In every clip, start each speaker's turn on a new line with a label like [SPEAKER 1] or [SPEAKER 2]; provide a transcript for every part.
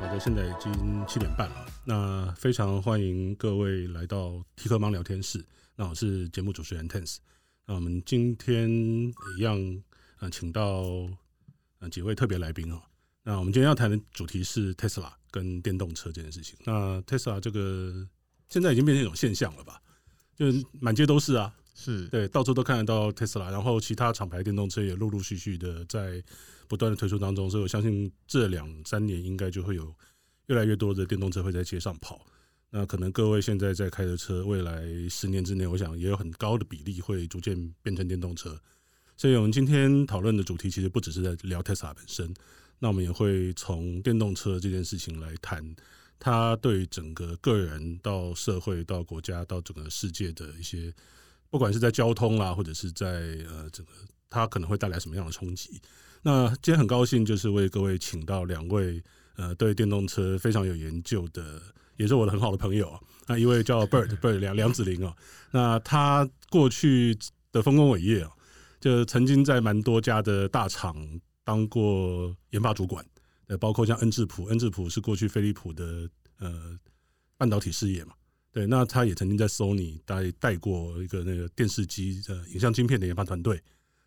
[SPEAKER 1] 好的，现在已经七点半了，那非常欢迎各位来到提克芒聊天室。那我是节目主持人 Tense，那我们今天一样，呃，请到呃几位特别来宾哦。那我们今天要谈的主题是 Tesla 跟电动车这件事情。那 Tesla 这个现在已经变成一种现象了吧？就是满街都是啊，
[SPEAKER 2] 是
[SPEAKER 1] 对，到处都看得到 Tesla，然后其他厂牌电动车也陆陆续续的在不断的推出当中，所以我相信这两三年应该就会有越来越多的电动车会在街上跑。那可能各位现在在开的车，未来十年之内，我想也有很高的比例会逐渐变成电动车。所以我们今天讨论的主题其实不只是在聊 Tesla 本身，那我们也会从电动车这件事情来谈它对整个个人到社会到国家到整个世界的一些不管是在交通啦，或者是在呃整个它可能会带来什么样的冲击。那今天很高兴，就是为各位请到两位呃对电动车非常有研究的，也是我的很好的朋友啊。那一位叫 Bird Bird 梁梁子玲哦，那他过去的丰功伟业啊，就曾经在蛮多家的大厂当过研发主管，呃，包括像恩智浦，恩智浦是过去飞利浦的呃半导体事业嘛。对，那他也曾经在 Sony 带带过一个那个电视机呃影像晶片的研发团队。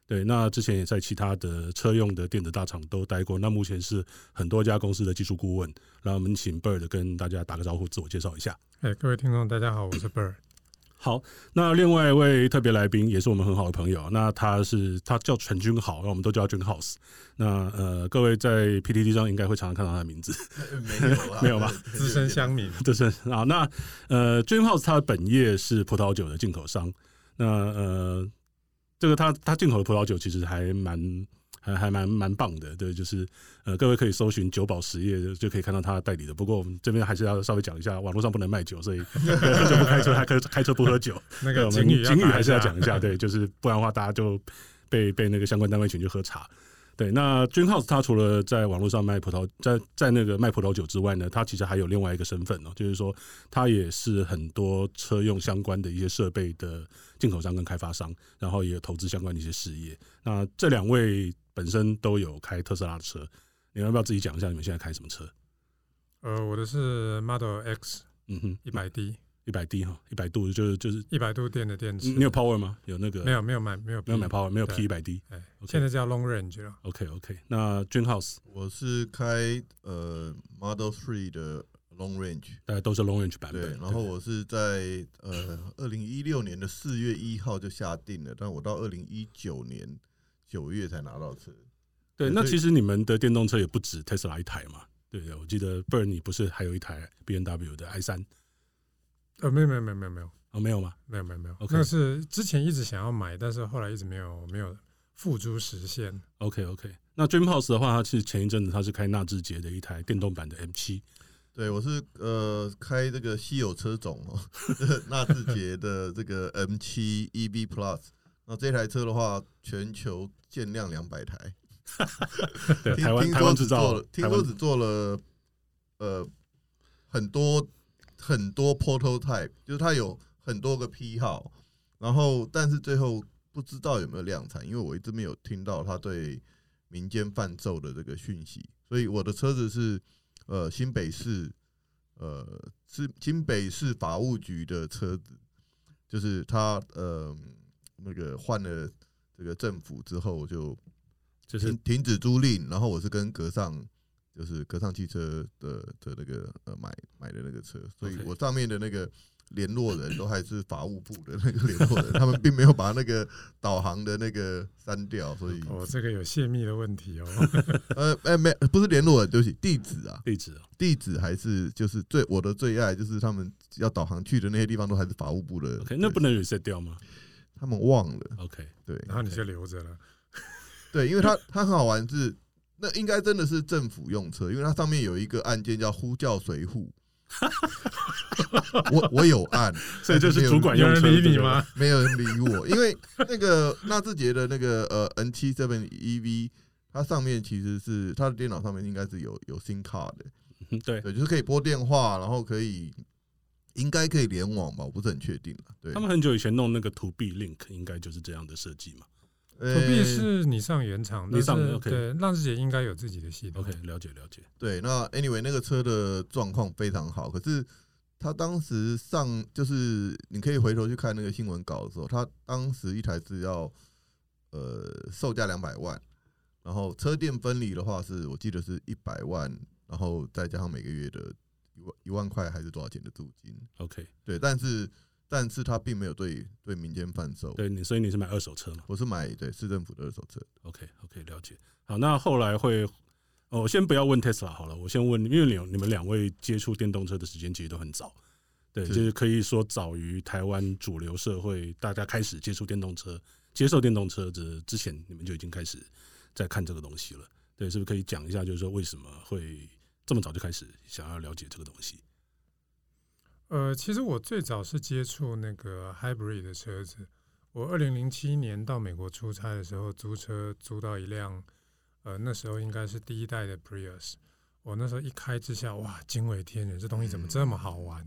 [SPEAKER 1] 对，那之前也在其他的车用的电子大厂都待过。那目前是很多家公司的技术顾问。然后我们请 Bird 跟大家打个招呼，自我介绍一下。
[SPEAKER 2] 哎、各位听众大家好，我是 Bird。
[SPEAKER 1] 好，那另外一位特别来宾也是我们很好的朋友，那他是他叫陈君豪，那我们都叫他君 House。那呃，各位在 PTT 上应该会常常看到他的名字。
[SPEAKER 3] 呃没有啊啦，
[SPEAKER 1] 没有吧？
[SPEAKER 2] 资深乡 民，
[SPEAKER 1] 就是啊，那呃，Dream House 它本业是葡萄酒的进口商，那呃，这个它它进口的葡萄酒其实还蛮还还蛮蛮棒的，对，就是呃，各位可以搜寻酒保实业就就可以看到它的代理的。不过我们这边还是要稍微讲一下，网络上不能卖酒，所以 喝酒不开车，还开开车不喝酒。
[SPEAKER 2] 那
[SPEAKER 1] 对，
[SPEAKER 2] 个
[SPEAKER 1] 我
[SPEAKER 2] 警
[SPEAKER 1] 们
[SPEAKER 2] 语
[SPEAKER 1] 警语还是要
[SPEAKER 2] 打
[SPEAKER 1] 讲一 下，对，就是不然的话大家就被被那个相关单位群去喝茶。对，那 Dream House 它除了在网络上卖葡萄，在在那个卖葡萄酒之外呢，它其实还有另外一个身份哦，就是说它也是很多车用相关的一些设备的进口商跟开发商，然后也有投资相关的一些事业。那这两位本身都有开特斯拉的车，你们要不要自己讲一下你们现在开什么车？
[SPEAKER 2] 呃，我的是 Model X
[SPEAKER 1] 嗯哼，
[SPEAKER 2] 一百 D
[SPEAKER 1] 一百 D 哈，一百度就是就是，
[SPEAKER 2] 一百度电的电池。
[SPEAKER 1] 你有 Power 吗？有那个
[SPEAKER 2] 没有没有买没有
[SPEAKER 1] 没有买
[SPEAKER 2] P
[SPEAKER 1] Power，没有
[SPEAKER 2] 对
[SPEAKER 1] P 一百 D。
[SPEAKER 2] 哎
[SPEAKER 1] OK
[SPEAKER 2] 现在叫 Long Range 了。
[SPEAKER 1] OK OK，那 Dream House
[SPEAKER 3] 我是开呃 Model Three 的 Long Range，
[SPEAKER 1] 大概都是 Long Range 版本。
[SPEAKER 3] 对，然后我是在呃二零一六年的四月一号就下定了，但我到二零一九年九月才拿到车。
[SPEAKER 1] 对，
[SPEAKER 3] 对
[SPEAKER 1] 那
[SPEAKER 3] 所以
[SPEAKER 1] 其实你们的电动车也不止 Tesla 一台嘛。对，我记得 Burn 你不是还有一台 B N W 的 i 三
[SPEAKER 2] 呃，没有没有没有没有没有
[SPEAKER 1] 哦，没有吗？
[SPEAKER 2] 没有没有没有，
[SPEAKER 1] OK
[SPEAKER 2] 那个是之前一直想要买，但是后来一直没有没有付诸实现。
[SPEAKER 1] OK OK，那 Dream House 的话，它是前一阵子它是开纳智捷的一台电动版的 M 七，
[SPEAKER 3] 对，我是呃开这个稀有车种哦， 纳智捷的这个 M 七 EB Plus。那这台车的话，全球限量两百台，
[SPEAKER 1] 对，
[SPEAKER 3] 听
[SPEAKER 1] 台湾
[SPEAKER 3] 听
[SPEAKER 1] 台
[SPEAKER 3] 说
[SPEAKER 1] 湾
[SPEAKER 3] 只
[SPEAKER 1] 制
[SPEAKER 3] 做
[SPEAKER 1] 造
[SPEAKER 3] 了，，
[SPEAKER 1] 台
[SPEAKER 3] 听
[SPEAKER 1] 湾
[SPEAKER 3] 说只做了呃很多很多 prototype，就是它有很多个批号，然后但是最后不知道有没有量产，因为我一直没有听到它对民间贩售的这个讯息，所以我的车子是呃新北市呃是新北市法务局的车子，就是它呃那个换了这个政府之后就
[SPEAKER 1] 就是
[SPEAKER 3] 停停止租赁，然后我是跟格上，就是格上汽车的的那个呃买买的那个车，所以
[SPEAKER 1] OK
[SPEAKER 3] 我上面的那个联络人都还是法务部的那个联络人，他们并没有把那个导航的那个删掉，所以
[SPEAKER 2] 哦，这个有泄密的问 题哦。
[SPEAKER 3] 呃哎、没不是联络人，对不起，地址啊，
[SPEAKER 1] 地址哦。
[SPEAKER 3] 地址还是就是最我的最爱就是他们要导航去的那些地方都还是法务部的
[SPEAKER 1] OK，那不能 reset 掉吗
[SPEAKER 3] 他们忘了，
[SPEAKER 1] ？OK，
[SPEAKER 3] 对，
[SPEAKER 2] 然后你就留着了。
[SPEAKER 3] 对，因为它它很好玩是，那应该真的是政府用车，因为它上面有一个按键叫呼叫随护。我我有按，
[SPEAKER 1] 所以这是主管
[SPEAKER 2] 有
[SPEAKER 1] 用
[SPEAKER 2] 人
[SPEAKER 1] 车
[SPEAKER 2] 理你吗？？
[SPEAKER 3] 没有人理我，因为那个纳智捷的那个呃 N 七 Seven EV，它上面其实是它的电脑上面应该是有有 SIM 卡的，
[SPEAKER 1] 对不对嗯对
[SPEAKER 3] 对，就是可以拨电话，然后可以应该可以联网吧，我不是很确定了。对
[SPEAKER 1] 他，们很久以前弄那个 To B Link，应该就是这样的设计嘛。
[SPEAKER 2] 土
[SPEAKER 3] 呃
[SPEAKER 2] 币是你上原厂，
[SPEAKER 1] 哎你
[SPEAKER 2] 但
[SPEAKER 1] 上
[SPEAKER 2] 是
[SPEAKER 1] OK
[SPEAKER 2] 对浪子姐应该有自己的系统。
[SPEAKER 1] OK，了解了解。
[SPEAKER 3] 对，那 anyway 那个车的状况非常好，可是他当时上就是你可以回头去看那个新闻稿的时候，他当时一台是要呃售价两百万，然后车店分离的话是我记得是一百万，然后再加上每个月的一万一万块还是多少钱的租金，
[SPEAKER 1] OK，
[SPEAKER 3] 对，但是但是他并没有对对民间贩售，
[SPEAKER 1] 对你，所以你是买二手车嘛
[SPEAKER 3] 我是买对市政府的二手车，
[SPEAKER 1] ？OK OK，了解。好，那后来会，哦，我先不要问 Tesla 好了，我先问，因为你你们两位接触电动车的时间其实都很早，对，
[SPEAKER 3] 是
[SPEAKER 1] 就是可以说早于台湾主流社会大家开始接触电动车、接受电动车之之前，你们就已经开始在看这个东西了。对，是不是可以讲一下，就是说为什么会这么早就开始想要了解这个东西？
[SPEAKER 2] 呃，其实我最早是接触那个 hybrid 的车子。我二零零七年到美国出差的时候，租车租到一辆，呃，那时候应该是第一代的 Prius。我那时候一开之下，哇，惊为天人！这东西怎么这么好玩？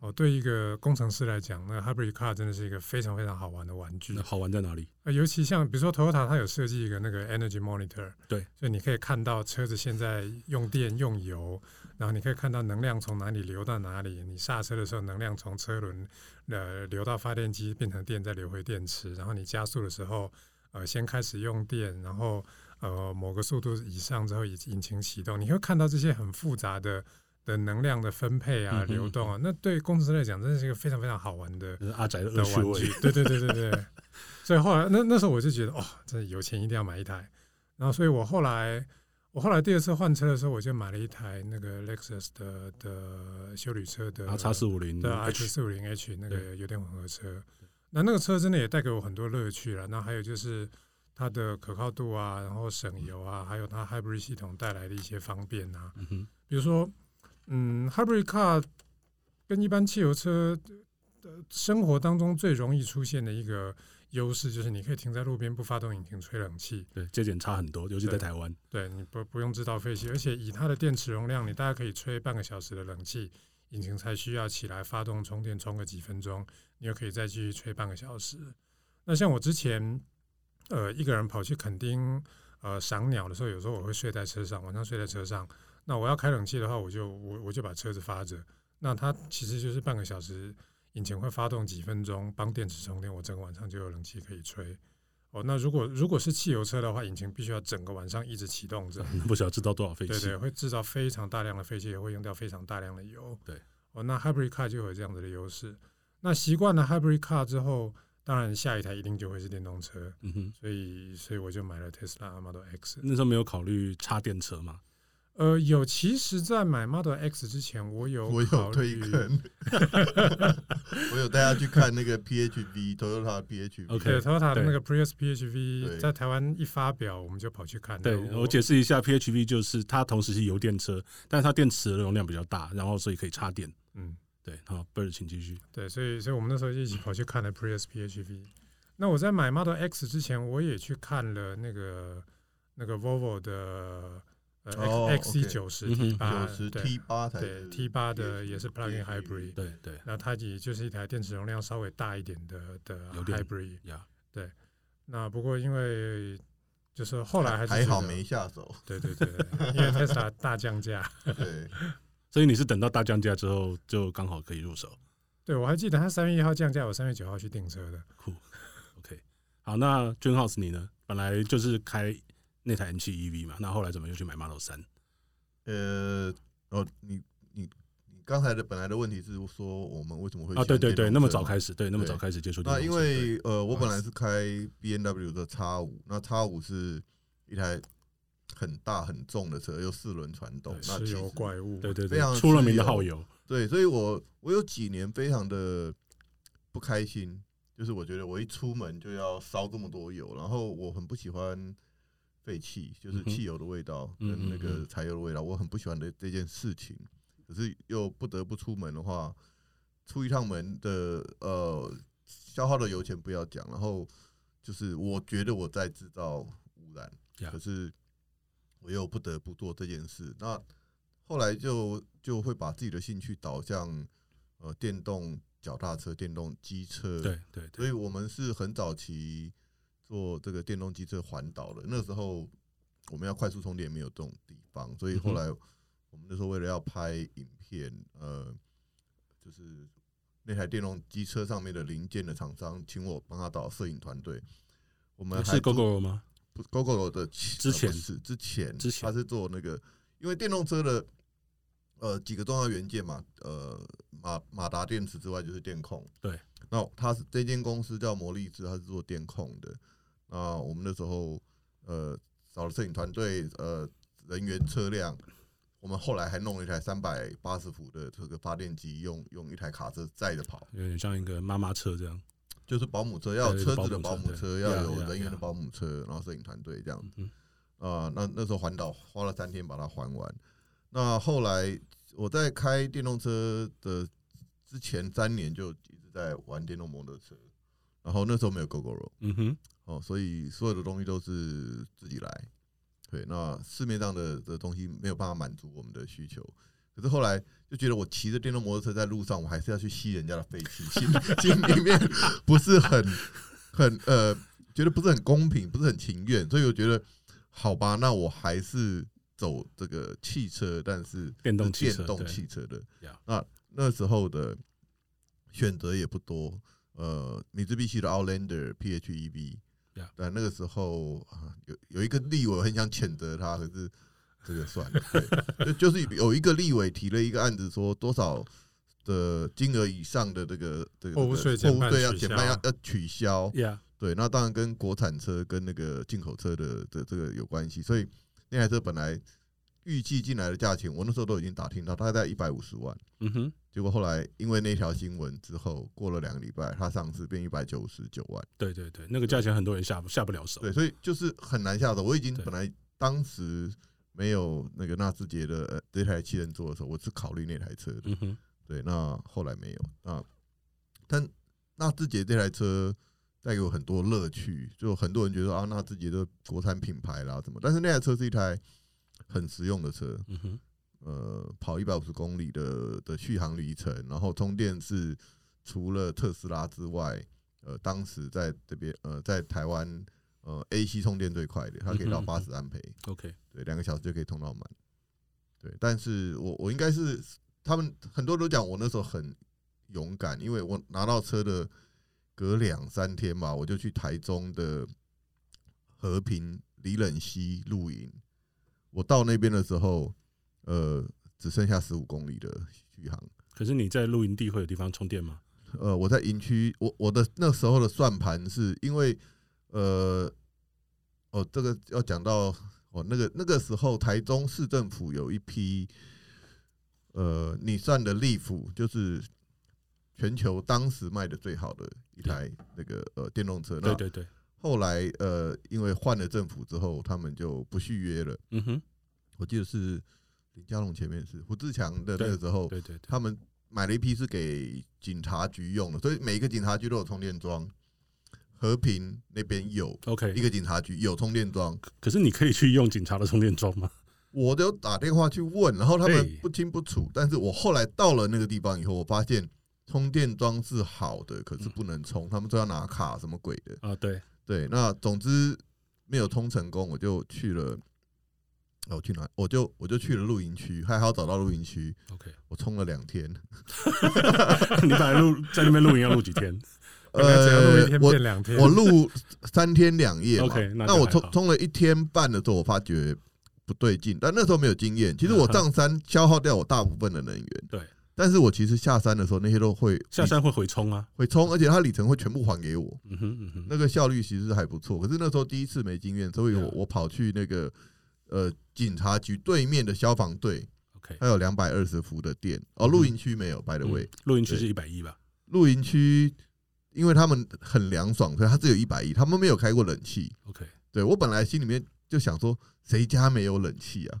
[SPEAKER 2] 哦，对一个工程师来讲，那 hybrid car 真的是一个非常非常好玩的玩具
[SPEAKER 1] 那。好玩在哪里？
[SPEAKER 2] 呃，尤其像比如说 Toyota，它有设计一个那个 Energy Monitor，
[SPEAKER 1] 对，
[SPEAKER 2] 所以你可以看到车子现在用电用油，然后你可以看到能量从哪里流到哪里，你刹车的时候能量从车轮呃流到发电机变成电再流回电池，然后你加速的时候呃先开始用电，然后呃某个速度以上之后引引擎启动，你会看到这些很复杂的。的能量的分配啊
[SPEAKER 1] 嗯，哼
[SPEAKER 2] 流动啊，那对工程师来讲，真的是一个非常非常好玩的
[SPEAKER 1] 呃就是阿宅的
[SPEAKER 2] 的
[SPEAKER 1] 恶趣
[SPEAKER 2] 玩
[SPEAKER 1] 味
[SPEAKER 2] 具。。对对对对对。所以后来那那时候我就觉得哦，真的有钱一定要买一台。然后所以我后来我后来第二次换车的时候，我就买了一台那个 Lexus 的的修理车的
[SPEAKER 1] 然后叉四五零
[SPEAKER 2] 呃对啊 H 四五零 H 那个
[SPEAKER 1] 对
[SPEAKER 2] 油电混合车，那那个车真的也带给我很多乐趣了。那还有就是它的可靠度啊，然后省油啊，还有它 Hybrid 系统带来的一些方便啊，
[SPEAKER 1] 嗯哼，
[SPEAKER 2] 比如说，嗯，hybrid car 跟一般汽油车呃生活当中最容易出现的一个优势，就是你可以停在路边不发动引擎吹冷气，
[SPEAKER 1] 对，这点差很多，尤其在
[SPEAKER 2] 对
[SPEAKER 1] 台湾。
[SPEAKER 2] 对你不不用制造废气，而且以它的电池容量，你大概可以吹半个小时的冷气，引擎才需要起来发动充电，充个几分钟，你又可以再继续吹半个小时。那像我之前，呃，一个人跑去垦丁，呃，赏鸟的时候，有时候我会睡在车上，晚上睡在车上。那我要开冷气的话，我就我我就把车子发着，那它其实就是半个小时，引擎会发动几分钟，帮电池充电，我整个晚上就有冷气可以吹。哦，那如果如果是汽油车的话，引擎必须要整个晚上一直启动着，
[SPEAKER 1] 不晓得知道多少废
[SPEAKER 2] 对
[SPEAKER 1] 气
[SPEAKER 2] 对，。会制造非常大量的废气，也会用掉非常大量的油。
[SPEAKER 1] 对，
[SPEAKER 2] 哦，那 hybrid car 就有这样子的优势。那习惯了 hybrid car 之后，当然下一台一定就会是电动车，
[SPEAKER 1] 嗯哼，
[SPEAKER 2] 所以所以我就买了 Tesla Model X。
[SPEAKER 1] 那时候没有考虑插电车嘛？
[SPEAKER 2] 呃，有，其实，在买 Model X 之前，我有
[SPEAKER 3] 我有
[SPEAKER 2] 考
[SPEAKER 3] 推
[SPEAKER 2] 虑，
[SPEAKER 3] 坑，我有带他去看那个 PHV Toyota PHV。
[SPEAKER 1] OK
[SPEAKER 2] 对 Toyota 的
[SPEAKER 1] 对
[SPEAKER 2] 那个 Prius
[SPEAKER 3] 对
[SPEAKER 2] PHV 在台湾一发表，我们就跑去看了。
[SPEAKER 1] 对，我解释一下，PHV 就是它同时是油电车，但是它电池的容量比较大，然后所以可以插电。
[SPEAKER 2] 嗯。
[SPEAKER 1] 对，好，贝尔，请继续。
[SPEAKER 2] 对，所以所以我们那时候就一起跑去看了 Prius PHEV。那我在买 Model X 之前，我也去看了那个那个 Volvo 的呃 X、
[SPEAKER 3] 哦
[SPEAKER 2] XC 九十
[SPEAKER 1] 嗯哼
[SPEAKER 2] T 八
[SPEAKER 3] 九十
[SPEAKER 2] 对
[SPEAKER 3] T 嗯八才
[SPEAKER 2] 对 T 八的也是 plug-in hybrid，
[SPEAKER 1] 对对
[SPEAKER 2] 那它也就是一台电池容量稍微大一点的的
[SPEAKER 1] 有点
[SPEAKER 2] hybrid。
[SPEAKER 1] 呀，
[SPEAKER 2] 那不过因为就是后来还是
[SPEAKER 3] 还
[SPEAKER 2] 觉
[SPEAKER 3] 好
[SPEAKER 2] 得
[SPEAKER 3] 没 下手。
[SPEAKER 2] 对对对，对因为 Tesla 大降价。
[SPEAKER 3] 对，
[SPEAKER 1] 所以你是等到大降价之后，就刚好可以入手。
[SPEAKER 2] 对我还记得它三月一号降价，我三月九号去订车的。
[SPEAKER 1] 酷，OK。好，那 Jun House 你呢？本来就是开那台 M 七 EV 嘛，那后来怎么又去买 Model 三？
[SPEAKER 3] 呃，哦，你你你刚才的本来的问题是说我们为什么会
[SPEAKER 1] 啊，对对
[SPEAKER 3] 选电动
[SPEAKER 1] 对，
[SPEAKER 3] 车
[SPEAKER 1] 那么早
[SPEAKER 3] 嘛
[SPEAKER 1] 开始，对，那么
[SPEAKER 3] 对
[SPEAKER 1] 早开始接触电
[SPEAKER 3] 那
[SPEAKER 1] 动车。
[SPEAKER 3] 因
[SPEAKER 1] 对啊
[SPEAKER 3] 为呃，我本来是开 B N W 的 X 五，那 X 五是一台很大很重的车，又四轮传动，那
[SPEAKER 2] 石
[SPEAKER 3] 其实
[SPEAKER 2] 油怪物，
[SPEAKER 1] 对对
[SPEAKER 3] 非常
[SPEAKER 1] 对，出了名
[SPEAKER 3] 自
[SPEAKER 1] 的
[SPEAKER 3] 由
[SPEAKER 1] 耗油。
[SPEAKER 3] 对，所以我我有几年非常的不开心，就是我觉得我一出门就要烧这么多油，然后我很不喜欢废气，就是
[SPEAKER 1] 嗯哼
[SPEAKER 3] 汽油的味道
[SPEAKER 1] 嗯
[SPEAKER 3] 跟那
[SPEAKER 1] 嗯
[SPEAKER 3] 个柴油的味道，我很不喜欢的这件事情。可是又不得不出门的话，出一趟门的呃消耗的油钱不要讲，然后就是我觉得我在制造污染
[SPEAKER 1] Yeah
[SPEAKER 3] 可是我又不得不做这件事。那后来就就会把自己的兴趣导向呃电动脚踏车、电动机车，
[SPEAKER 1] 对对对
[SPEAKER 3] 所以我们是很早期做这个电动机车环岛了。那时候我们要快速充电，没有这种地
[SPEAKER 1] 嗯
[SPEAKER 3] 方，所以后来我们那时候为了要拍影片，呃，就是那台电动机车上面的零件的厂商请我帮他找摄影团队。我们还
[SPEAKER 1] 是
[SPEAKER 3] 做
[SPEAKER 1] GoGo 吗？
[SPEAKER 3] 不 GoGo 的之
[SPEAKER 1] 前
[SPEAKER 3] 是之前
[SPEAKER 1] 之前
[SPEAKER 3] 他是做那个，因为电动车的呃几个重要元件嘛，呃马马达电池之外就是电控，
[SPEAKER 1] 对，
[SPEAKER 3] 那它是这间公司叫魔力智，它是做电控的。那我们那时候呃找了摄影团队，呃人员车辆，我们后来还弄了一台三百八十伏的这个发电机，用用一台卡车载着跑。
[SPEAKER 1] 有点像一个妈妈车这样。
[SPEAKER 3] 就是保姆车，要有
[SPEAKER 1] 对
[SPEAKER 3] 车子的保
[SPEAKER 1] 保姆
[SPEAKER 3] 姆
[SPEAKER 1] 车对
[SPEAKER 3] 车，要
[SPEAKER 1] 呀
[SPEAKER 3] 有
[SPEAKER 1] 呀
[SPEAKER 3] 人员的
[SPEAKER 1] 呀
[SPEAKER 3] 保姆车，然后摄影团队这样子。
[SPEAKER 1] 嗯
[SPEAKER 3] 啊、那那时候环岛花了三天把它环完。那后来我在开电动车的之前三年就一直在玩电动摩托车，然后那时候没有 GoGoRo
[SPEAKER 1] 嗯哼，
[SPEAKER 3] 哦，所以所有的东西都是自己来。对，那市面上的的东西没有办法满足我们的需求。可是后来就觉得，我骑着电动摩托车在路上，我还是要去吸人家的废气，心心里 面不是很很呃，觉得不是很公平，不是很情愿，所以我觉得，好吧，那我还是走这个汽车，但是
[SPEAKER 1] 电动汽
[SPEAKER 3] 电
[SPEAKER 1] 车，
[SPEAKER 3] 动
[SPEAKER 1] 对
[SPEAKER 3] 汽车的
[SPEAKER 1] Yeah。
[SPEAKER 3] 那那时候的选择也不多，呃，米兹必须的 Outlander PHEV。
[SPEAKER 1] Yeah
[SPEAKER 3] 但那个时候啊，有有一个立委很想谴责他，可是这个算了。对 就就是有一个立委提了一个案子，说多少的金额以上的这个这个
[SPEAKER 2] 货物税
[SPEAKER 3] 这个
[SPEAKER 2] 减
[SPEAKER 3] 货
[SPEAKER 2] 半
[SPEAKER 3] 物税要
[SPEAKER 2] 取
[SPEAKER 3] 减
[SPEAKER 2] 消
[SPEAKER 3] 半要要取消。
[SPEAKER 1] ，Yeah，
[SPEAKER 3] 对，那当然跟国产车跟那个进口车的的这个有关系，所以那台车本来预计进来的价钱，我那时候都已经打听到，大概在一百五十万。
[SPEAKER 1] 嗯哼，
[SPEAKER 3] 结果后来因为那条新闻之后，过了两个礼拜，它上市变一百九十九万。
[SPEAKER 1] 对对对，那个价钱很多人下不下不了手。
[SPEAKER 3] 对，所以就是很难下手。我已经
[SPEAKER 1] 对
[SPEAKER 3] 本来当时没有那个纳智捷的呃这台七人座的时候，我是考虑那台车的。
[SPEAKER 1] 嗯哼，
[SPEAKER 3] 对，那后来没有啊。但纳智捷这台车带给我很多乐趣，就很多人觉得啊，纳智捷的国产品牌啦什么，但是那台车是一台很实用的车，
[SPEAKER 1] 嗯哼，
[SPEAKER 3] 呃，跑一百五十公里的的续航里程，然后充电是除了特斯拉之外，呃，当时在这边呃在台湾呃 A C 充电最快的，它可以到
[SPEAKER 1] 嗯哼
[SPEAKER 3] 八十安培。
[SPEAKER 1] ，OK，
[SPEAKER 3] 对，两个小时就可以通到满。对，但是我我应该是他们很多人都讲我那时候很勇敢，因为我拿到车的隔两三天吧，我就去台中的和平李冷溪露营。我到那边的时候，呃，只剩下十五公里的续航。
[SPEAKER 1] 可是你在露营地会有地方充电吗？
[SPEAKER 3] 呃，我在营区，我我的那时候的算盘是因为，呃，哦，这个要讲到哦，那个那个时候台中市政府有一批，呃，你算的 Leaf 就是全球当时卖的最好的一台那个呃电动车，
[SPEAKER 1] 对
[SPEAKER 3] 那
[SPEAKER 1] 对对，
[SPEAKER 3] 后来呃，因为换了政府之后，他们就不续约了。
[SPEAKER 1] 嗯哼，
[SPEAKER 3] 我记得是林佳龙前面是胡志强的那
[SPEAKER 1] 对
[SPEAKER 3] 个时候，
[SPEAKER 1] 对对对，
[SPEAKER 3] 他们买了一批是给警察局用的，所以每一个警察局都有充电桩。和平那边有
[SPEAKER 1] OK，
[SPEAKER 3] 一个警察局有充电桩，
[SPEAKER 1] 可是你可以去用警察的充电桩吗？
[SPEAKER 3] 我都打电话去问，然后他们
[SPEAKER 1] 对
[SPEAKER 3] 不清不楚。但是我后来到了那个地方以后，我发现充电桩是好的，可是不能充，他们说要拿卡什么鬼的。
[SPEAKER 1] 啊，对，
[SPEAKER 3] 对，那总之没有通成功，我就去了。哦我去哪？我就我就去了露营区，还好找到露营区。
[SPEAKER 1] OK
[SPEAKER 3] 我充了两天，
[SPEAKER 1] 你本来录在那边露营要录几 天？
[SPEAKER 2] 本来只要录一天
[SPEAKER 3] 呃我
[SPEAKER 2] 变 两天，
[SPEAKER 3] 我录三天两夜嘛
[SPEAKER 1] OK，那
[SPEAKER 3] 那
[SPEAKER 1] 就
[SPEAKER 3] 我
[SPEAKER 1] 还
[SPEAKER 3] 充
[SPEAKER 1] 好
[SPEAKER 3] 充了一天半的时候，我发觉不对劲，但那时候没有经验。其实我 上山消耗掉我大部分的能源，
[SPEAKER 1] 对。
[SPEAKER 3] 但是我其实下山的时候，那些都会
[SPEAKER 1] 下山会回充啊。
[SPEAKER 3] 会充，而且它里程会全部还给我，
[SPEAKER 1] 嗯哼嗯哼，
[SPEAKER 3] 那个效率其实还不错。可是那时候第一次没经验，所以我
[SPEAKER 1] Yeah
[SPEAKER 3] 我跑去那个呃警察局对面的消防队，
[SPEAKER 1] OK，
[SPEAKER 3] 它有两百二十伏的电哦，露营区没有，by the way，
[SPEAKER 1] 嗯露营区
[SPEAKER 3] 对
[SPEAKER 1] 是一百一吧？
[SPEAKER 3] 露营区因为他们很凉爽，所以它只有一百一，他们没有开过冷气。
[SPEAKER 1] OK，
[SPEAKER 3] 对我本来心里面就想说，谁家没有冷气啊？哦对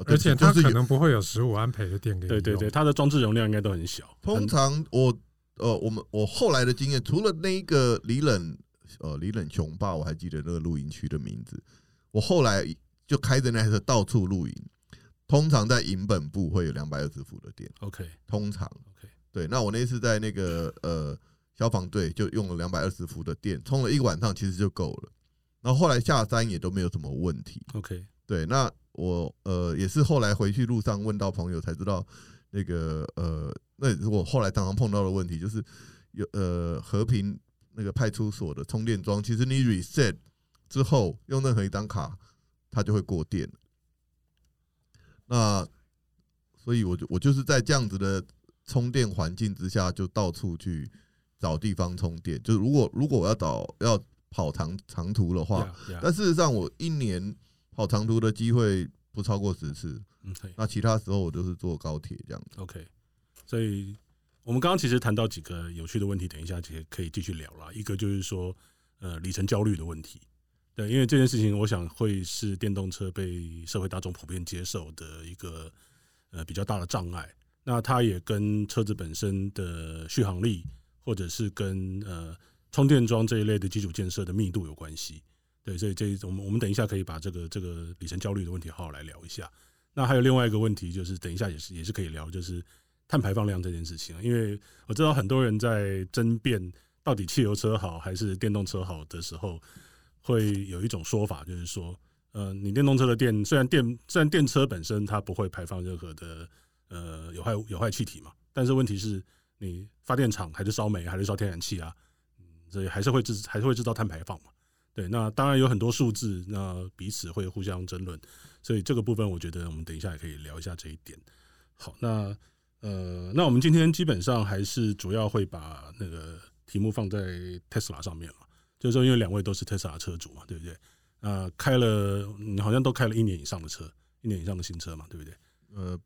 [SPEAKER 2] 而
[SPEAKER 3] 不起
[SPEAKER 2] 且它
[SPEAKER 3] 就是
[SPEAKER 2] 可
[SPEAKER 3] 有
[SPEAKER 2] 能不会有十五安培的电给你
[SPEAKER 1] 对对对，
[SPEAKER 2] 用，
[SPEAKER 1] 它的装置容量应该都很小。
[SPEAKER 3] 通
[SPEAKER 1] 很
[SPEAKER 3] 常我呃，我们我后来的经验，除了那一个李冷呃李冷雄霸，我还记得那个露营区的名字。我后来就开着那台车到处露营，通常在营本
[SPEAKER 1] 嗯
[SPEAKER 3] 部会有两百二十伏的电，
[SPEAKER 1] OK
[SPEAKER 3] 通常
[SPEAKER 1] OK，
[SPEAKER 3] 对。那我那次在那个呃消防队就用了两百二十伏的电，充了一个晚上，其实就够了。然后后来下山也都没有什么问题。
[SPEAKER 1] OK，
[SPEAKER 3] 对，那我呃也是后来回去路上问到朋友才知道，那个呃，那也是我后来常常碰到的问题，就是有呃和平那个派出所的充电桩，其实你 reset 之后用任何一张卡，它就会过电。那所以我就我就是在这样子的充电环境之下，就到处去找地方充电。就是如果如果我要找要跑长长途的话，
[SPEAKER 1] 呀呀
[SPEAKER 3] 但事实上，我一年跑长途的机会不超过十次，
[SPEAKER 1] 嗯嘿
[SPEAKER 3] 那其他时候我都是坐高铁这样子。
[SPEAKER 1] ，OK，所以我们刚刚其实谈到几个有趣的问题，等一下其实可以继续聊啦。一个就是说，呃，里程焦虑的问题。对，因为这件事情，我想会是电动车被社会大众普遍接受的一个呃比较大的障碍。那它也跟车子本身的续航力，或者是跟呃充电桩这一类的基础建设的密度有关系。对，所以这一我们我们等一下可以把这个这个里程焦虑的问题好好来聊一下。那还有另外一个问题，就是等一下也是也是可以聊，就是碳排放量这件事情啊。因为我知道很多人在争辩到底汽油车好还是电动车好的时候，会有一种说法，就是说，呃，你电动车的电虽然电虽然电车本身它不会排放任何的呃有害有害气体嘛，但是问题是你发电厂还是烧煤还是烧天然气啊，嗯，所以还是会制还是会制造碳排放嘛。对，那当然有很多数字，那彼此会互相争论，所以这个部分我觉得我们等一下也可以聊一下这一点。好，那呃，那我们今天基本上还是主要会把那个题目放在 Tesla 上面了，就是说因为两位都是 Tesla 车主嘛，对不对？呃，开了你好像都开了一年以上的车，一年以上的新车嘛，对不对？
[SPEAKER 3] 呃，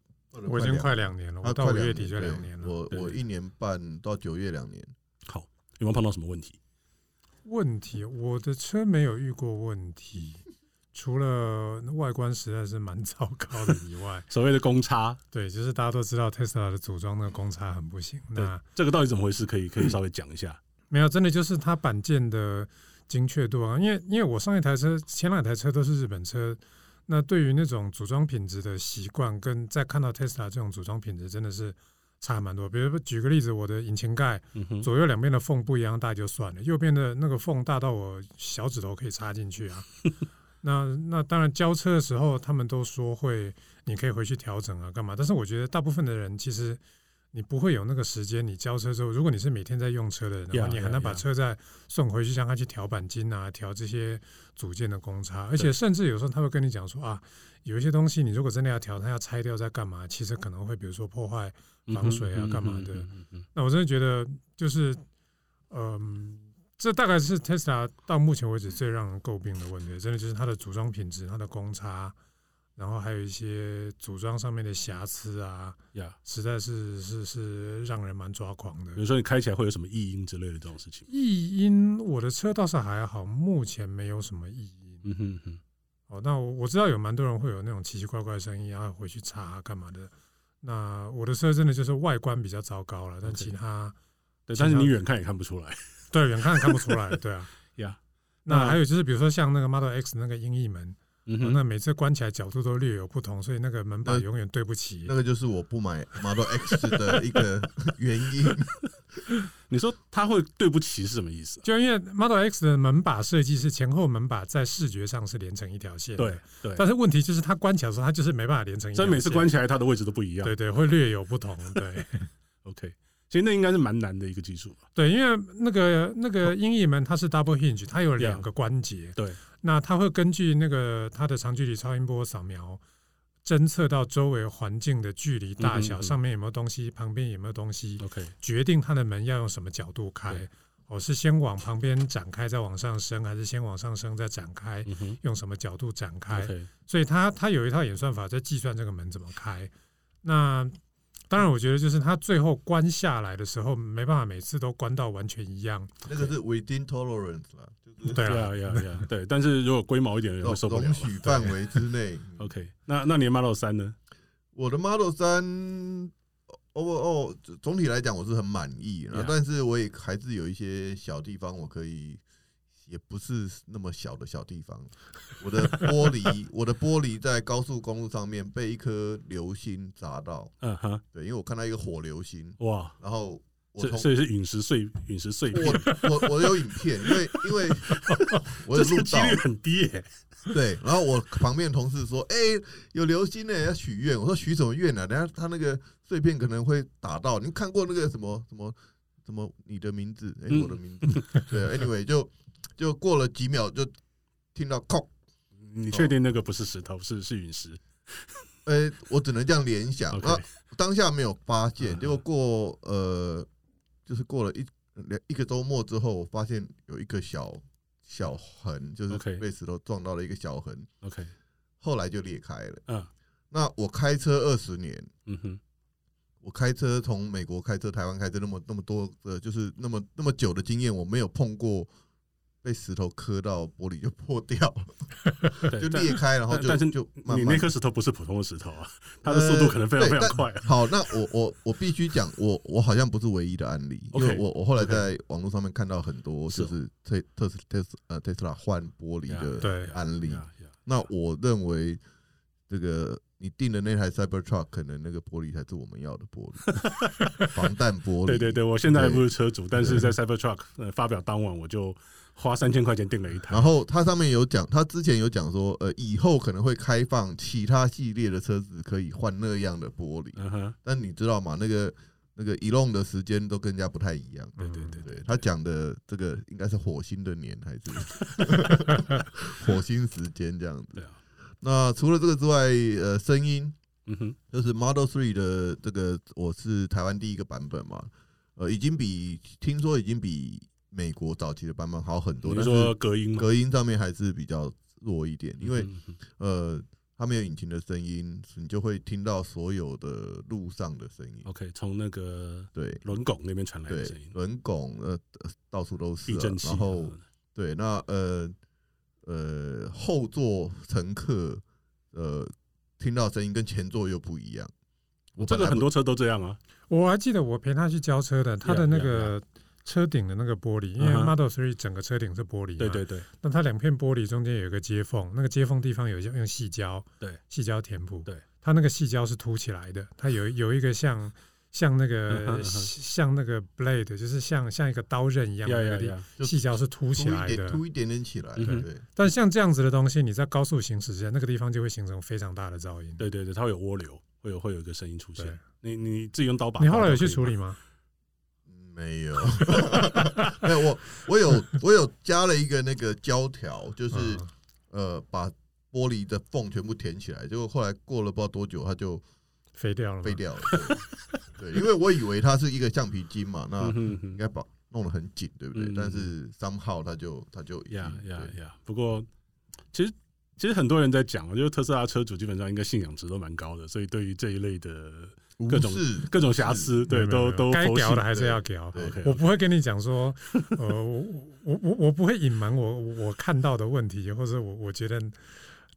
[SPEAKER 2] 我已经快两年了，
[SPEAKER 3] 啊
[SPEAKER 2] 我到五
[SPEAKER 3] 快
[SPEAKER 2] 月
[SPEAKER 3] 两
[SPEAKER 2] 底就
[SPEAKER 3] 对
[SPEAKER 2] 两年了。
[SPEAKER 3] 我
[SPEAKER 1] 对
[SPEAKER 3] 我一年半到九月两年，
[SPEAKER 1] 好，有没有碰到什么问题？，
[SPEAKER 2] 问题，我的车没有遇过问题，除了外观实在是蛮 糟糕的以外
[SPEAKER 1] 所谓的公差，
[SPEAKER 2] 对，就是大家都知道 Tesla 的组装那个公差很不行。
[SPEAKER 1] 对
[SPEAKER 2] 那
[SPEAKER 1] 这个到底怎么回事？可以可以稍微讲一下。
[SPEAKER 2] 没有，真的就是它板件的精确度啊，因为因为我上一台车、前两台车都是日本车，那对于那种组装品质的习惯，跟在看到 Tesla 这种组装品质真的是差蛮多。比如说举个例子，我的引擎盖
[SPEAKER 1] 嗯哼，
[SPEAKER 2] 左右两边的缝不一样大就算了，右边的那个缝大到我小指头可以插进去 啊。那那当然交车的时候，他们都说会，你可以回去调整啊，干嘛？但是我觉得大部分的人其实你不会有那个时间。你交车之后，如果你是每天在用车的人的话
[SPEAKER 1] Yeah,
[SPEAKER 2] 你很难
[SPEAKER 1] yeah,
[SPEAKER 2] 把
[SPEAKER 1] yeah.
[SPEAKER 2] 车再送回去，让他去调钣金啊，调这些组件的公差。而
[SPEAKER 1] 对
[SPEAKER 2] 且甚至有时候他会跟你讲说啊，有一些东西你如果真的要调，它要拆掉再干嘛？其实可能会比如说破坏防水啊
[SPEAKER 1] 嗯哼
[SPEAKER 2] 干嘛
[SPEAKER 1] 嗯哼嗯
[SPEAKER 2] 的
[SPEAKER 1] 哼嗯哼
[SPEAKER 2] 那我真的觉得就是，嗯、这大概是 Tesla 到目前为止最让人诟病的问题，真的就是它的组装品质、它的公差，然后还有一些组装上面的瑕疵啊，
[SPEAKER 1] 呀，
[SPEAKER 2] 实在是是是让人蛮抓狂的
[SPEAKER 1] 比。如说你开起来会有什么异音之类的这种事情。
[SPEAKER 2] 异音，我的车倒是还好，目前没有什么异音。
[SPEAKER 1] 嗯哼嗯哼。
[SPEAKER 2] 哦，那我我知道有蛮多人会有那种奇奇怪怪的声音，然后回去查啊干嘛的。那我的车真的就是外观比较糟糕了，但
[SPEAKER 1] OK
[SPEAKER 2] 其他
[SPEAKER 1] 对，
[SPEAKER 2] 其
[SPEAKER 1] 但是
[SPEAKER 2] 他
[SPEAKER 1] 你远看也看不出来
[SPEAKER 2] 对远看看不出来，对啊。
[SPEAKER 1] 呀。
[SPEAKER 2] 那
[SPEAKER 1] 那
[SPEAKER 2] 还有就是，比如说像那个 Model X 那个鹰翼门，
[SPEAKER 1] 嗯
[SPEAKER 2] 哦那每次关起来角度都略有不同，所以那个门把
[SPEAKER 3] 那
[SPEAKER 2] 永远对不齐
[SPEAKER 3] 那。个就是我不买 Model X 的一个原因。
[SPEAKER 1] 你说他会对不起是什么意思啊？
[SPEAKER 2] 就因为 Model X 的门把设计是前后门把在视觉上是连成一条线，
[SPEAKER 1] 对。对，
[SPEAKER 2] 但是问题就是它关起来的时候，它就是没办法连成一条
[SPEAKER 1] 所以
[SPEAKER 2] 线。
[SPEAKER 1] 每次关起来它的位置都不一样。
[SPEAKER 2] 对对，会略有不同。 对
[SPEAKER 1] OK，其实那应该是蛮难的一个技术吧。
[SPEAKER 2] 对，因为那个那个鹰翼门它是 double hinge，它有两个关节。
[SPEAKER 1] 对，
[SPEAKER 2] 那它会根据那个它的长距离超音波扫描，侦测到周围环境的距离大
[SPEAKER 1] 嗯
[SPEAKER 2] 小，
[SPEAKER 1] 哼嗯
[SPEAKER 2] 上面有没有东西，旁边有没有东西。
[SPEAKER 1] OK，
[SPEAKER 2] 决定它的门要用什么角度
[SPEAKER 1] 对
[SPEAKER 2] 开。我、是先往旁边展开，再往上升，还是先往上升再展开？
[SPEAKER 1] 嗯哼
[SPEAKER 2] 用什么角度展开？
[SPEAKER 1] ，OK，
[SPEAKER 2] 所以它它有一套演算法在计算这个门怎么开。那当然，我觉得就是它最后关下来的时候，没办法每次都关到完全一样。
[SPEAKER 3] 那个是 within tolerance 啦，就
[SPEAKER 2] 对
[SPEAKER 3] 是
[SPEAKER 1] 对啊，
[SPEAKER 2] 啊，
[SPEAKER 1] 呀呀，对。但是如果龟毛一点的人会受不了啊
[SPEAKER 3] 容
[SPEAKER 1] 吧。
[SPEAKER 3] 许范围之内。
[SPEAKER 1] OK，那那你的 Model 三呢？
[SPEAKER 3] 我的 Model 三 overall 总总体来讲我是很满意，然后
[SPEAKER 1] Yeah
[SPEAKER 3] 但是我也还是有一些小地方我可以，也不是那么小的小地方。我的玻璃，我的玻璃在高速公路上面被一颗流星砸到，
[SPEAKER 1] 嗯哼，
[SPEAKER 3] 对，因为我看到一个火流星，
[SPEAKER 1] 哇，
[SPEAKER 3] 然后我
[SPEAKER 1] 这
[SPEAKER 3] 从
[SPEAKER 1] 所以是陨石碎陨石碎片，
[SPEAKER 3] 我我我有影片，因为因为我
[SPEAKER 1] 这
[SPEAKER 3] 有
[SPEAKER 1] 是
[SPEAKER 3] 录
[SPEAKER 1] 几
[SPEAKER 3] 到，哦
[SPEAKER 1] 率很低耶、
[SPEAKER 3] 对，然后我旁边的同事说：“哎、有流星呢，要许愿。”我说：“许什么愿啊？等下他那个碎片可能会打到。你看过那个什么什么什么你的名字？哎、
[SPEAKER 1] 嗯
[SPEAKER 3] 我的名字。对，anyway，就啊就过了几秒，就听到“哐
[SPEAKER 1] 你确定那个不是石头，是是陨石”，
[SPEAKER 3] 呃、我只能这样联想。
[SPEAKER 1] ？OK，
[SPEAKER 3] 那当下没有发现，
[SPEAKER 1] 嗯
[SPEAKER 3] 结果过呃，就是过了一两一个周末之后，我发现有一个小小痕，就是
[SPEAKER 1] OK
[SPEAKER 3] 被石头撞到了一个小痕，
[SPEAKER 1] OK，
[SPEAKER 3] 后来就裂开了。
[SPEAKER 1] 嗯
[SPEAKER 3] 那我开车二十年。
[SPEAKER 1] 嗯哼，
[SPEAKER 3] 我开车从美国开车、台湾开车那么那么多的，就是那么那么久的经验，我没有碰过被石头磕到玻璃就破掉，
[SPEAKER 1] 对
[SPEAKER 3] 就
[SPEAKER 1] 但
[SPEAKER 3] 裂开，然后
[SPEAKER 1] 但
[SPEAKER 3] 就
[SPEAKER 1] 但是
[SPEAKER 3] 就慢
[SPEAKER 1] 你那
[SPEAKER 3] 慢。
[SPEAKER 1] 颗石头不是普通的石头啊，它的速度可能非常
[SPEAKER 3] 呃
[SPEAKER 1] 非
[SPEAKER 3] 对
[SPEAKER 1] 常快、啊。
[SPEAKER 3] 好，那我我我必须讲，我我好像不是唯一的案例，因
[SPEAKER 1] OK，
[SPEAKER 3] 为我我后来
[SPEAKER 1] OK
[SPEAKER 3] 在网络上面看到很多
[SPEAKER 1] 是哦
[SPEAKER 3] 就是特特斯特斯呃特斯拉换玻璃
[SPEAKER 1] 呀
[SPEAKER 3] 的
[SPEAKER 2] 对，
[SPEAKER 3] 案例。
[SPEAKER 1] 呀呀
[SPEAKER 3] 那我认为这个你订的那台 Cybertruck 可能那个玻璃才是我们要的玻璃， 防弹玻璃。
[SPEAKER 1] 对对对，我现在还
[SPEAKER 3] 对嗯
[SPEAKER 1] 不是车主，但是在 Cybertruck 呃发表当晚，我就花三千块钱订了一台
[SPEAKER 3] 然。后它上面有讲，它之前有讲说，呃，以后可能会开放其他系列的车子可以换那样的玻璃，
[SPEAKER 1] 嗯哼，
[SPEAKER 3] 但你知道吗？那个那个 Elon 的时间都跟人家不太一样。
[SPEAKER 1] 对对
[SPEAKER 2] 嗯
[SPEAKER 1] 对
[SPEAKER 3] 对他讲的这个应该是火星的年还是 火星时间这样子。
[SPEAKER 1] 对啊，
[SPEAKER 3] 那除了这个之外，呃，声音
[SPEAKER 1] 嗯哼，
[SPEAKER 3] 就是 Model Three 的这个，我是台湾第一个版本嘛，呃，已经比听说已经比美国早期的版本好很多，
[SPEAKER 1] 你
[SPEAKER 3] 但是
[SPEAKER 1] 说隔音吗？
[SPEAKER 3] 隔音上面还是比较弱一点，因为
[SPEAKER 1] 嗯哼
[SPEAKER 3] 呃，它没有引擎的声音，你就会听到所有的路上的声音，
[SPEAKER 1] OK，从那个
[SPEAKER 3] 对
[SPEAKER 1] 轮拱那边传来的
[SPEAKER 3] 对
[SPEAKER 1] 哦声音，，
[SPEAKER 3] 轮拱呃呃到处都是
[SPEAKER 1] 避
[SPEAKER 3] 啊、
[SPEAKER 1] 震器啊，
[SPEAKER 3] 然后对那呃呃后座乘客呃听到声音跟前座又不一样，我
[SPEAKER 1] 这
[SPEAKER 3] 本
[SPEAKER 1] 个
[SPEAKER 3] 来
[SPEAKER 1] 很
[SPEAKER 3] 不
[SPEAKER 1] 多车都这样啊。
[SPEAKER 2] 我还记得我陪他去交车的，他的那
[SPEAKER 1] Yeah,
[SPEAKER 2] 个车顶的那个玻璃，因为
[SPEAKER 1] 嗯哼
[SPEAKER 2] Model Three 整个车顶是玻璃，
[SPEAKER 1] 对，对对，
[SPEAKER 2] 那它两片玻璃中间有一个接缝，那个接缝地方有用用细胶，
[SPEAKER 1] 对，
[SPEAKER 2] 细胶填补，
[SPEAKER 1] 对，
[SPEAKER 2] 它那个细胶是凸起来的，它有有一个像像那
[SPEAKER 1] 嗯哼嗯
[SPEAKER 2] 个
[SPEAKER 1] 哼
[SPEAKER 2] 像那个 blade，就是像像一个刀刃一样
[SPEAKER 1] 呀
[SPEAKER 2] 的那个
[SPEAKER 1] 呀
[SPEAKER 2] 地，
[SPEAKER 1] 呀，
[SPEAKER 3] 就
[SPEAKER 2] 细胶是凸
[SPEAKER 3] 凸
[SPEAKER 2] 起来
[SPEAKER 3] 一点
[SPEAKER 2] 的，
[SPEAKER 3] 凸一点点起来，
[SPEAKER 1] 嗯哼
[SPEAKER 3] 对。
[SPEAKER 2] 但像这样子的东西，你在高速行驶之下，那个地方就会形成非常大的噪音。
[SPEAKER 1] 对对对，它会有涡流，会有会有一个声音出
[SPEAKER 2] 对
[SPEAKER 1] 现。你你自己用刀把，
[SPEAKER 2] 你后来有去处理？吗？
[SPEAKER 3] 没有， 没有我我有我有加了一个那个胶条，就是、
[SPEAKER 2] 嗯
[SPEAKER 3] 呃把玻璃的缝全部填起来，结果后来过了不知道多久，它就
[SPEAKER 2] 飞掉了吗，
[SPEAKER 3] 飞掉了。 对，对因为我以为它是一个橡皮筋嘛，那
[SPEAKER 1] 嗯哼
[SPEAKER 3] 啊应
[SPEAKER 1] 哼
[SPEAKER 3] 该把弄得很紧，对不对？
[SPEAKER 1] 嗯
[SPEAKER 3] 但是 somehow 它就它就已经
[SPEAKER 1] 呀呀
[SPEAKER 3] 对
[SPEAKER 1] 呀！不过，其实其实很多人在讲，就是特斯拉车主基本上应该信仰值都蛮高的，所以对于这一类的各种
[SPEAKER 3] 无视
[SPEAKER 1] 各种瑕疵，对，
[SPEAKER 2] 嗯没有没有
[SPEAKER 1] 都
[SPEAKER 2] 没
[SPEAKER 1] 都
[SPEAKER 2] 有该
[SPEAKER 1] 佛
[SPEAKER 2] 屌
[SPEAKER 1] 系
[SPEAKER 2] 的。还是要屌。
[SPEAKER 3] 对
[SPEAKER 1] OK，
[SPEAKER 2] 我不会跟你讲说，呃，我我我我不会隐瞒我我我看到的问题，或者我我觉得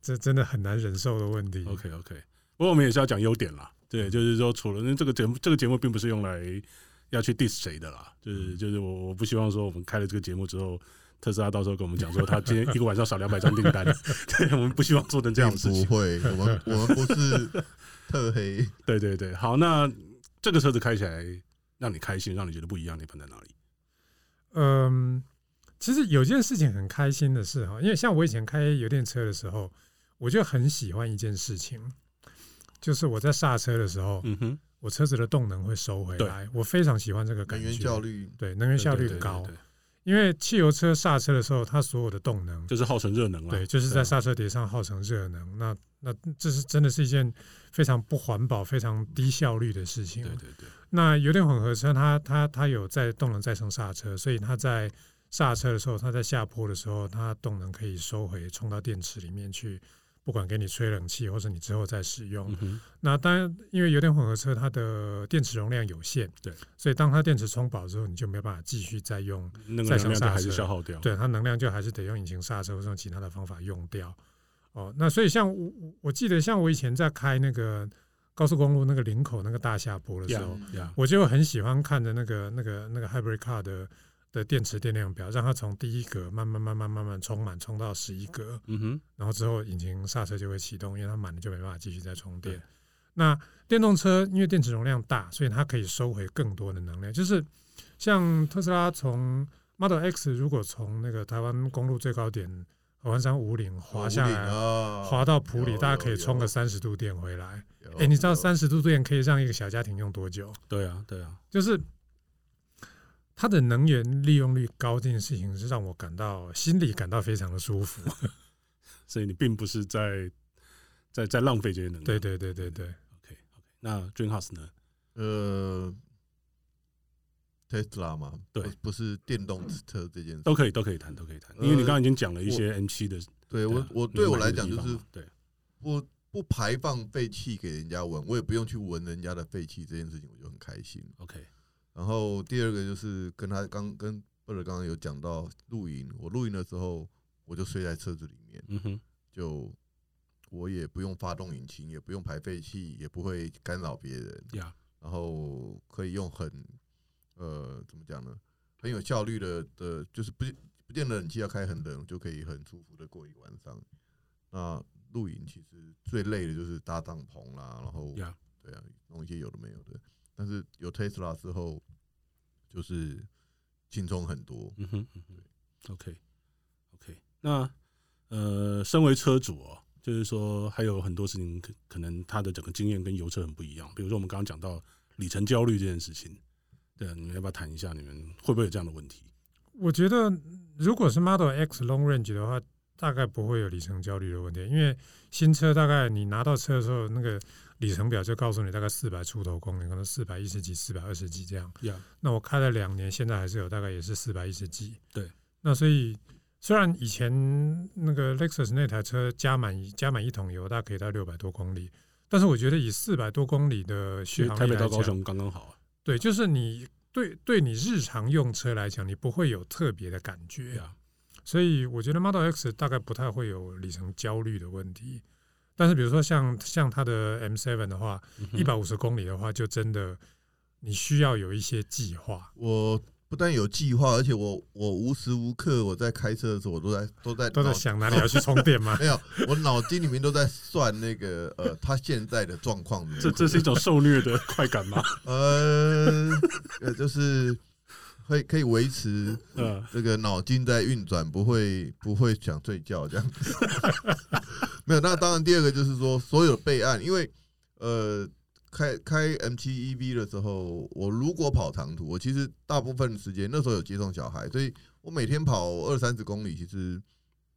[SPEAKER 2] 这真的很难忍受的问题。
[SPEAKER 1] OK OK，不过我们也是要讲优点啦。对，就是说，除了因为这个节目，这个节目并不是用来要去 diss 谁的啦。就
[SPEAKER 2] 嗯
[SPEAKER 1] 是就是我我不希望说我们开了这个节目之后，特斯拉到时候跟我们讲说他今天一个晚上少两百张订单， 对，我们不希望做成这样的事
[SPEAKER 2] 嗯
[SPEAKER 3] 并
[SPEAKER 1] 情。
[SPEAKER 3] 不会，我们我们不是特黑。
[SPEAKER 1] 对对对，好，那这个车子开起来让你开心，让你觉得不一样的地方在哪里？
[SPEAKER 2] 嗯，其实有件事情很开心的事哈，因为像我以前开油电车的时候，我就很喜欢一件事情，就是我在刹车的时候，
[SPEAKER 1] 嗯哼，
[SPEAKER 2] 我车子的动能会收回
[SPEAKER 1] 对
[SPEAKER 2] 来，我非常喜欢这个感
[SPEAKER 3] 能
[SPEAKER 2] 觉。
[SPEAKER 3] 源效率
[SPEAKER 2] 对能源效率
[SPEAKER 1] 对对对
[SPEAKER 2] 高
[SPEAKER 1] 对，对
[SPEAKER 2] 因为汽油车刹车的时候，它所有的动能，
[SPEAKER 1] 就是耗成热能了。
[SPEAKER 2] 对，就是
[SPEAKER 1] 对
[SPEAKER 2] 在
[SPEAKER 1] 啊
[SPEAKER 2] 刹车碟上耗成热能。那那这是真的是一件非常不环保、非常低效率的事情。
[SPEAKER 1] 对对对，
[SPEAKER 2] 那油电混合车它，它它有在动能再生刹车，所以它在刹车的时候，它在下坡的时候，它动能可以收回，充到电池里面去，不管给你吹冷气，或者你之后再使用。
[SPEAKER 1] 嗯哼，
[SPEAKER 2] 那当然，因为油电混合车它的电池容量有限，
[SPEAKER 1] 对，
[SPEAKER 2] 所以当它电池充饱之后，你就没有办法继续再用，
[SPEAKER 1] 那个
[SPEAKER 2] 再
[SPEAKER 1] 能量
[SPEAKER 2] 向
[SPEAKER 1] 就
[SPEAKER 2] 下
[SPEAKER 1] 还是
[SPEAKER 2] 射
[SPEAKER 1] 消耗掉。
[SPEAKER 2] 对，它能量就还是得用引擎刹车或者用其他的方法用掉。哦，那所以像我我我记得像我以前在开那个高速公路那个林口那个大下坡的时
[SPEAKER 1] 呀
[SPEAKER 2] 候，
[SPEAKER 1] 呀，
[SPEAKER 2] 我就很喜欢看着那个那个那个 hybrid car 的的电池电量表，让它从第一格慢慢慢慢慢慢充满，充到十一格，
[SPEAKER 1] 嗯哼，
[SPEAKER 2] 然后之后引擎刹车就会启动，因为它满了就没办法继续再充
[SPEAKER 1] 对
[SPEAKER 2] 电。那电动车因为电池容量大，所以它可以收回更多的能量，就是像特斯拉从 Model X 如果从那个台湾公路最高点合欢山五岭滑下来，
[SPEAKER 3] 啊，
[SPEAKER 2] 滑到普里，
[SPEAKER 3] 有
[SPEAKER 2] 大家可以冲个
[SPEAKER 3] 有
[SPEAKER 2] 三十度电回来。
[SPEAKER 3] 有
[SPEAKER 2] 哎、你知道
[SPEAKER 3] 有
[SPEAKER 2] 三十度电可以让一个小家庭用多久？
[SPEAKER 1] 对啊，对啊，
[SPEAKER 2] 就是它的能源利用率高这件事情，是让我感到心里感到非常的舒服。
[SPEAKER 3] 嗯
[SPEAKER 1] 所以你并不是在在在浪费这些能量。
[SPEAKER 2] 对对对对对，
[SPEAKER 1] ，OK OK。那 Dreamhouse 呢？
[SPEAKER 3] 呃，Tesla 嘛，
[SPEAKER 1] 对
[SPEAKER 3] 不不是电动车这件事。
[SPEAKER 1] 都可以，都可以谈，都可以谈。因为你刚
[SPEAKER 3] 呃
[SPEAKER 1] 刚已经讲了一些 M 七的，
[SPEAKER 3] 对我
[SPEAKER 1] 啊
[SPEAKER 3] 我
[SPEAKER 1] 你
[SPEAKER 3] 对我
[SPEAKER 1] 买
[SPEAKER 3] 来
[SPEAKER 1] 的
[SPEAKER 3] 讲
[SPEAKER 1] 地
[SPEAKER 3] 就
[SPEAKER 1] 方
[SPEAKER 3] 是
[SPEAKER 1] 嘛对，
[SPEAKER 3] 不不排放废气给人家闻，我也不用去闻人家的废气这件事情，我就很开心。
[SPEAKER 1] OK，
[SPEAKER 3] 然后第二个就是跟他刚跟贝尔刚刚有讲到露营，我露营的时候我就睡在车子里面，
[SPEAKER 1] 嗯哼，
[SPEAKER 3] 就我也不用发动引擎，也不用排废气，也不会干扰别人。
[SPEAKER 1] 呀、
[SPEAKER 3] 然后可以用很呃怎么讲呢，很有效率的的，就是不不见得冷气要开很冷，就可以很舒服的过一个晚上。那露营其实最累的就是搭帐篷啦，然后
[SPEAKER 1] Yeah
[SPEAKER 3] 对啊，弄一些有的没有的。但是有 Tesla 之后，就是轻松很多。
[SPEAKER 1] 嗯哼，嗯哼，OK OK。那呃，身为车主哦，就是说还有很多事情可可能他的整个经验跟油车很不一样，比如说我们刚刚讲到里程焦虑这件事情，对啊，你们要不要谈一下？你们会不会有这样的问题？
[SPEAKER 2] 我觉得如果是 Model X Long Range 的话，大概不会有里程焦虑的问题，因为新车大概你拿到车的时候，那个里程表就告诉你大概四百出头公里，可能四百一十几、四百二十几这样。
[SPEAKER 1] 呀、
[SPEAKER 2] 那我开了两年，现在还是有大概也是四百一十几。
[SPEAKER 1] 对，
[SPEAKER 2] 那所以虽然以前那个 Lexus 那台车加满加满一桶油，大概可以到六百多公里，但是我觉得以四百多公里的
[SPEAKER 1] 其
[SPEAKER 2] 续
[SPEAKER 1] 实
[SPEAKER 2] 航
[SPEAKER 1] 台
[SPEAKER 2] 力
[SPEAKER 1] 北
[SPEAKER 2] 来
[SPEAKER 1] 到高
[SPEAKER 2] 讲，
[SPEAKER 1] 雄刚刚好啊。
[SPEAKER 2] 对，就是你对对你日常用车来讲，你不会有特别的感觉。
[SPEAKER 3] 啊
[SPEAKER 1] 呀、
[SPEAKER 2] 所以我觉得 Model X 大概不太会有里程焦虑的问题。但是比如说像像它的 M7 的话，
[SPEAKER 1] 嗯哼
[SPEAKER 2] 一百五十公里的话，就真的你需要有一些计划。
[SPEAKER 3] 我不但有计划，而且我我无时无刻我在开车的时候，我都在都在
[SPEAKER 2] 都在
[SPEAKER 3] 脑
[SPEAKER 2] 想哪里要去充电 吗？
[SPEAKER 3] 没有，我脑筋里面都在算那个呃，他现在的状况如何。
[SPEAKER 1] 这这是一种受虐的快感吗？
[SPEAKER 3] 呃，呃， 就是会可以维持
[SPEAKER 1] 嗯、
[SPEAKER 3] 这个脑筋在运转，不会不会想睡觉这样子。 没有，那当然第二个就是说，所有备案，因为呃，开开 M 七 EV 的时候，我如果跑长途，我其实大部分时间那时候有接送小孩，所以我每天跑二三十公里，其实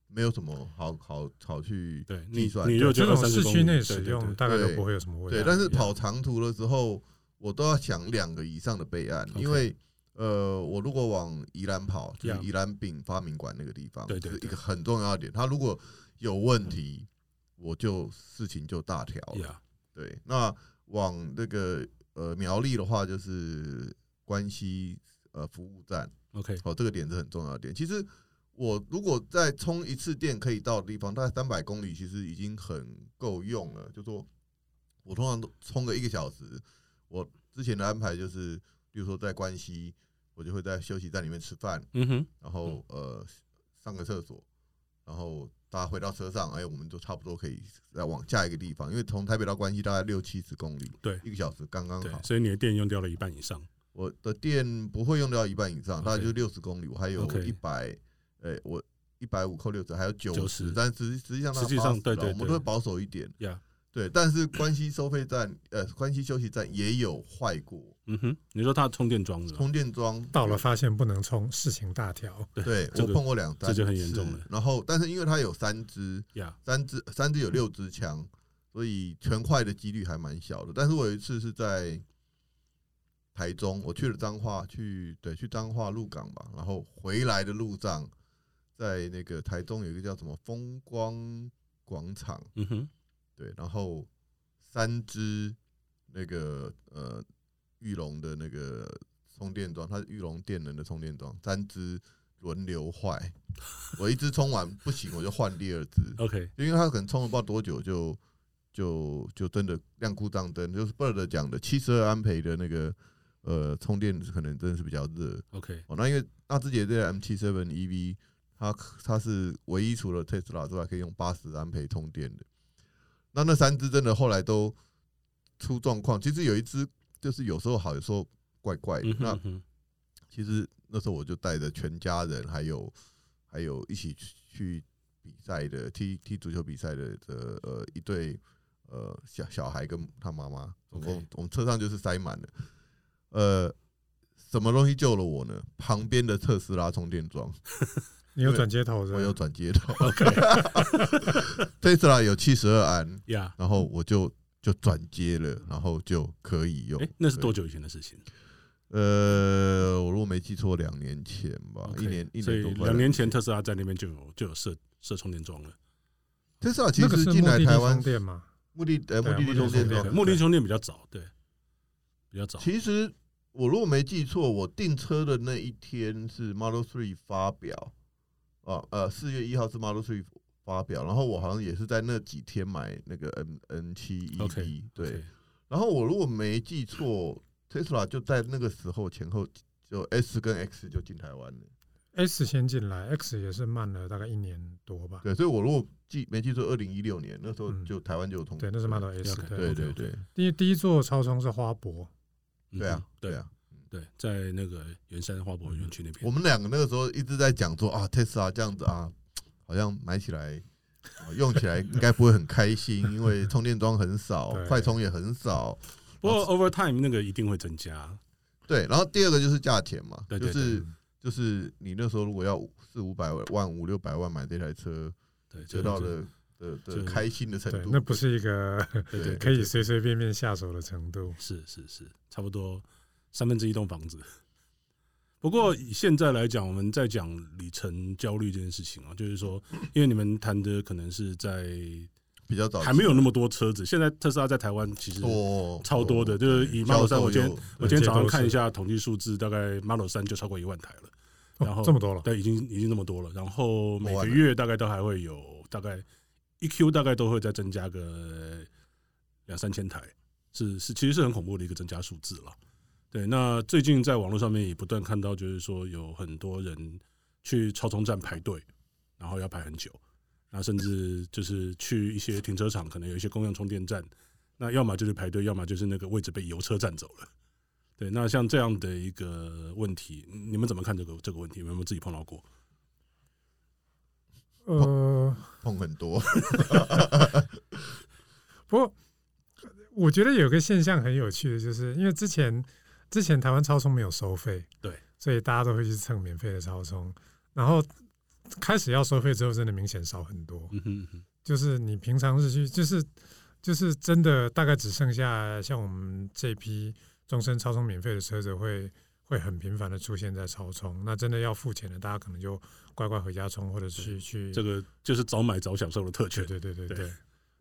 [SPEAKER 3] 没有什么好好好去
[SPEAKER 1] 对你
[SPEAKER 3] 计算的。
[SPEAKER 1] 你就觉
[SPEAKER 2] 这
[SPEAKER 1] 得哦
[SPEAKER 2] 种
[SPEAKER 1] 30
[SPEAKER 2] 市
[SPEAKER 1] 公
[SPEAKER 2] 区
[SPEAKER 1] 里
[SPEAKER 2] 内
[SPEAKER 1] 对
[SPEAKER 2] 使
[SPEAKER 1] 对对
[SPEAKER 2] 用大概都
[SPEAKER 3] 对
[SPEAKER 2] 不会有什么问
[SPEAKER 3] 对，
[SPEAKER 2] 题。
[SPEAKER 3] 但是
[SPEAKER 1] 一样
[SPEAKER 3] 跑长途的时候，我都要想两个以上的备案，
[SPEAKER 1] OK
[SPEAKER 3] 因为呃，我如果往宜兰跑，就是
[SPEAKER 1] Yeah
[SPEAKER 3] 宜兰丙发明馆那个地方，
[SPEAKER 1] 对对
[SPEAKER 3] 是一
[SPEAKER 1] 对嗯
[SPEAKER 3] 个很重要的点。他如果有问题，我就事情就大条了。
[SPEAKER 1] 呀
[SPEAKER 3] 对，那往那个呃苗栗的话，就是关西呃服务站，
[SPEAKER 1] ，OK，
[SPEAKER 3] 哦，这个点是很重要的点。其实我如果再充一次电可以到的地方，大概三百公里，其实已经很够用了。就说我通常都充个一个小时，我之前的安排就是，比如说在关西，我就会在休息站里面吃饭，
[SPEAKER 1] 嗯哼，
[SPEAKER 3] 然后呃上个厕所，然后大家回到车上，哎，我们就差不多可以再往下一个地方，因为从台北到关西大概六七十公里，
[SPEAKER 1] 对
[SPEAKER 3] 一个小时刚刚
[SPEAKER 1] 对
[SPEAKER 3] 好，。
[SPEAKER 1] 所以你的电用掉了一半以上，
[SPEAKER 3] 我的电不会用掉一半以上，
[SPEAKER 1] OK
[SPEAKER 3] 大概就六十公里，我还有
[SPEAKER 1] OK
[SPEAKER 3] 一百，呃，我一百五扣六十，还有九
[SPEAKER 1] 90
[SPEAKER 3] 十，但实际实际上它
[SPEAKER 1] 实际上
[SPEAKER 3] 80
[SPEAKER 1] 对
[SPEAKER 3] 了
[SPEAKER 1] 对
[SPEAKER 3] 我们
[SPEAKER 1] 对
[SPEAKER 3] 都会保守一点，
[SPEAKER 1] 呀、
[SPEAKER 3] 对。但是关西收费站，呃，关西休息站也有坏过，
[SPEAKER 1] 嗯哼，你说它的充电桩是吧？
[SPEAKER 3] 充电桩
[SPEAKER 2] 到了发现不能充，事情大条。
[SPEAKER 3] 对
[SPEAKER 1] 这
[SPEAKER 3] 我
[SPEAKER 1] 个
[SPEAKER 3] 碰过两
[SPEAKER 1] 这
[SPEAKER 3] 三
[SPEAKER 1] 就很严
[SPEAKER 3] 次
[SPEAKER 1] 重了
[SPEAKER 3] 然后，但是因为它有三支，
[SPEAKER 1] 呀
[SPEAKER 3] 三支三支有六支枪，所以全坏的几率还蛮小的。但是我有一次是在台中，我去了彰化，去对去彰化鹿港吧，然后回来的路上，在那个台中有一个叫什么风光广场，
[SPEAKER 1] 嗯哼，
[SPEAKER 3] 对，然后三支那个呃玉龙的那个充电桩，它是玉龙电能的充电桩，三支轮流坏，我一支充完不行，我就换第二支。
[SPEAKER 1] ，OK，
[SPEAKER 3] 因为他可能充了不知道多久就就就真的亮故障灯，就是 Bird 讲的七十二安培的那个呃充电可能真的是比较热
[SPEAKER 1] OK，
[SPEAKER 3] 哦。那因为纳智捷这台 M 7 7 EV，它它是唯一除了 Tesla 之外可以用八十安培充电的。那那三只真的后来都出状况，其实有一只就是有时候好，有时候怪怪的。
[SPEAKER 1] 嗯哼
[SPEAKER 3] 那
[SPEAKER 1] 嗯哼
[SPEAKER 3] 其实那时候我就带着全家人，还有还有一起去去比赛的踢踢足球比赛的的呃一对呃小小孩跟他妈妈，总共
[SPEAKER 1] OK
[SPEAKER 3] 我们车上就是塞满了。呃，什么东西救了我呢？旁边的特斯拉充电桩，
[SPEAKER 2] 你有转接头是吧？
[SPEAKER 3] 我有转接头。 特斯拉有七十二安，
[SPEAKER 1] 呀，
[SPEAKER 3] 然后我就就转接了，然后就可以用
[SPEAKER 1] 哎、。那是多
[SPEAKER 3] 对？
[SPEAKER 1] 久以前的事情？
[SPEAKER 3] 呃，我如果没记错，两年前吧，
[SPEAKER 1] OK，
[SPEAKER 3] 一年一
[SPEAKER 1] 所以
[SPEAKER 3] 年多快。
[SPEAKER 1] 两年前特斯拉在那边就有就有设设充电桩了。
[SPEAKER 3] 哦特斯拉啊其
[SPEAKER 2] 那个
[SPEAKER 3] 实
[SPEAKER 2] 是
[SPEAKER 3] 进
[SPEAKER 2] 目的
[SPEAKER 3] 来
[SPEAKER 2] 地
[SPEAKER 3] 台湾
[SPEAKER 2] 充电嘛？
[SPEAKER 3] 目的呃目
[SPEAKER 2] 对啊
[SPEAKER 3] 的地
[SPEAKER 2] 目的地
[SPEAKER 3] 充电
[SPEAKER 2] 充电
[SPEAKER 3] 桩
[SPEAKER 2] 桩，
[SPEAKER 1] 目的地充电比较早，对，比较早。
[SPEAKER 3] 其实我如果没记错，我订车的那一天是 Model Three 发表，啊呃，四月一号是 Model Three 发表，然后我好像也是在那几天买那个 N N 七 E
[SPEAKER 1] OK，
[SPEAKER 3] E，对。然后我如果没记错，Tesla 就在那个时候前后就 S 跟 X 就进台湾了，
[SPEAKER 2] S 先进来，X 也是慢了大概一年多吧。
[SPEAKER 3] 对，所以我如果记没记错，二零一六年那时候
[SPEAKER 2] 嗯
[SPEAKER 3] 就台湾就有通，
[SPEAKER 2] 对，那是 Model S。
[SPEAKER 1] OK，
[SPEAKER 3] 对
[SPEAKER 2] 对，
[SPEAKER 3] 对
[SPEAKER 1] OK，OK
[SPEAKER 3] 对
[SPEAKER 2] 第一第一座超充是花博，
[SPEAKER 1] 嗯
[SPEAKER 3] 对啊
[SPEAKER 1] 哼
[SPEAKER 3] 对
[SPEAKER 1] 对
[SPEAKER 3] 啊。嗯
[SPEAKER 1] 对，在那个圆山花博园区那边，
[SPEAKER 3] 我们两个那个时候一直在讲说啊，Tesla 这样子啊，好像买起来、啊用起来应该不会很开心，因为充电桩很 少
[SPEAKER 2] 对，
[SPEAKER 3] 快充也很少。
[SPEAKER 1] 不过 overtime 那个一定会增加，
[SPEAKER 3] 对，然后第二个就是价钱嘛，
[SPEAKER 1] 对
[SPEAKER 3] 就
[SPEAKER 1] 对
[SPEAKER 3] 是就是你那时候如果要五四五百万、五六百万买这台车，
[SPEAKER 1] 对，就
[SPEAKER 3] 得到的的
[SPEAKER 1] 就
[SPEAKER 3] 的开心的程
[SPEAKER 2] 对，
[SPEAKER 3] 度，
[SPEAKER 2] 那不是一个
[SPEAKER 1] 对对，
[SPEAKER 2] 可以随随便便下手的程度。
[SPEAKER 1] 是是是，差不多三分之一栋房子。 不过以现在来讲，我们在讲里程焦虑这件事情啊，就是说，因为你们谈的可能是在
[SPEAKER 3] 比较早期，
[SPEAKER 1] 还没有那么多车子，现在特斯拉在台湾其实
[SPEAKER 3] 多
[SPEAKER 1] 超多的就是以 Model 3我今天我今天早上看一下统计数字，大概 Model 三就超过一万台了，然后
[SPEAKER 2] 哦、这么多了，
[SPEAKER 1] 对，已经已经那么多了。然后每
[SPEAKER 3] 哇
[SPEAKER 1] 个
[SPEAKER 3] 那
[SPEAKER 1] 月大概都还会有大概一 Q 大概都会再增加个两三千台，是是其实是很恐怖的一个增加数字了。对，那最近在网络上面也不断看到，就是说有很多人去超充站排队，然后要排很久，那甚至就是去一些停车场，可能有一些公用充电站，那要么就是排队，要么就是那个位置被油车占走了。对，那像这样的一个问题，你们怎么看这个这个问题？有没有自己碰到过？
[SPEAKER 2] 呃，
[SPEAKER 3] 碰很多，
[SPEAKER 2] 不过我觉得有个现象很有趣的，就是因为之前之前台湾超充没有收费，
[SPEAKER 1] 对，
[SPEAKER 2] 所以大家都会去蹭免费的超充，然后开始要收费之后，真的明显少很多。
[SPEAKER 1] 嗯哼嗯哼，
[SPEAKER 2] 就是你平常日去，就是就是真的大概只剩下像我们这批终身超充免费的车子会会很频繁的出现在超充，那真的要付钱的，大家可能就乖乖回家充，或者去去
[SPEAKER 1] 这个就是早买早享受的特权。
[SPEAKER 2] 嗯对对对对
[SPEAKER 1] 对
[SPEAKER 2] 对。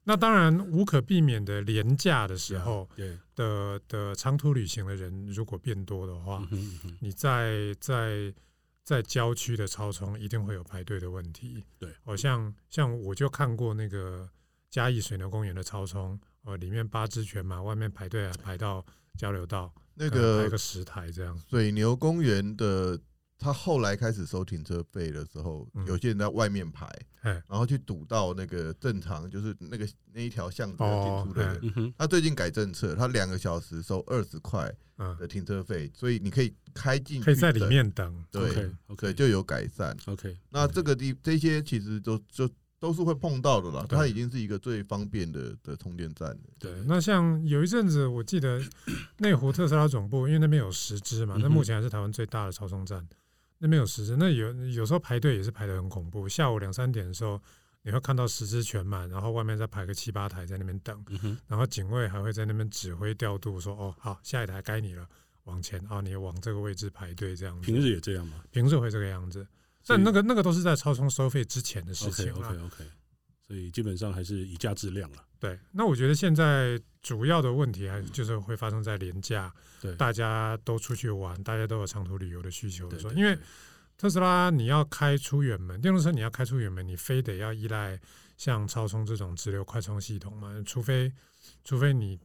[SPEAKER 2] 那当然，无可避免的廉价的时候
[SPEAKER 1] 对，啊
[SPEAKER 2] 的的长途旅行的人如果变多的话
[SPEAKER 1] 嗯，哼嗯哼
[SPEAKER 2] 你在在在郊区的超充一定会有排队的问题。
[SPEAKER 1] 对
[SPEAKER 2] 哦，像像我就看过那个嘉义水牛公园的超充，哦，里面八只全嘛，外面排队啊排到交流道，
[SPEAKER 3] 那
[SPEAKER 2] 可能排
[SPEAKER 3] 个
[SPEAKER 2] 嗯个十台这样。
[SPEAKER 3] 水牛公园的，他后来开始收停车费的时候，
[SPEAKER 2] 嗯
[SPEAKER 3] 有些人在外面排，
[SPEAKER 2] 哎，
[SPEAKER 3] 然后去堵到那个正常，就是那个那一条巷子要进出
[SPEAKER 2] 哦
[SPEAKER 3] 的人。
[SPEAKER 1] 嗯哼，
[SPEAKER 3] 他最近改政策，他两个小时收二十块
[SPEAKER 2] 嗯，
[SPEAKER 3] 的停车费，所以你可以开进去，
[SPEAKER 2] 可以在里，面等。
[SPEAKER 3] 对
[SPEAKER 1] OK
[SPEAKER 3] 对，
[SPEAKER 1] OK
[SPEAKER 3] 就有改善。
[SPEAKER 1] OK，
[SPEAKER 3] 那这个地这些其实都就都是会碰到的啦，
[SPEAKER 2] 对
[SPEAKER 3] 它已经是一个最方便的的充电站了。
[SPEAKER 1] 对
[SPEAKER 2] 那像有一阵子，我记得内湖特斯拉总部，因为那边有十支嘛，那
[SPEAKER 1] 嗯哼
[SPEAKER 2] 目前还是台湾最大的超充站，那边有十支，那有有时候排队也是排得很恐怖，下午两三点的时候，你会看到十支全满，然后外面再排个七八台在那边等，
[SPEAKER 1] 嗯哼，
[SPEAKER 2] 然后警卫还会在那边指挥调度说，哦，好，下一台该你了，往前啊，你往这个位置排队这样子，
[SPEAKER 1] 平日也这样嘛。
[SPEAKER 2] 平日会这个样子，
[SPEAKER 1] 所以
[SPEAKER 2] 但那个那个都是在超充收费之前的事
[SPEAKER 1] OK
[SPEAKER 2] 情啊
[SPEAKER 1] OK OK，所以基本上还是以价质量了。
[SPEAKER 2] 对，那我觉得现在主要的问题还就是会发生在廉价，
[SPEAKER 1] 对
[SPEAKER 2] 大家都出去玩，大家都有长途旅游的需求的
[SPEAKER 1] 对
[SPEAKER 2] 时候，
[SPEAKER 1] 对
[SPEAKER 2] 因为特斯拉你要开出远门，电动车你要开出远门，你非得要依赖像超充这种直流快充系统嘛，除非除非你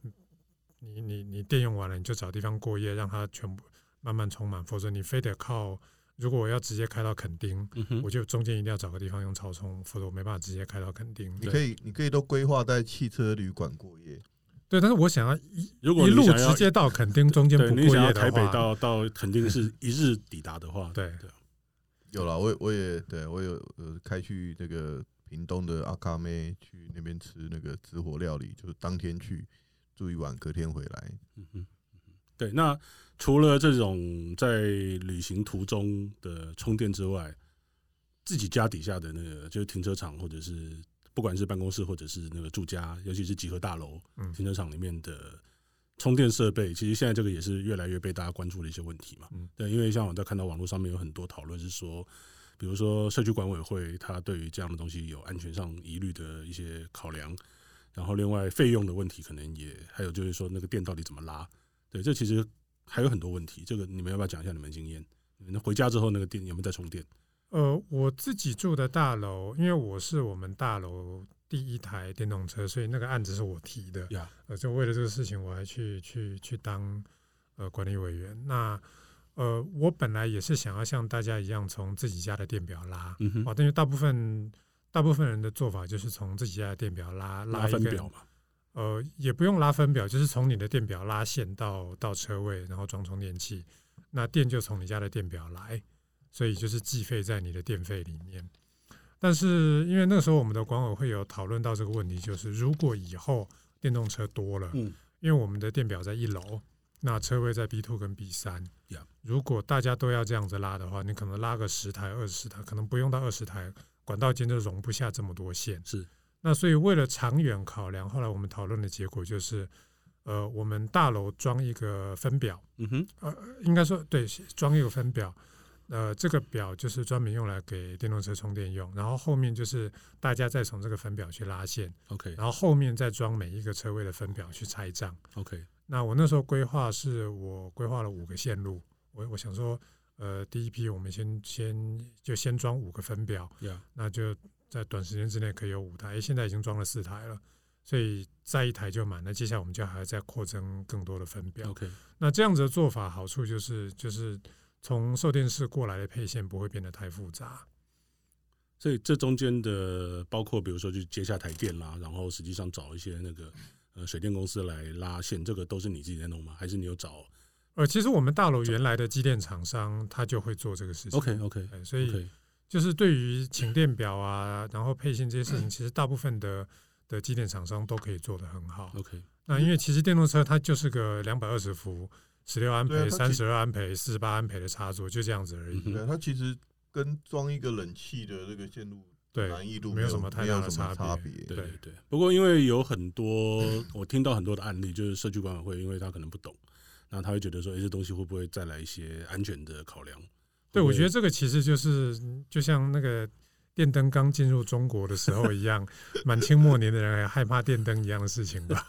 [SPEAKER 2] 你你你电用完了，你就找地方过夜，让它全部慢慢充满，否则你非得靠。如果我要直接开到垦丁，
[SPEAKER 1] 嗯哼
[SPEAKER 2] 我就中间一定要找个地方用超充，否则我没办法直接开到垦丁。
[SPEAKER 3] 你可以你可以都规划在汽车旅馆过夜，
[SPEAKER 2] 对，但是我想要一
[SPEAKER 1] 如果
[SPEAKER 2] 一
[SPEAKER 1] 你
[SPEAKER 2] 路
[SPEAKER 1] 想要
[SPEAKER 2] 直接到垦丁，中间
[SPEAKER 1] 对
[SPEAKER 2] 不
[SPEAKER 1] 你
[SPEAKER 2] 过
[SPEAKER 1] 想要
[SPEAKER 2] 夜的话，
[SPEAKER 1] 台北到到肯定是一日抵达的话，
[SPEAKER 2] 对
[SPEAKER 3] 有了，我也我也对我有呃开去那个屏东的阿卡妹去那边吃那个直火料理，就是当天去住一晚，隔天回来。
[SPEAKER 1] 嗯哼，对。那除了这种在旅行途中的充电之外，自己家底下的那个就是停车场，或者是不管是办公室或者是那个住家，尤其是集合大楼、
[SPEAKER 2] 嗯
[SPEAKER 1] 停车场里面的充电设备，其实现在这个也是越来越被大家关注的一些问题嘛。
[SPEAKER 2] 嗯
[SPEAKER 1] 对，因为像我在看到网络上面有很多讨论是说。比如说，社区管委会它对于这样的东西有安全上疑虑的一些考量，然后另外费用的问题，可能也还有就是说那个电到底怎么拉，对，这其实还有很多问题。这个你们要不要讲一下你们的经验？那回家之后那个电有没有在充电？
[SPEAKER 2] 呃，我自己住的大楼，因为我是我们大楼第一台电动车，所以那个案子是我提的。
[SPEAKER 1] 呀，
[SPEAKER 2] 呃，就为了这个事情，我还去去去当呃管理委员。那呃，我本来也是想要像大家一样，从自己家的电表拉。
[SPEAKER 1] 嗯哼
[SPEAKER 2] 哦，，但是大部分大部分人的做法就是从自己家的电表拉
[SPEAKER 1] 拉
[SPEAKER 2] 拉一
[SPEAKER 1] 分
[SPEAKER 2] 个
[SPEAKER 1] 表嘛，
[SPEAKER 2] 呃，也不用拉分表，就是从你的电表拉线到到车位，然后装充电器，那电就从你家的电表来，所以就是计费在你的电费里面。但是因为那个时候我们的管委会有讨论到这个问题，就是如果以后电动车多了，
[SPEAKER 1] 嗯，
[SPEAKER 2] 因为我们的电表在一楼，那车位在 B two 跟 B 三
[SPEAKER 1] Yeah。
[SPEAKER 2] 如果大家都要这样子拉的话，你可能拉个十台、二十台，可能不用到二十台，管道间就容不下这么多线。
[SPEAKER 1] 是，
[SPEAKER 2] 那所以为了长远考量，后来我们讨论的结果就是，呃，我们大楼装一个分表，
[SPEAKER 1] 嗯哼，
[SPEAKER 2] 呃，应该说对，装一个分表。呃，这个表就是专门用来给电动车充电用，然后后面就是大家再从这个分表去拉线，
[SPEAKER 1] ，OK
[SPEAKER 2] 然后后面再装每一个车位的分表去拆账。
[SPEAKER 1] OK，
[SPEAKER 2] 那我那时候规划是我规划了五个线路，我我想说，呃，第一批我们先先就先装五个分表，
[SPEAKER 1] 呀，
[SPEAKER 2] 那就在短时间之内可以有五台，诶现在已经装了四台了，所以再一台就满。那接下来我们就还要再扩增更多的分表。
[SPEAKER 1] OK，
[SPEAKER 2] 那这样子的做法好处就是，就是从售电室过来的配线不会变得太复杂。
[SPEAKER 1] 所以这中间的包括比如说去接下台电啦，然后实际上找一些那个呃水电公司来拉线，这个都是你自己在弄吗？还是你有找
[SPEAKER 2] 呃，其实我们大楼原来的机电厂商他就会做这个事情。
[SPEAKER 1] ？OK OK
[SPEAKER 2] 哎所以
[SPEAKER 1] OK，
[SPEAKER 2] 就是对于请电表啊，然后配线这些
[SPEAKER 3] 嗯
[SPEAKER 2] 事情，其实大部分的的机电厂商都可以做得很
[SPEAKER 3] 嗯
[SPEAKER 2] 好。
[SPEAKER 1] OK，
[SPEAKER 2] 那因为其实电动车它就是个两百二十伏、十六安
[SPEAKER 3] 对啊
[SPEAKER 2] 培、
[SPEAKER 3] 它
[SPEAKER 2] 三
[SPEAKER 3] 其
[SPEAKER 2] 十二安培、四十八安培的插座，就这样子而已。
[SPEAKER 1] 嗯
[SPEAKER 3] 对啊，它其实跟装一个冷气的这个线路
[SPEAKER 2] 对
[SPEAKER 3] 难易度
[SPEAKER 2] 没有
[SPEAKER 3] 有
[SPEAKER 2] 什么太
[SPEAKER 3] 没
[SPEAKER 2] 大
[SPEAKER 3] 有
[SPEAKER 2] 的
[SPEAKER 3] 什么
[SPEAKER 2] 差
[SPEAKER 3] 差
[SPEAKER 2] 别
[SPEAKER 3] 别。
[SPEAKER 1] 对
[SPEAKER 2] 对
[SPEAKER 1] 对对。不过因为有很多，我听到很多的案例，就是社区管委会，因为他可能不懂，然后他会觉得说，哎、这东西会不会再来一些安全的考量？会
[SPEAKER 2] 对，
[SPEAKER 1] 不
[SPEAKER 2] 我
[SPEAKER 1] 会
[SPEAKER 2] 觉得这个其实就是就像那个电灯刚进入中国的时候一样， 满清末年的人还害怕电灯一样的事情吧。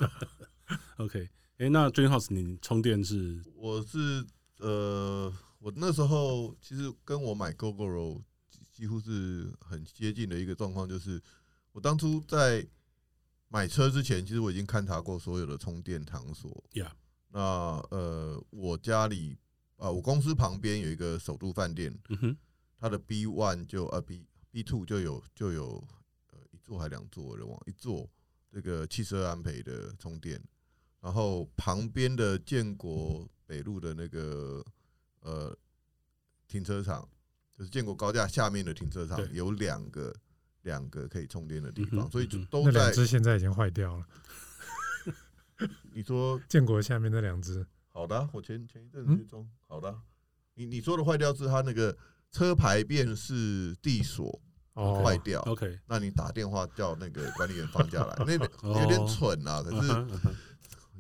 [SPEAKER 1] OK。哎、那 Dream House 你充电是
[SPEAKER 3] 我是呃，我那时候其实跟我买 GoGoRo 几几乎是很接近的一个状况，就是我当初在买车之前，其实我已经勘察过所有的充电场所。
[SPEAKER 1] Yeah
[SPEAKER 3] 那呃，我家里啊、我公司旁边有一个首都饭店，
[SPEAKER 1] 嗯哼
[SPEAKER 3] 它的 B one 就呃 B B two 就有就有呃一座还两座的往一座这个汽车安培的充电，然后旁边的建国北路的那个呃停车场，就是建国高架下面的停车场
[SPEAKER 1] 对
[SPEAKER 3] 有两个两个可以充电的地
[SPEAKER 1] 嗯
[SPEAKER 3] 方，
[SPEAKER 1] 哼
[SPEAKER 3] 所以就
[SPEAKER 1] 嗯哼
[SPEAKER 3] 都
[SPEAKER 2] 那两
[SPEAKER 3] 在
[SPEAKER 2] 只现在已经坏掉了，
[SPEAKER 3] 你说
[SPEAKER 2] 建国下面那两只。
[SPEAKER 3] 好的啊、我前前一阵
[SPEAKER 2] 嗯
[SPEAKER 3] 子去装、好的啊、你你说的坏掉是它那个车牌辨识地锁
[SPEAKER 2] 哦，
[SPEAKER 3] 坏掉。
[SPEAKER 1] ，OK，
[SPEAKER 3] 那你打电话叫那个管理员放假来， 那个有点蠢啊，可
[SPEAKER 1] 哦嗯
[SPEAKER 3] 是
[SPEAKER 1] 哼嗯哼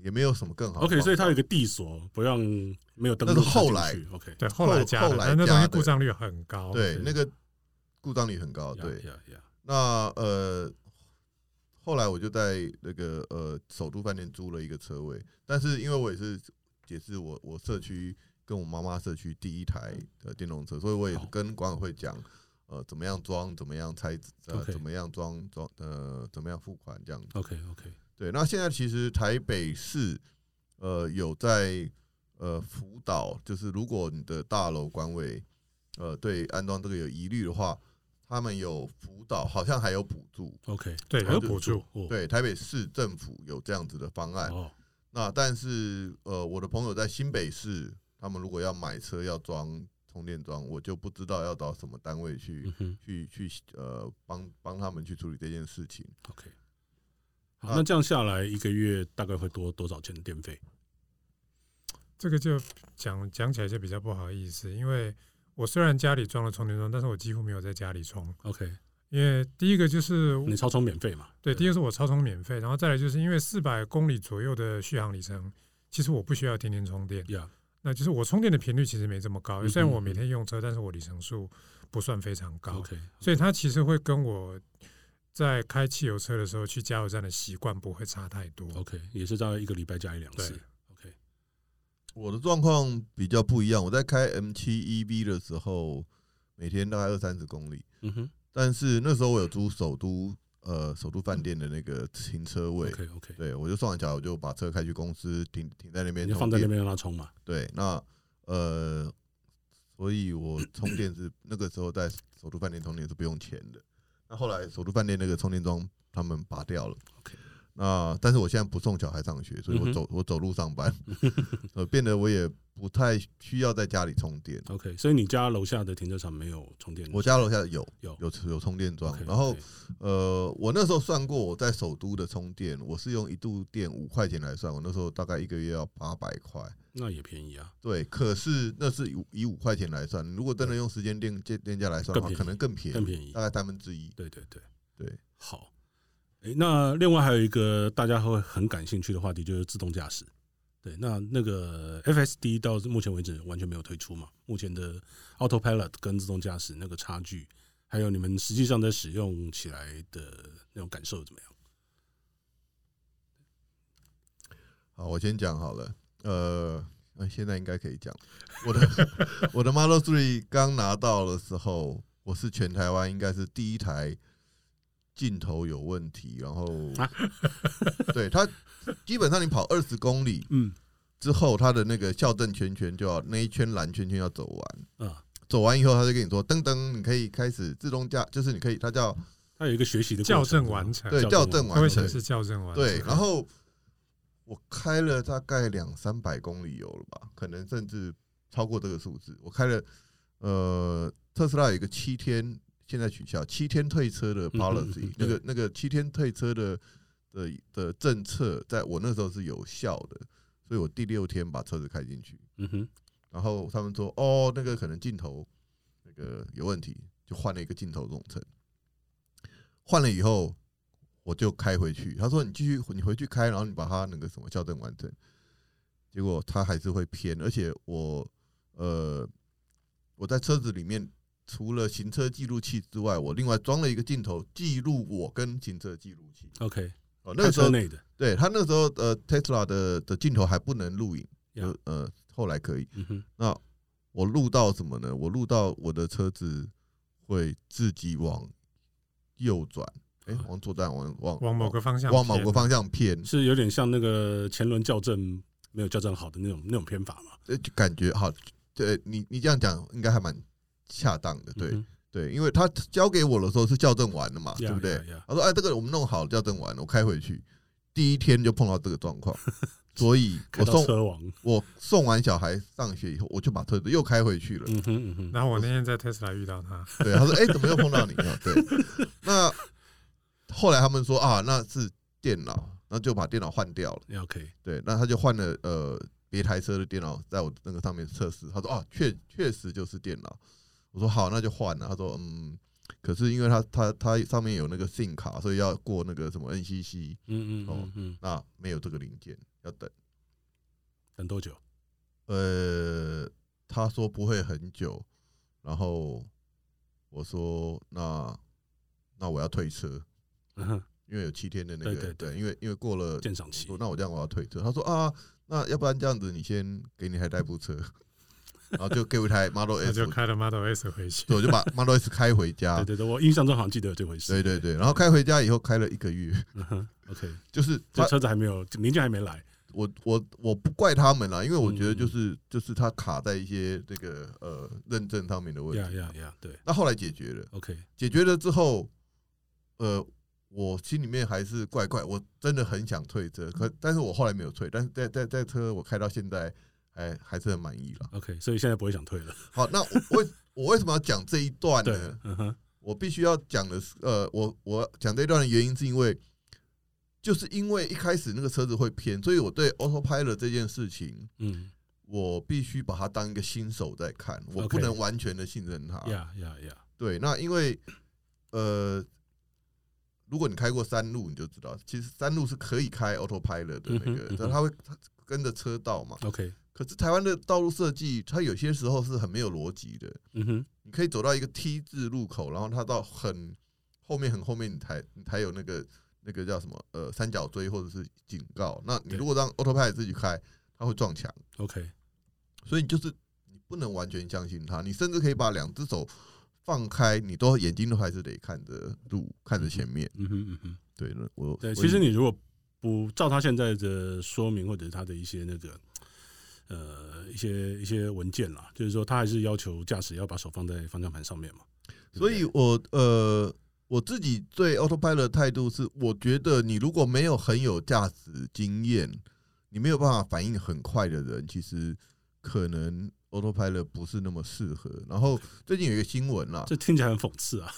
[SPEAKER 3] 也没有什么更好的方法。
[SPEAKER 1] ，OK，所以它有一个地锁，不让没有登录
[SPEAKER 3] 那是后来
[SPEAKER 1] 进去，OK，
[SPEAKER 2] 对，后来
[SPEAKER 3] 后
[SPEAKER 2] 加
[SPEAKER 3] 后
[SPEAKER 2] 的，
[SPEAKER 3] 来
[SPEAKER 2] 但那
[SPEAKER 3] 加
[SPEAKER 2] 东西
[SPEAKER 3] 的
[SPEAKER 2] 故障率很高。
[SPEAKER 3] 对
[SPEAKER 1] 对
[SPEAKER 3] 那个故障率很高。
[SPEAKER 1] 哦呀
[SPEAKER 3] 对，
[SPEAKER 1] 呀呀，
[SPEAKER 3] 那呃，后来我就在那个呃首都饭店租了一个车位，但是因为我也是也是我我社区跟我妈妈社区第一台的电动车，所以我也
[SPEAKER 1] 哦好
[SPEAKER 3] 跟管委会讲，呃，怎么样装，怎么样拆，呃，
[SPEAKER 1] OK
[SPEAKER 3] 怎么样装装，呃，怎么样付款这样子。
[SPEAKER 1] ，OK OK，
[SPEAKER 3] 对，那现在其实台北市呃有在呃辅导，就是如果你的大楼管委呃对安装这个有疑虑的话，他们有辅导，好像还有补助。
[SPEAKER 1] OK，
[SPEAKER 2] 对，还有补助，
[SPEAKER 1] 哦，
[SPEAKER 3] 对，台北市政府有这样子的方案。
[SPEAKER 1] 哦，
[SPEAKER 3] 那但是呃，我的朋友在新北市，他们如果要买车要装充电桩，我就不知道要找什么单位去、
[SPEAKER 1] 嗯哼
[SPEAKER 3] 去去呃帮帮他们去处理这件事情。
[SPEAKER 1] ，OK。好，那
[SPEAKER 3] 啊
[SPEAKER 1] 这样下来一个月大概会多多少钱的电费？
[SPEAKER 2] 这个就讲讲起来就比较不好意思，因为我虽然家里装了充电桩，但是我几乎没有在家里充，
[SPEAKER 1] OK，
[SPEAKER 2] 因为第一个就是
[SPEAKER 3] 嗯
[SPEAKER 1] 你超充免费嘛？
[SPEAKER 2] 对，第一
[SPEAKER 1] 二
[SPEAKER 2] 个是我超充免费，然后再来就是因为四百公里左右的续航里程，其实我不需要天天充电，
[SPEAKER 1] 呀，
[SPEAKER 2] 那就是我充电的频率其实没这么高
[SPEAKER 1] 嗯，哼
[SPEAKER 2] 虽然我每天用车，但是我里程数不算非常高，
[SPEAKER 1] OK，
[SPEAKER 2] 所以它其实会跟我在开汽油车的时候去加油站的习惯不会差太多。
[SPEAKER 3] 哦
[SPEAKER 1] OK，也是大概一个礼拜加一两次
[SPEAKER 2] 对。
[SPEAKER 1] OK，
[SPEAKER 3] 我的状况比较不一样，我在开 M 七 EV 的时候，每天大概二三十公里，
[SPEAKER 1] 嗯哼
[SPEAKER 3] 但是那时候我有租首都呃首都饭店的那个停车位。
[SPEAKER 1] ，OK OK，
[SPEAKER 3] 对，我就上完桥，我就把车开去公司停停在那边
[SPEAKER 1] 你就
[SPEAKER 3] 充电，
[SPEAKER 1] 放在那边让它充嘛。
[SPEAKER 3] 对，那呃，所以我充电是那个时候在首都饭店充电是不用钱的。那后来首都饭店那个充电桩他们拔掉了。
[SPEAKER 1] OK
[SPEAKER 3] 那但是我现在不送小孩上学，所以
[SPEAKER 1] 嗯
[SPEAKER 3] 我
[SPEAKER 1] 哼
[SPEAKER 3] 走、我走路 上班，呃，变得我也不太需要在家里充电。
[SPEAKER 1] OK，所以你家楼下的停车场没有充电？
[SPEAKER 3] 我家楼下有
[SPEAKER 1] 有
[SPEAKER 3] 有有充电桩
[SPEAKER 1] 嗯 OK，
[SPEAKER 3] 然后
[SPEAKER 1] OK
[SPEAKER 3] 呃，我那时候算过，我在首都的充电，我是用一度电五块钱来算，我那时候大概一个月要八百块。
[SPEAKER 1] 那也便宜啊。
[SPEAKER 3] 对，可是那是以五以五块钱来算，如果真的用时间电电电价来算的话，
[SPEAKER 1] 更便宜
[SPEAKER 3] 可能更便
[SPEAKER 1] 更
[SPEAKER 3] 宜，
[SPEAKER 1] 便宜
[SPEAKER 3] 大。概三分之一。
[SPEAKER 1] 对对对
[SPEAKER 3] 对，
[SPEAKER 1] 好。诶，那另外还有一个大家会很感兴趣的话题就是自动驾驶。对，那那个 FSD 到目前为止完全没有推出嘛？目前的 Autopilot 跟自动驾驶那个差距，还有你们实际上在使用起来的那种感受怎么样？
[SPEAKER 3] 好，我先讲好了，呃，呃现在应该可以讲，我的我的 Model Three 刚拿到的时候，我是全台湾应该是第一台镜头有问题，然后
[SPEAKER 1] 啊
[SPEAKER 3] 对它基本上你跑二十公里
[SPEAKER 1] 嗯
[SPEAKER 3] 之后，它的那个校正圈圈就要那一圈蓝圈圈要走完。
[SPEAKER 1] 啊，
[SPEAKER 3] 走完以后，他就跟你说：“噔噔，你可以开始自动驾，就是你可以，它叫
[SPEAKER 1] 它有一个学习的过程
[SPEAKER 2] 校正完成，
[SPEAKER 3] 对
[SPEAKER 1] 校
[SPEAKER 3] 校
[SPEAKER 1] 正
[SPEAKER 3] 正
[SPEAKER 2] 它
[SPEAKER 3] 完
[SPEAKER 2] 会
[SPEAKER 3] 成
[SPEAKER 2] 显示校正完成。
[SPEAKER 3] 对，然后我开了大概两三百公里有了吧，可能甚至超过这个数字。我开了呃，特斯拉有一个七天，现在取消七天退车的
[SPEAKER 1] 嗯
[SPEAKER 3] policy，、
[SPEAKER 1] 嗯
[SPEAKER 3] 那个那个七天退车的的的政策，在我那时候是有效的，所以我第六天把车子开进去，
[SPEAKER 1] 嗯哼，
[SPEAKER 3] 然后他们说哦，那个可能镜头那个有问题，就换了一个镜头总成。换了以后，我就开回去。他说你继续，你回去开，然后你把它那个什么校正完成。结果它还是会偏，而且我呃我在车子里面除了行车记录器之外，我另外装了一个镜头记录我跟行车记录器。
[SPEAKER 1] ，OK，
[SPEAKER 3] 哦，那
[SPEAKER 1] 开
[SPEAKER 3] 个时
[SPEAKER 1] 车
[SPEAKER 3] 候
[SPEAKER 1] 内的，
[SPEAKER 3] 对他那时候呃 Tesla 的的镜头还不能录影，
[SPEAKER 1] 呀
[SPEAKER 3] 就呃后来可以。
[SPEAKER 1] 嗯哼，
[SPEAKER 3] 那我录到什么呢？我录到我的车子会自己往右转，哎、
[SPEAKER 1] 啊
[SPEAKER 3] 往左转，往往
[SPEAKER 2] 往某个方向，
[SPEAKER 3] 往某个，方向偏，
[SPEAKER 1] 是有点像那个前轮校正没有校正好的那种那种偏法嘛？
[SPEAKER 3] 呃，就感觉好。对你，你这样讲应该还蛮恰当的，对、
[SPEAKER 1] 嗯哼
[SPEAKER 3] 对，因为他交给我的时候是校正完了嘛，对不对？
[SPEAKER 1] 呀呀呀
[SPEAKER 3] 他说：“哎，这个我们弄好了，校正完了，我开回去。”第一天就碰到这个状 况，所以
[SPEAKER 1] 开
[SPEAKER 3] 我
[SPEAKER 1] 到
[SPEAKER 3] 送
[SPEAKER 1] 车王，
[SPEAKER 3] 我送完小孩上学以后，我就把车子又开回去了。
[SPEAKER 1] 嗯哼嗯哼，
[SPEAKER 2] 然后我那天在 Tesla 遇到他，
[SPEAKER 3] 对，他说：“哎、怎么又碰到你了？”对，那后来他们说啊，那是电脑，那就把电脑换掉了。
[SPEAKER 1] 那 OK，
[SPEAKER 3] 对，那他就换了呃别台车的电脑，在我那个上面测试。他说：“啊，确确实就是电脑。”我说：“好，那就换了。”他说：“嗯，可是因为他他他上面有那个 SIM 卡，所以要过那个什么 NCC，
[SPEAKER 1] 嗯嗯
[SPEAKER 3] 哦
[SPEAKER 1] 嗯嗯，
[SPEAKER 3] 那没有这个零件，要等。
[SPEAKER 1] 等多 久？”
[SPEAKER 3] 呃，他说不会很久，然后我说：“那那我要退车。”
[SPEAKER 1] 嗯哼，
[SPEAKER 3] 因为有七天的那个，
[SPEAKER 1] 对对对
[SPEAKER 3] 因为因为过了，
[SPEAKER 1] 鉴赏期
[SPEAKER 3] 说那我这样我要退车。他说啊，那要不然这样子，你先给你台代步车，然后就给我一台 Model
[SPEAKER 2] 我
[SPEAKER 3] S，
[SPEAKER 2] 就
[SPEAKER 3] 我
[SPEAKER 2] 开了 Model S 回去。
[SPEAKER 3] 对我就把 Model S 开
[SPEAKER 1] 对
[SPEAKER 3] 回家，
[SPEAKER 1] 对对，我印象中好像记得有这回事。
[SPEAKER 3] 对对对，然后开回家以后开了一个月，
[SPEAKER 1] 嗯哼，OK，
[SPEAKER 3] 就是
[SPEAKER 1] 这
[SPEAKER 3] 他
[SPEAKER 1] 车子还没有零件还没来，
[SPEAKER 3] 我我我不怪他们啦，因为我觉得
[SPEAKER 1] 嗯
[SPEAKER 3] 就是、就是它卡在一些这个呃认证上面的问
[SPEAKER 1] 呀
[SPEAKER 3] 题。
[SPEAKER 1] 呀呀，对
[SPEAKER 3] 那后来解决了，
[SPEAKER 1] ，OK，
[SPEAKER 3] 解决了之后，呃，我心里面还是怪怪，我真的很想退车，可
[SPEAKER 1] 嗯
[SPEAKER 3] 但是我后来没有退，但是在在在车我开到现在还还是很满意了。
[SPEAKER 1] OK，所以现在不会想退 了。
[SPEAKER 3] 好，那我为我为什么要讲这一段
[SPEAKER 1] 对
[SPEAKER 3] 呢？，
[SPEAKER 1] 嗯哼，
[SPEAKER 3] 我必须要讲的是，呃，我我讲这一段的原因是因为，就是因为一开始那个车子会偏，所以我对 autopilot 这件事情，
[SPEAKER 1] 嗯，
[SPEAKER 3] 我必须把它当一个新手在看，我
[SPEAKER 1] OK
[SPEAKER 3] 不能完全的信任它。
[SPEAKER 1] 呀呀呀，
[SPEAKER 3] 对，那因为呃，如果你开过山路，你就知道，其实山路是可以开 autopilot 的那
[SPEAKER 1] 嗯哼
[SPEAKER 3] 个
[SPEAKER 1] 嗯哼，
[SPEAKER 3] 但它会它跟着车道嘛。
[SPEAKER 1] OK，
[SPEAKER 3] 可是台湾的道路设计，它有些时候是很没有逻辑的。
[SPEAKER 1] 嗯哼，
[SPEAKER 3] 你可以走到一个 T 字路口，然后它到很后面很后面，你才你才有那个那个叫什么呃三角锥或者是警告。那你
[SPEAKER 1] 对
[SPEAKER 3] 如果让 autopilot 自己开，它会撞墙，
[SPEAKER 1] ，OK，
[SPEAKER 3] 所以你就是你不能完全相信它，你甚至可以把两只手放开，你都眼睛都还是得看着路，看着前面。
[SPEAKER 1] 嗯哼嗯哼，
[SPEAKER 3] 对，那我
[SPEAKER 1] 对，
[SPEAKER 3] 我
[SPEAKER 1] 其实你如果不照他现在的说明或者是他的一些那个呃一些一些文件啦，就是说他还是要求驾驶要把手放在方向盘上面嘛。对不
[SPEAKER 3] 所
[SPEAKER 1] 对
[SPEAKER 3] 以我呃我自己对 autopilot 的态度是，我觉得你如果没有很有驾驶经验，你没有办法反应很快的人，其实可能 autopilot 不是那么适合。然后最近有一个新闻啦
[SPEAKER 1] 这听起来很讽刺啊。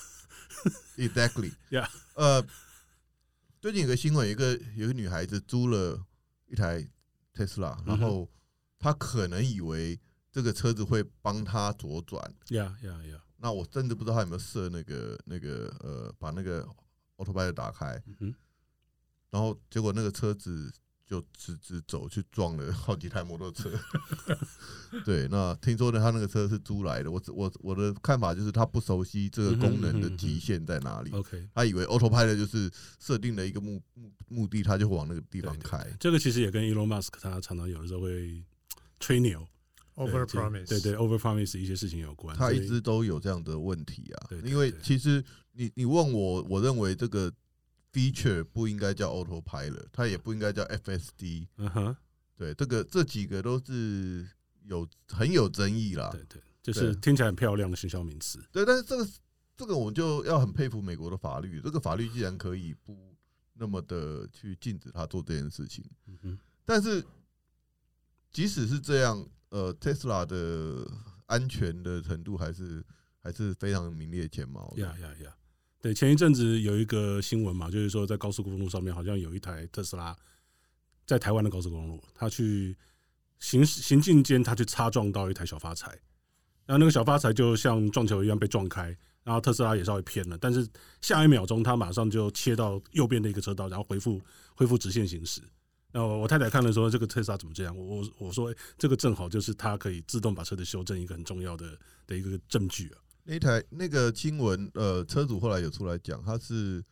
[SPEAKER 3] ，exactly，
[SPEAKER 1] Yeah
[SPEAKER 3] 呃，最近有个新闻，有一个有一个女孩子租了一台
[SPEAKER 1] 嗯
[SPEAKER 3] Tesla，然后她可能以为这个车子会帮她左转，
[SPEAKER 1] 呀呀呀，
[SPEAKER 3] 那我真的不知道他有没有设那个那个呃，把那个 autopilot 打开，
[SPEAKER 1] 嗯哼，
[SPEAKER 3] 然后结果那个车子就直直走去撞了 好几台摩托车。对，那听说呢，他那个车是租来的。我只我我的看法就是他不熟悉这个
[SPEAKER 1] 嗯
[SPEAKER 3] 功能的极限在哪里，
[SPEAKER 1] ，OK。
[SPEAKER 3] 他以为 autopilot 就是设定了一个目目目的，他就往那个地方
[SPEAKER 1] 对对
[SPEAKER 3] 开。
[SPEAKER 1] 这个其实也跟 Elon Musk 他常常有的时候会吹牛对
[SPEAKER 2] ，over promise，
[SPEAKER 1] 对对 over promise 一些事情有关。
[SPEAKER 3] 他
[SPEAKER 1] 所以
[SPEAKER 3] 一直都有这样的问题啊
[SPEAKER 1] 对。对
[SPEAKER 3] 因为
[SPEAKER 1] 对
[SPEAKER 3] 其实你你问我，我认为这个 feature 不应该叫 autopilot，它也不应该叫 FSD。
[SPEAKER 1] 嗯哼，
[SPEAKER 3] 对，这个这几个都是有很有争议啦。
[SPEAKER 1] 对对，就是听起来很漂亮的行销名词。
[SPEAKER 3] 对，但是这个这个我就要很佩服美国的法律，这个法律既然可以不那么的去禁止他做这件事情，
[SPEAKER 1] 嗯哼，
[SPEAKER 3] 但是即使是这样，呃，Tesla 的安全的程度还是还是非常名列前茅的。
[SPEAKER 1] 呀呀呀！对，前一阵子有一个新闻嘛，就是说在高速公路上面好像有一台特斯拉在台湾的高速公路，它去行行进间，它去擦撞到一台小发财，然后那个小发财就像撞球一样被撞开，然后特斯拉也稍微偏了，但是下一秒钟它马上就切到右边的一个车道，然后恢复恢复直线行驶。那我我太太看了说这个特斯拉怎么这样？我我我说、诶哎这个正好就是它可以自动把车子修正一个很重要的的一个证据啊。
[SPEAKER 3] 那台那个新闻，呃，车主后来有出来讲，他是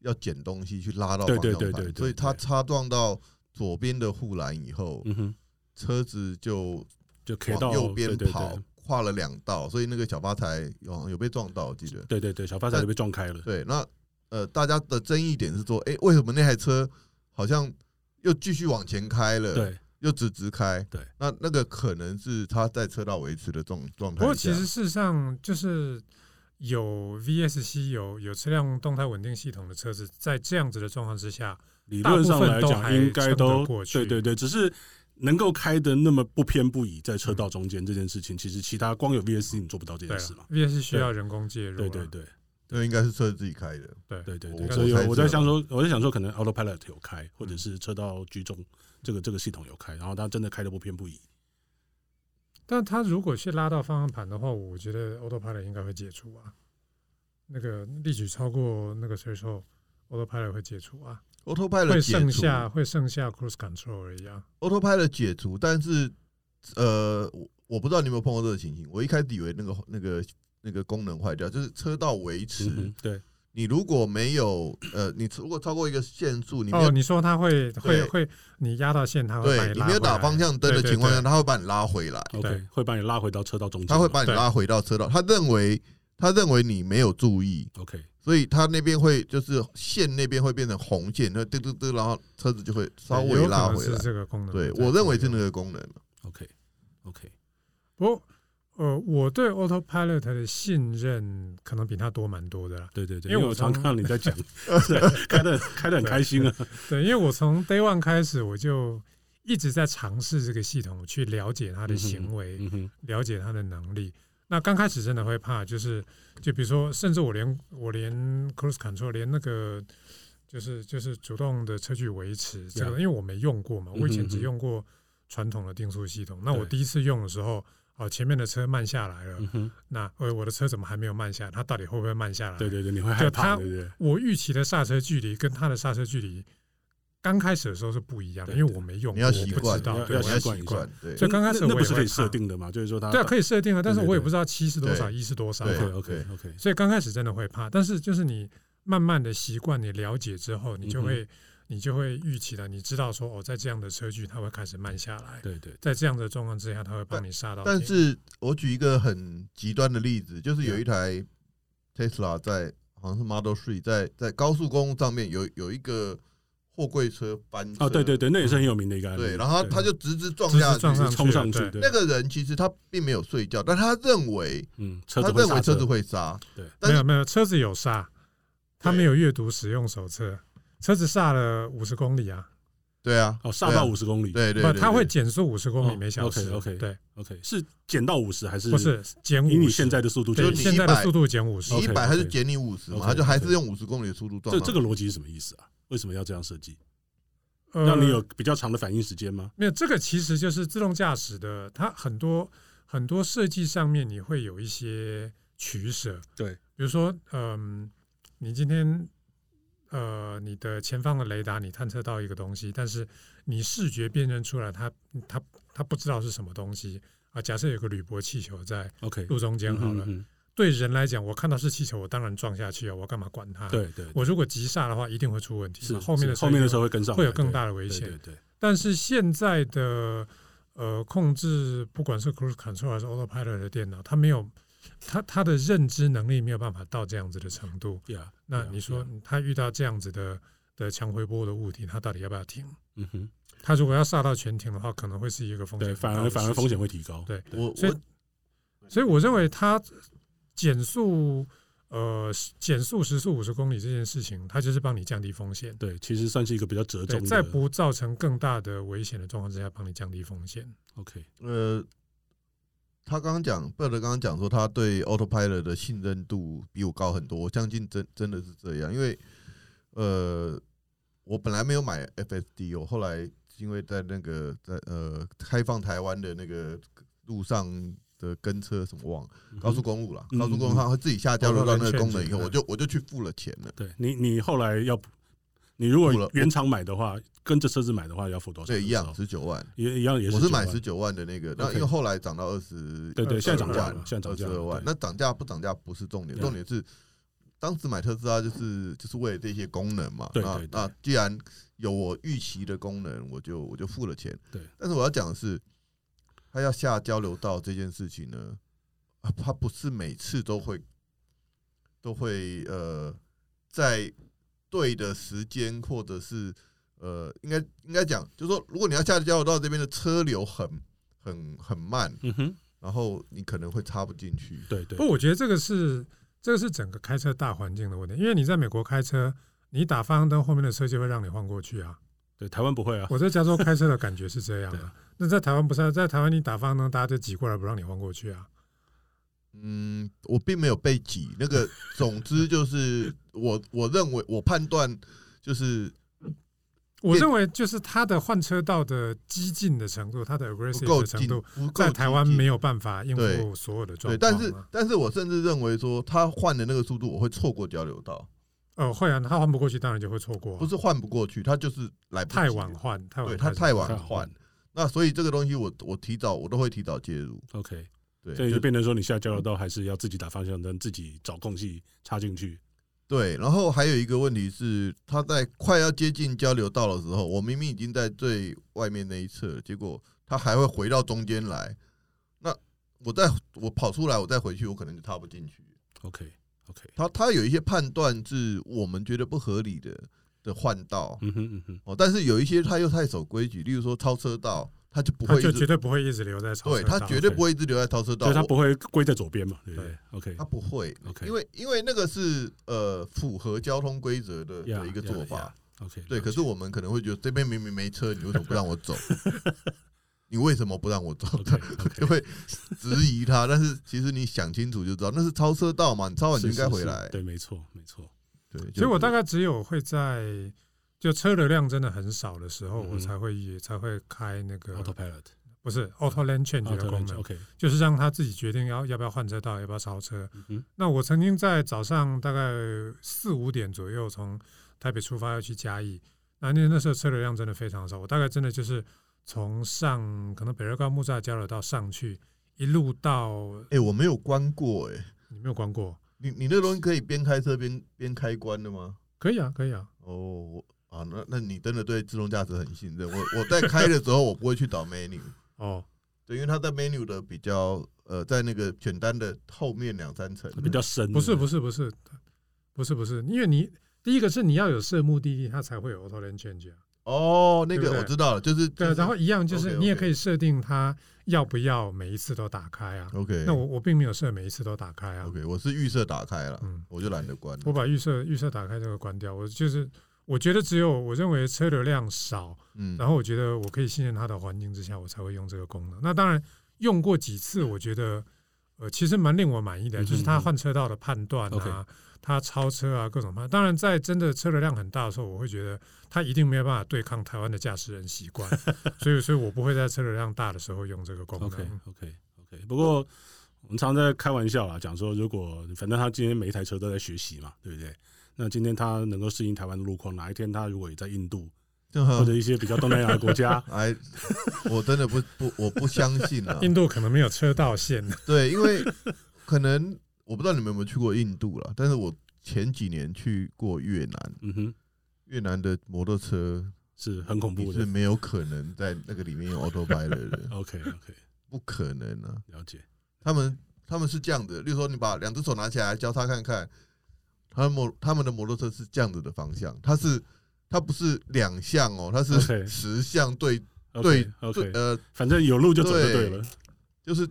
[SPEAKER 3] 要捡东西去拉到
[SPEAKER 1] 对
[SPEAKER 3] 方
[SPEAKER 1] 对
[SPEAKER 3] 向
[SPEAKER 1] 对
[SPEAKER 3] 盘
[SPEAKER 1] 对对
[SPEAKER 3] 所以他
[SPEAKER 1] 对
[SPEAKER 3] 擦撞到左边的护栏以后，
[SPEAKER 1] 嗯哼。
[SPEAKER 3] 车子就
[SPEAKER 1] 就 K 到
[SPEAKER 3] 往右边
[SPEAKER 1] 对对
[SPEAKER 3] 跑，跨了两道，所以那个小发财有有被撞到，我记得。
[SPEAKER 1] 对对对，小发财就被撞开了。
[SPEAKER 3] 对，那呃，大家的争议点是说，哎、为什么那台车好像又继续往前开了，
[SPEAKER 1] 对，
[SPEAKER 3] 又直直开？
[SPEAKER 1] 对，
[SPEAKER 3] 那那个可能是他在车道维持的状状态下。
[SPEAKER 2] 不过其实事实上就是有 VSC 有有车辆动态稳定系统的车子，在这样子的状况之下，
[SPEAKER 1] 理论上来
[SPEAKER 2] 大部分都
[SPEAKER 1] 讲
[SPEAKER 2] 还
[SPEAKER 1] 应该
[SPEAKER 2] 撑
[SPEAKER 1] 都
[SPEAKER 2] 得过去
[SPEAKER 1] 对对对，只是能够开的那么不偏不倚在车道中间这件事情，其实其他光有 VSC 你做不到这
[SPEAKER 2] 嗯
[SPEAKER 1] 件
[SPEAKER 2] 对啊
[SPEAKER 1] 事嘛。
[SPEAKER 2] ，VSC 需要人工介入啊，
[SPEAKER 1] 对对对
[SPEAKER 3] 那应该是车子自己开的。
[SPEAKER 2] 对
[SPEAKER 1] 对对
[SPEAKER 3] 我
[SPEAKER 1] 对，
[SPEAKER 3] 我
[SPEAKER 1] 所以我
[SPEAKER 3] 猜
[SPEAKER 1] 我
[SPEAKER 3] 测啊
[SPEAKER 1] 在想说，我在想说，可能 Autopilot 有开，或者
[SPEAKER 2] 嗯
[SPEAKER 1] 是车道居中这个这个系统有开，然后它真的开的不偏不
[SPEAKER 2] 嗯
[SPEAKER 1] 倚。
[SPEAKER 2] 但他如果去拉到方向盘的话，我觉得 autopilot 应该会解除啊。那个力矩超过那个 threshold，autopilot 会解除啊，会
[SPEAKER 3] autopilot 解
[SPEAKER 2] 剩
[SPEAKER 3] 除
[SPEAKER 2] 下会剩下 cruise control 而已啊。
[SPEAKER 3] autopilot 解除，但是呃，我我不知道你有没有碰过这个情形。我一开始以为那个那个那个功能坏掉，就是车道维持。
[SPEAKER 1] 嗯哼，对，
[SPEAKER 3] 你如果没有呃，你如果超过一个限速，你没有、
[SPEAKER 2] 哦，你说他会会
[SPEAKER 3] 对
[SPEAKER 2] 会，你压到线，他会把
[SPEAKER 3] 对你
[SPEAKER 2] 拉
[SPEAKER 3] 没有
[SPEAKER 2] 回来
[SPEAKER 3] 打方向灯
[SPEAKER 2] 对
[SPEAKER 3] 的
[SPEAKER 2] 对
[SPEAKER 3] 情况下，
[SPEAKER 2] 对
[SPEAKER 3] 它会把你拉回来，
[SPEAKER 1] OK，
[SPEAKER 2] 对
[SPEAKER 1] 会把你拉回到车道中间嘛。
[SPEAKER 3] 它会把你
[SPEAKER 2] 对
[SPEAKER 3] 拉回到车道。他认为他认为你没有注意，
[SPEAKER 1] OK，
[SPEAKER 3] 所以它那边会就是线那边会变成红线，那嘟嘟嘟，然后车子就会稍微
[SPEAKER 2] 有
[SPEAKER 3] 拉
[SPEAKER 2] 可能
[SPEAKER 3] 回
[SPEAKER 2] 是
[SPEAKER 3] 来。
[SPEAKER 2] 这个功能。
[SPEAKER 3] 对，我认为是那。个功能。
[SPEAKER 1] OK OK，
[SPEAKER 2] 不过，呃，我对 Autopilot 的信任可能比他多蛮多的啦。
[SPEAKER 1] 对对对，
[SPEAKER 2] 因为
[SPEAKER 1] 因为
[SPEAKER 2] 我
[SPEAKER 1] 我常
[SPEAKER 2] 从
[SPEAKER 1] 看到你在 讲，开的开的很开心啊。
[SPEAKER 2] 对，因为我从 Day One 开始，我就一直在尝试这个系统去了解它的行为，
[SPEAKER 1] 嗯哼，
[SPEAKER 2] 了解它的能力。那刚开始真的会怕，就是就比如说，甚至我连我连 cruise control 连那个就是就是主动的车距维持这个
[SPEAKER 1] Yeah
[SPEAKER 2] 因为我没用过嘛，
[SPEAKER 1] 嗯哼
[SPEAKER 2] 我以前只
[SPEAKER 1] 哼
[SPEAKER 2] 用过传统的定速系统。那我
[SPEAKER 1] 对
[SPEAKER 2] 第一次用的时候，哦，前面的车慢下来了，
[SPEAKER 1] 嗯哼，
[SPEAKER 2] 那呃我的车怎么还没有慢下来？它到底会不会慢下来？
[SPEAKER 1] 对对对，你会害怕，
[SPEAKER 2] 就它
[SPEAKER 1] 对不对？
[SPEAKER 2] 我预期的刹车距离跟它的刹车距离刚开始的时候是不一样的，
[SPEAKER 1] 对
[SPEAKER 2] 因为我没用
[SPEAKER 3] 你
[SPEAKER 2] 过，
[SPEAKER 3] 要
[SPEAKER 2] 我
[SPEAKER 3] 习
[SPEAKER 2] 不
[SPEAKER 3] 惯，
[SPEAKER 2] 知道，
[SPEAKER 3] 你
[SPEAKER 2] 对，
[SPEAKER 1] 要
[SPEAKER 2] 我
[SPEAKER 1] 习
[SPEAKER 3] 要
[SPEAKER 2] 要
[SPEAKER 1] 惯
[SPEAKER 3] 习
[SPEAKER 1] 一
[SPEAKER 3] 惯。对，
[SPEAKER 2] 所以刚开始
[SPEAKER 1] 那那
[SPEAKER 2] 我
[SPEAKER 1] 不
[SPEAKER 2] 也
[SPEAKER 1] 是
[SPEAKER 2] 会
[SPEAKER 1] 可以设
[SPEAKER 2] 怕
[SPEAKER 1] 定的嘛？就是说它
[SPEAKER 2] 对啊，可以设定啊，但是
[SPEAKER 1] 对对
[SPEAKER 2] 我也不知道七是多少，
[SPEAKER 3] 对
[SPEAKER 2] 一是多少，啊
[SPEAKER 3] 对
[SPEAKER 1] OK OK OK，
[SPEAKER 2] 所以刚开始真的会怕，但是就是你慢慢的习惯，你了解之后，
[SPEAKER 1] 嗯
[SPEAKER 2] 你就会、你就会预期了，你知道说哦，在这样的车距，它会开始慢下来，
[SPEAKER 1] 对对，
[SPEAKER 2] 在这样的状况之下，它会帮你刹到停。
[SPEAKER 3] 但是我举一个很极端的例子，就是有一台 Tesla 在好像是 Model Three 在在高速公路上面有有一个货柜车翻车
[SPEAKER 1] 啊，对对对，那也是很有名的一个案例。
[SPEAKER 3] 对，然后他他就直直撞
[SPEAKER 2] 直
[SPEAKER 3] 下
[SPEAKER 2] 直撞
[SPEAKER 3] 去。
[SPEAKER 2] 上
[SPEAKER 1] 冲上
[SPEAKER 2] 去
[SPEAKER 1] 去
[SPEAKER 2] 了，
[SPEAKER 1] 对
[SPEAKER 3] 那个人其实他并没有睡觉，但他认为
[SPEAKER 1] 嗯，车
[SPEAKER 3] 他
[SPEAKER 1] 子
[SPEAKER 3] 认
[SPEAKER 1] 会
[SPEAKER 3] 为
[SPEAKER 1] 刹
[SPEAKER 3] 车子会刹，
[SPEAKER 2] 没
[SPEAKER 3] 但是
[SPEAKER 2] 有没有，车子有刹，它
[SPEAKER 3] 对
[SPEAKER 2] 没有阅读使用手册，车子刹了五十公里啊，
[SPEAKER 3] 对啊，
[SPEAKER 1] 哦，刹到
[SPEAKER 3] 对啊
[SPEAKER 1] 五十公里。
[SPEAKER 3] 对对
[SPEAKER 2] 不，
[SPEAKER 3] 对
[SPEAKER 2] 它会
[SPEAKER 3] 对
[SPEAKER 2] 减速五十公里
[SPEAKER 1] 哦
[SPEAKER 2] 每小时。
[SPEAKER 1] OK，OK
[SPEAKER 2] 对，
[SPEAKER 1] OK，是减到五十还是
[SPEAKER 2] 不是减五
[SPEAKER 1] 以
[SPEAKER 2] 十？
[SPEAKER 1] 你现在的速度
[SPEAKER 2] 对
[SPEAKER 1] 减
[SPEAKER 3] 就？是你
[SPEAKER 2] 现在的
[SPEAKER 3] 100
[SPEAKER 2] 速度减五十
[SPEAKER 3] 你，一百
[SPEAKER 1] OK，OK
[SPEAKER 3] 他就减你五十嘛，
[SPEAKER 1] OK，OK
[SPEAKER 3] 他就还是用五十公里的速度撞
[SPEAKER 1] 这
[SPEAKER 3] 到。
[SPEAKER 1] 这个逻辑是什么意思啊？为什么要这样设计？
[SPEAKER 2] 呃
[SPEAKER 1] 让你有比较长的反应时间吗？
[SPEAKER 2] 没有，这个其实就是自动驾驶的，它很多很多设计上面你会有一些取舍。
[SPEAKER 1] 对
[SPEAKER 2] 比如说，嗯、你今天呃，你的前方的雷达你探测到一个东西，但是你视觉辨认出来它它它不知道是什么东西啊。假设有个铝箔气球在
[SPEAKER 1] ，OK，
[SPEAKER 2] 路中间好了，
[SPEAKER 1] 嗯哼
[SPEAKER 2] 对人来讲，我看到是气球，我当然撞下去啊，我干嘛管它？
[SPEAKER 1] 嗯，对对，
[SPEAKER 2] 我如果急刹的话，一定会出问题
[SPEAKER 1] 是
[SPEAKER 2] 嘛。后面的
[SPEAKER 1] 是后面的时
[SPEAKER 2] 候
[SPEAKER 1] 候会跟上来，
[SPEAKER 2] 会有更
[SPEAKER 1] 对
[SPEAKER 2] 大的危
[SPEAKER 1] 对
[SPEAKER 2] 险
[SPEAKER 1] 对。对，
[SPEAKER 2] 但是现在的呃控制，不管是 cruise control 还是 autopilot 的电脑，它没有它它的认知能力没有办法到这样子的程度。
[SPEAKER 1] 对啊呀。
[SPEAKER 2] 那
[SPEAKER 1] yeah，
[SPEAKER 2] 你说
[SPEAKER 1] yeah，
[SPEAKER 2] 它遇到这样子的的强回波的物体，它到底要不要停？
[SPEAKER 1] 嗯哼，
[SPEAKER 2] 它如果要刹到全停的话，可能会是一个风险
[SPEAKER 1] 对，
[SPEAKER 2] 很
[SPEAKER 1] 反
[SPEAKER 2] 高
[SPEAKER 1] 而
[SPEAKER 2] 的
[SPEAKER 1] 反
[SPEAKER 2] 事
[SPEAKER 1] 而风
[SPEAKER 2] 情
[SPEAKER 1] 险。会提高。
[SPEAKER 2] 对
[SPEAKER 3] 我
[SPEAKER 2] 所以
[SPEAKER 3] 我
[SPEAKER 2] 所以我认为它减速呃减速时速五十公里这件事情，它就是帮你降低风险。
[SPEAKER 1] 对，其实算是一个比较折
[SPEAKER 2] 对，
[SPEAKER 1] 中
[SPEAKER 2] 在
[SPEAKER 1] 的。
[SPEAKER 2] 不造成更大的危险的状况之下，帮你降低风险。
[SPEAKER 1] OK，嗯
[SPEAKER 3] 呃，他刚刚讲贝尔刚刚讲说他对 Autopilot 的信任度比我高很多，我相信真真的是这样，因为呃，我本来没有买 FSD，我后来因为在那个在呃开放台湾的那个路上。的跟车什么忘了，
[SPEAKER 1] 嗯哼
[SPEAKER 3] 高速公路啦，
[SPEAKER 1] 嗯哦
[SPEAKER 3] 高速公路它会自己下加入到那个功能以后，
[SPEAKER 2] 嗯嗯嗯
[SPEAKER 3] 我就我就去付了钱了。
[SPEAKER 1] 对你你后来要补，你如果
[SPEAKER 3] 补了
[SPEAKER 1] 原厂买的话，跟着车子买的话要付多少？
[SPEAKER 3] 对，一样
[SPEAKER 1] 是
[SPEAKER 3] 十九万，
[SPEAKER 1] 也一样也是
[SPEAKER 3] 我
[SPEAKER 1] 19
[SPEAKER 3] 是
[SPEAKER 1] 万。
[SPEAKER 3] 买十九万的那个，那
[SPEAKER 1] OK
[SPEAKER 3] 因为后来涨到二十，
[SPEAKER 1] 对对，现在涨价
[SPEAKER 2] 22
[SPEAKER 1] 了，现在涨
[SPEAKER 3] 二十
[SPEAKER 1] 价
[SPEAKER 3] 二
[SPEAKER 1] 了
[SPEAKER 3] 万。。那涨价不涨价不是重点，
[SPEAKER 1] 对
[SPEAKER 3] 重点是当时买特斯拉就是就是为了这些功能嘛。
[SPEAKER 1] 对
[SPEAKER 3] 那
[SPEAKER 1] 对对
[SPEAKER 3] 那既然有我预期的功能，我就我就付了钱。
[SPEAKER 1] 对，
[SPEAKER 3] 但是我要讲的是，它要下交流道这件事情呢，啊它不是每次都会都会呃在对的时间或者是。呃，应该应该讲，就是说，如果你要下交流道这边的车流很很很慢，
[SPEAKER 1] 对嗯哼，
[SPEAKER 3] 然后你可能会插不进去。
[SPEAKER 1] 对对
[SPEAKER 2] 不，我觉得这个是这个是整个开车大环境的问题，因为你在美国开车，你打方向灯，后面的车就会让你晃过去啊。
[SPEAKER 1] 对，台湾不会啊。
[SPEAKER 2] 我在加州开车的感觉是这样
[SPEAKER 1] 对
[SPEAKER 2] 啊。那在台湾不是、啊，在台湾你打方向灯，大家就挤过来不让你晃过去啊。
[SPEAKER 3] 嗯，我并没有被挤。那个，总之就是我我认为我判断就是
[SPEAKER 2] 我
[SPEAKER 3] 对
[SPEAKER 2] 认为就是它的换车道的激进的程度，它的
[SPEAKER 3] 不
[SPEAKER 2] aggressive
[SPEAKER 3] 够
[SPEAKER 2] 的
[SPEAKER 3] 近
[SPEAKER 2] 程，度，
[SPEAKER 3] 不够
[SPEAKER 2] 在台湾没
[SPEAKER 3] 有
[SPEAKER 2] 有办法应付
[SPEAKER 3] 对
[SPEAKER 2] 所有的状
[SPEAKER 3] 对，
[SPEAKER 2] 况、啊。
[SPEAKER 3] 但是但是我甚至认为说他换的那个速度，我会错过交流道，
[SPEAKER 2] 呃，会啊，他换不过去，当然就会错过啊、
[SPEAKER 3] 不是换不过去，他就是来不及
[SPEAKER 2] 太晚，换，太晚
[SPEAKER 3] 对
[SPEAKER 2] 换，
[SPEAKER 3] 他太晚
[SPEAKER 1] 太晚
[SPEAKER 3] 换。那所以这个东西我我提早我都会提早介入，
[SPEAKER 1] OK，
[SPEAKER 3] 对，
[SPEAKER 1] 所以
[SPEAKER 3] 就
[SPEAKER 1] 就变成说你下交流道还是要自己打方向灯，自己找空隙插进去。
[SPEAKER 3] 对，然后还有一个问题是，他在快要接近交流道的时候，我明明已经在最外面那一侧了，结果他还会回到中间来。那我再我跑出来，我再回去，我可能就踏不进去。
[SPEAKER 1] OK OK，
[SPEAKER 3] 它它有一些判断是我们觉得不合理的的换道
[SPEAKER 1] 嗯哼嗯哼，
[SPEAKER 3] 哦，但是有一些它又太守规矩，例如说超车道，它就不
[SPEAKER 2] 他
[SPEAKER 3] 会
[SPEAKER 2] 就
[SPEAKER 3] 一
[SPEAKER 2] 绝
[SPEAKER 3] 直，
[SPEAKER 2] 对不会一直留在超
[SPEAKER 3] 对
[SPEAKER 2] 车道。
[SPEAKER 3] 它绝对不会一直留在超车道，
[SPEAKER 1] 所以它
[SPEAKER 3] 我
[SPEAKER 1] 不会归在左边嘛，对不对
[SPEAKER 2] 对
[SPEAKER 1] ？OK，
[SPEAKER 3] 它不会
[SPEAKER 1] OK
[SPEAKER 3] 因为因为那个是呃符合交通规则的
[SPEAKER 1] 呀
[SPEAKER 3] 的一个做
[SPEAKER 1] 呀
[SPEAKER 3] 法
[SPEAKER 1] 呀 OK，
[SPEAKER 3] 对。
[SPEAKER 1] 了
[SPEAKER 3] 可是我们可能会觉得这边明明没车，你为什么不让 我走？你为什么不让我走？
[SPEAKER 1] OK
[SPEAKER 3] 就
[SPEAKER 1] OK，
[SPEAKER 3] 会质疑他。但是其实你想清楚就知道，那是超车道嘛，你超完就应该
[SPEAKER 1] 是
[SPEAKER 3] 回
[SPEAKER 1] 是
[SPEAKER 3] 来
[SPEAKER 1] 是。对，没错没错，
[SPEAKER 3] 对，
[SPEAKER 2] 所以我大
[SPEAKER 3] 概
[SPEAKER 2] 概只有会在就车流量真的很少的时候，
[SPEAKER 1] 嗯哼
[SPEAKER 2] 我才会也才会开那
[SPEAKER 3] 啊
[SPEAKER 2] 个
[SPEAKER 1] Autopilot
[SPEAKER 2] 不是 auto lane change 的
[SPEAKER 1] Auto
[SPEAKER 2] 功
[SPEAKER 1] Range
[SPEAKER 2] 能，
[SPEAKER 1] OK，
[SPEAKER 2] 就是让他自己决定要要不要换车道，要不要超车。
[SPEAKER 1] 嗯哼
[SPEAKER 2] 那我曾经在早上大概四五点左右从台北出发要去嘉义，那那那时候车流量真的非常少，我大概真的就是从上可能北二高木栅交流道上去，一路到
[SPEAKER 3] 哎，我没有关过哎、
[SPEAKER 2] 你没有关过，
[SPEAKER 3] 你你那东西可以边开车边边开关的吗？
[SPEAKER 2] 可以啊，可以啊，
[SPEAKER 3] 哦，我啊，那那你真的对自动驾驶很信任。我我在开的时候，我不会去导 menu，
[SPEAKER 2] 哦，
[SPEAKER 3] 对，因为它在 menu 的比较呃，在那个选单的后面两三层。
[SPEAKER 1] 比较深，
[SPEAKER 3] 嗯
[SPEAKER 2] 不是不
[SPEAKER 1] 是
[SPEAKER 2] 是不是不是不是，因为你第一个是你要有设目的地，它才会有 auto lane change 啊。
[SPEAKER 3] 哦，那
[SPEAKER 2] 对不
[SPEAKER 3] 个
[SPEAKER 2] 对
[SPEAKER 3] 我知道了，就是
[SPEAKER 2] 对，啊然后一样就是
[SPEAKER 3] OK，OK
[SPEAKER 2] 你也可以设定它要不要每一次都打开啊。
[SPEAKER 3] OK，
[SPEAKER 2] 那我我并没有设每一次都打开啊，
[SPEAKER 3] OK，我是预设打开了，
[SPEAKER 2] 嗯，
[SPEAKER 3] 我就懒得关了。
[SPEAKER 2] 我把预设预设打开这个关掉，我就是我觉得只有我认为车流量少，
[SPEAKER 3] 嗯，
[SPEAKER 2] 然后我觉得我可以信任它的环境之下，我才会用这个功能。那当然用过几次，我觉得呃其实蛮令我满意的，
[SPEAKER 1] 嗯哼
[SPEAKER 2] 就是它换车道的判断
[SPEAKER 1] 嗯
[SPEAKER 2] 啊，它超车啊各种判断。当然在真的车流量很大的时候，我会觉得它一定没有办法对抗台湾的驾驶人习惯，所以所以我不会在车流量大的时候用这个功
[SPEAKER 1] OK
[SPEAKER 2] 能。。
[SPEAKER 1] OK OK，不过。我们常常在开玩笑啦，讲说如果反正他今天每一台车都在学习嘛，对不对？那今天他能够适应台湾的路况，哪一天他如果也在印度
[SPEAKER 3] 就，
[SPEAKER 1] 或者一些比较东南亚的国家
[SPEAKER 3] 哎，我真的不不，我不相信啊
[SPEAKER 2] 印度可能没有车道线，
[SPEAKER 3] 对，因为可能我不知道你们有没有去过印度啦，但是我前几年去过越南，
[SPEAKER 1] 嗯哼，
[SPEAKER 3] 越南的摩托车
[SPEAKER 1] 是很恐怖
[SPEAKER 3] 你
[SPEAKER 1] 的
[SPEAKER 3] 是。没有可能在那个里面用 autopilot 的，
[SPEAKER 1] OK OK，
[SPEAKER 3] 不可能啊。
[SPEAKER 1] 了解。
[SPEAKER 3] 他们他们是这样的，例如说你把两只手拿起来交叉看看，他们摩他们的摩托车是这样子的方向，它是它不是两项哦，它
[SPEAKER 1] OK
[SPEAKER 3] 是十项对
[SPEAKER 1] OK
[SPEAKER 3] 对
[SPEAKER 1] OK，
[SPEAKER 3] 呃
[SPEAKER 1] 反正有路就走就
[SPEAKER 3] 对
[SPEAKER 1] 对了。
[SPEAKER 3] 就是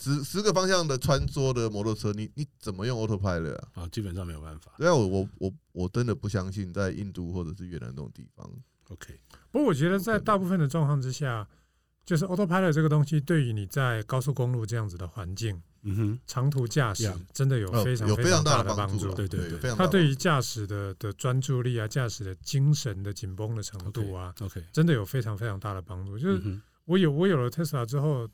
[SPEAKER 3] 十十个方向的穿梭的摩托车，你你怎么用 autopilot 啊？
[SPEAKER 1] 啊，基本上没有办法。
[SPEAKER 3] 对啊，我我我我真的不相信在印度或者是越南这种地方，
[SPEAKER 1] OK，
[SPEAKER 2] 不过我觉得在大部分的状况之下，就是 autopilot 这个东西对于你在高速公路这样子的环境
[SPEAKER 1] 嗯哼，
[SPEAKER 2] 长途驾驶
[SPEAKER 1] Yeah
[SPEAKER 2] 真的有
[SPEAKER 3] 呃
[SPEAKER 2] 非常
[SPEAKER 3] 有
[SPEAKER 2] 非常
[SPEAKER 3] 大
[SPEAKER 2] 的帮
[SPEAKER 3] 助啊，
[SPEAKER 1] 对对对
[SPEAKER 3] 非常
[SPEAKER 2] 它
[SPEAKER 3] 大的
[SPEAKER 2] 对于驾驶的的专注力啊，驾驶的精神的紧绷的程度啊，
[SPEAKER 1] OK，
[SPEAKER 2] 真的有非常非常大的帮助。就是
[SPEAKER 1] 嗯哼
[SPEAKER 2] 我有我有了 Tesla 之后，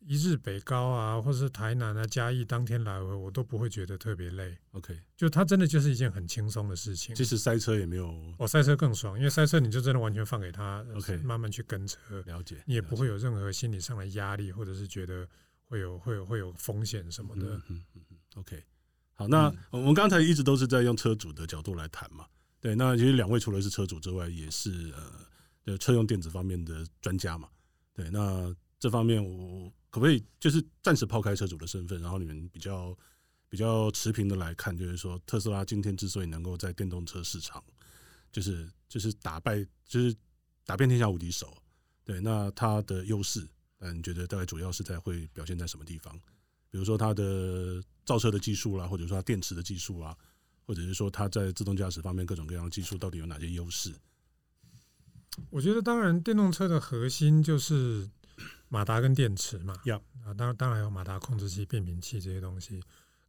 [SPEAKER 2] 一日北高啊，或是台南啊、嘉义当天来回，我都不会觉得特别累。
[SPEAKER 1] ，OK，
[SPEAKER 2] 就它真的就是一件很轻松的事情。
[SPEAKER 1] 即使塞车也没有
[SPEAKER 2] 我塞车更爽，因为塞车你就真的完全放给他
[SPEAKER 1] OK
[SPEAKER 2] 慢慢去跟车，
[SPEAKER 1] 了解，
[SPEAKER 2] 你也不
[SPEAKER 1] 了解
[SPEAKER 2] 会有任何心理上的压力，或者是觉得会有会有会有风险什么的。
[SPEAKER 1] 嗯嗯嗯嗯，OK。好，那
[SPEAKER 3] 嗯
[SPEAKER 1] 我们刚才一直都是在用车主的角度来谈嘛，对。那其实两位除了是车主之外，也是呃，呃车用电子方面的专家嘛，对。那这方面我可不可以就是暂时抛开车主的身份，然后你们比较比较持平的来看，就是说特斯拉今天之所以能够在电动车市场，就是就是打败就是打遍天下无敌手，对。那它的优势，那你觉得大概主要是在会表现在什么地方？比如说它的造车的技术啦，或者说它电池的技术啊，或者是说它在自动驾驶方面各种各样的技术到底有哪些优势？
[SPEAKER 2] 我觉得当然，电动车的核心就是马达跟电池嘛。
[SPEAKER 1] Yup
[SPEAKER 2] 啊，当然当然还有马达控制器、变频器这些东西。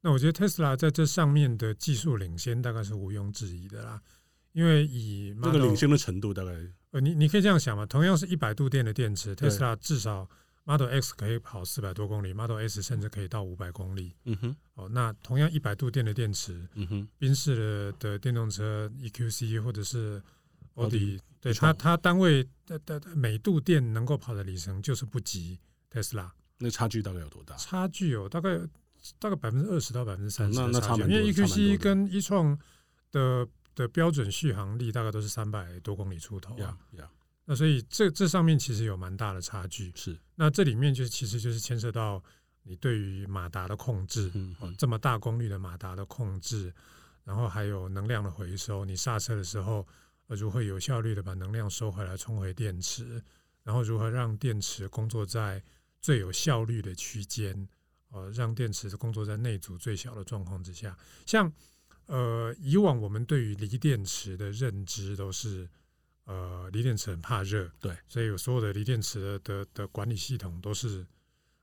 [SPEAKER 2] 那我觉得 Tesla 在这上面的技术领先，大概是毋庸置疑的啦。因为以
[SPEAKER 1] 这
[SPEAKER 2] Model,
[SPEAKER 1] 个领先的程度大概
[SPEAKER 2] 呃，你你可以这样想嘛，同样是一百度电的电池
[SPEAKER 1] 对
[SPEAKER 2] ，Tesla 至少 Model X 可以跑四百多公里，Model S 甚至可以到五百公里。
[SPEAKER 1] 嗯哼，
[SPEAKER 2] 哦，那同样一百度电的电池，
[SPEAKER 1] 嗯哼，
[SPEAKER 2] 宾士的的电动车 EQC 或者是奥
[SPEAKER 1] 奥迪
[SPEAKER 2] 迪，对
[SPEAKER 1] 没错
[SPEAKER 2] 它它单位的的的每度电能够跑的里程就是不及 Tesla，
[SPEAKER 1] 那差距大概有多大？
[SPEAKER 2] 差距有大概大概百分之二十到百分之三十
[SPEAKER 1] 哦那那
[SPEAKER 2] 的
[SPEAKER 1] 差
[SPEAKER 2] 差距，
[SPEAKER 1] 蛮
[SPEAKER 2] 因
[SPEAKER 1] 多
[SPEAKER 2] 为
[SPEAKER 1] 的差蛮多的
[SPEAKER 2] EQC 跟一创的的标准续航力大概都是三百多公里出头、
[SPEAKER 1] 呀
[SPEAKER 2] 啊，
[SPEAKER 1] 呀，
[SPEAKER 2] 那所以这这上面其实有蛮大的差距。
[SPEAKER 1] 是
[SPEAKER 2] 那这里面就其实就是牵涉到你对于马达的控制，
[SPEAKER 1] 嗯
[SPEAKER 2] 哦，这么大功率的马达的控制，然后还有能量的回收，你刹车的时候，呃，如何有效率的把能量收回来充回电池，然后如何让电池工作在最有效率的区间，呃，让电池工作在内阻最小的状况之下，像呃，以往我们对于锂电池的认知都是，呃，锂电池很怕热，
[SPEAKER 1] 对，
[SPEAKER 2] 所以有所有的锂电池的的的管理系统都是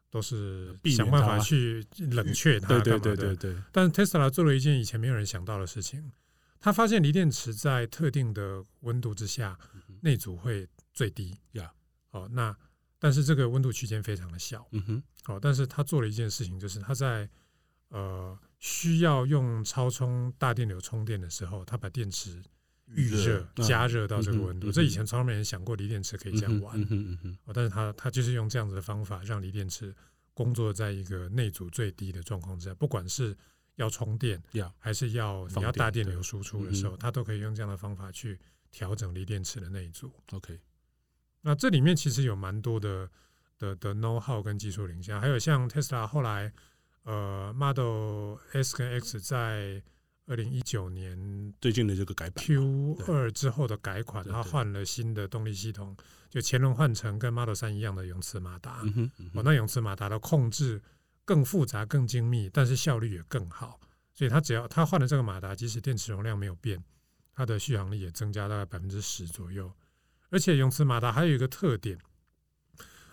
[SPEAKER 2] 都是
[SPEAKER 1] 避免
[SPEAKER 2] 想办法
[SPEAKER 1] 它
[SPEAKER 2] 去冷却它，
[SPEAKER 1] 对对
[SPEAKER 2] 干嘛
[SPEAKER 1] 对
[SPEAKER 2] 的
[SPEAKER 1] 对对，
[SPEAKER 2] 但 Tesla 做了一件以前没有人想到的事情，他发现锂电池在特定的温度之下，内阻会最低。
[SPEAKER 1] 嗯呀
[SPEAKER 2] 哦，那但是这个温度区间非常的小。
[SPEAKER 1] 嗯哼，
[SPEAKER 2] 哦，但是他做了一件事情，就是他在呃需要用超充大电流充电的时候，他把电池预热、
[SPEAKER 1] 嗯
[SPEAKER 2] 加热到这个
[SPEAKER 1] 嗯哼
[SPEAKER 2] 温
[SPEAKER 1] 嗯
[SPEAKER 2] 度。
[SPEAKER 1] 哼
[SPEAKER 2] 这以前从来没人想过锂电池可以这样玩。
[SPEAKER 1] 嗯哼嗯哼
[SPEAKER 2] 哦，但是他他就是用这样子的方法，让锂电池工作在一个内阻最低的状况之下，不管是要充电
[SPEAKER 1] Yeah
[SPEAKER 2] 还是要
[SPEAKER 1] 放
[SPEAKER 2] 你要大
[SPEAKER 1] 电
[SPEAKER 2] 电
[SPEAKER 1] 对
[SPEAKER 2] 流输出的时候，
[SPEAKER 1] 嗯
[SPEAKER 2] 它都可以用这样的方法去调整锂电池的内阻。
[SPEAKER 1] ，OK，
[SPEAKER 2] 那这里面其实有蛮多的的的 know how 跟技术领先，还有像 Tesla 后来呃 Model S 跟 X 在二零一九年
[SPEAKER 1] 最近的这个改版
[SPEAKER 2] Q
[SPEAKER 1] 对
[SPEAKER 2] 二之后的改款，
[SPEAKER 1] 对
[SPEAKER 2] 它
[SPEAKER 1] 对
[SPEAKER 2] 换了新的动力系统，就前轮换成跟 Model 三一样的永磁马达。
[SPEAKER 1] 嗯哼，嗯
[SPEAKER 2] 哦，
[SPEAKER 1] 哼
[SPEAKER 2] 那永磁马达的控制更复杂、更精密，但是效率也更好。所以它只要它换了这个马达，即使电池容量没有变，它的续航力也增加大概百分之十左右。而且永磁马达还有一个特点，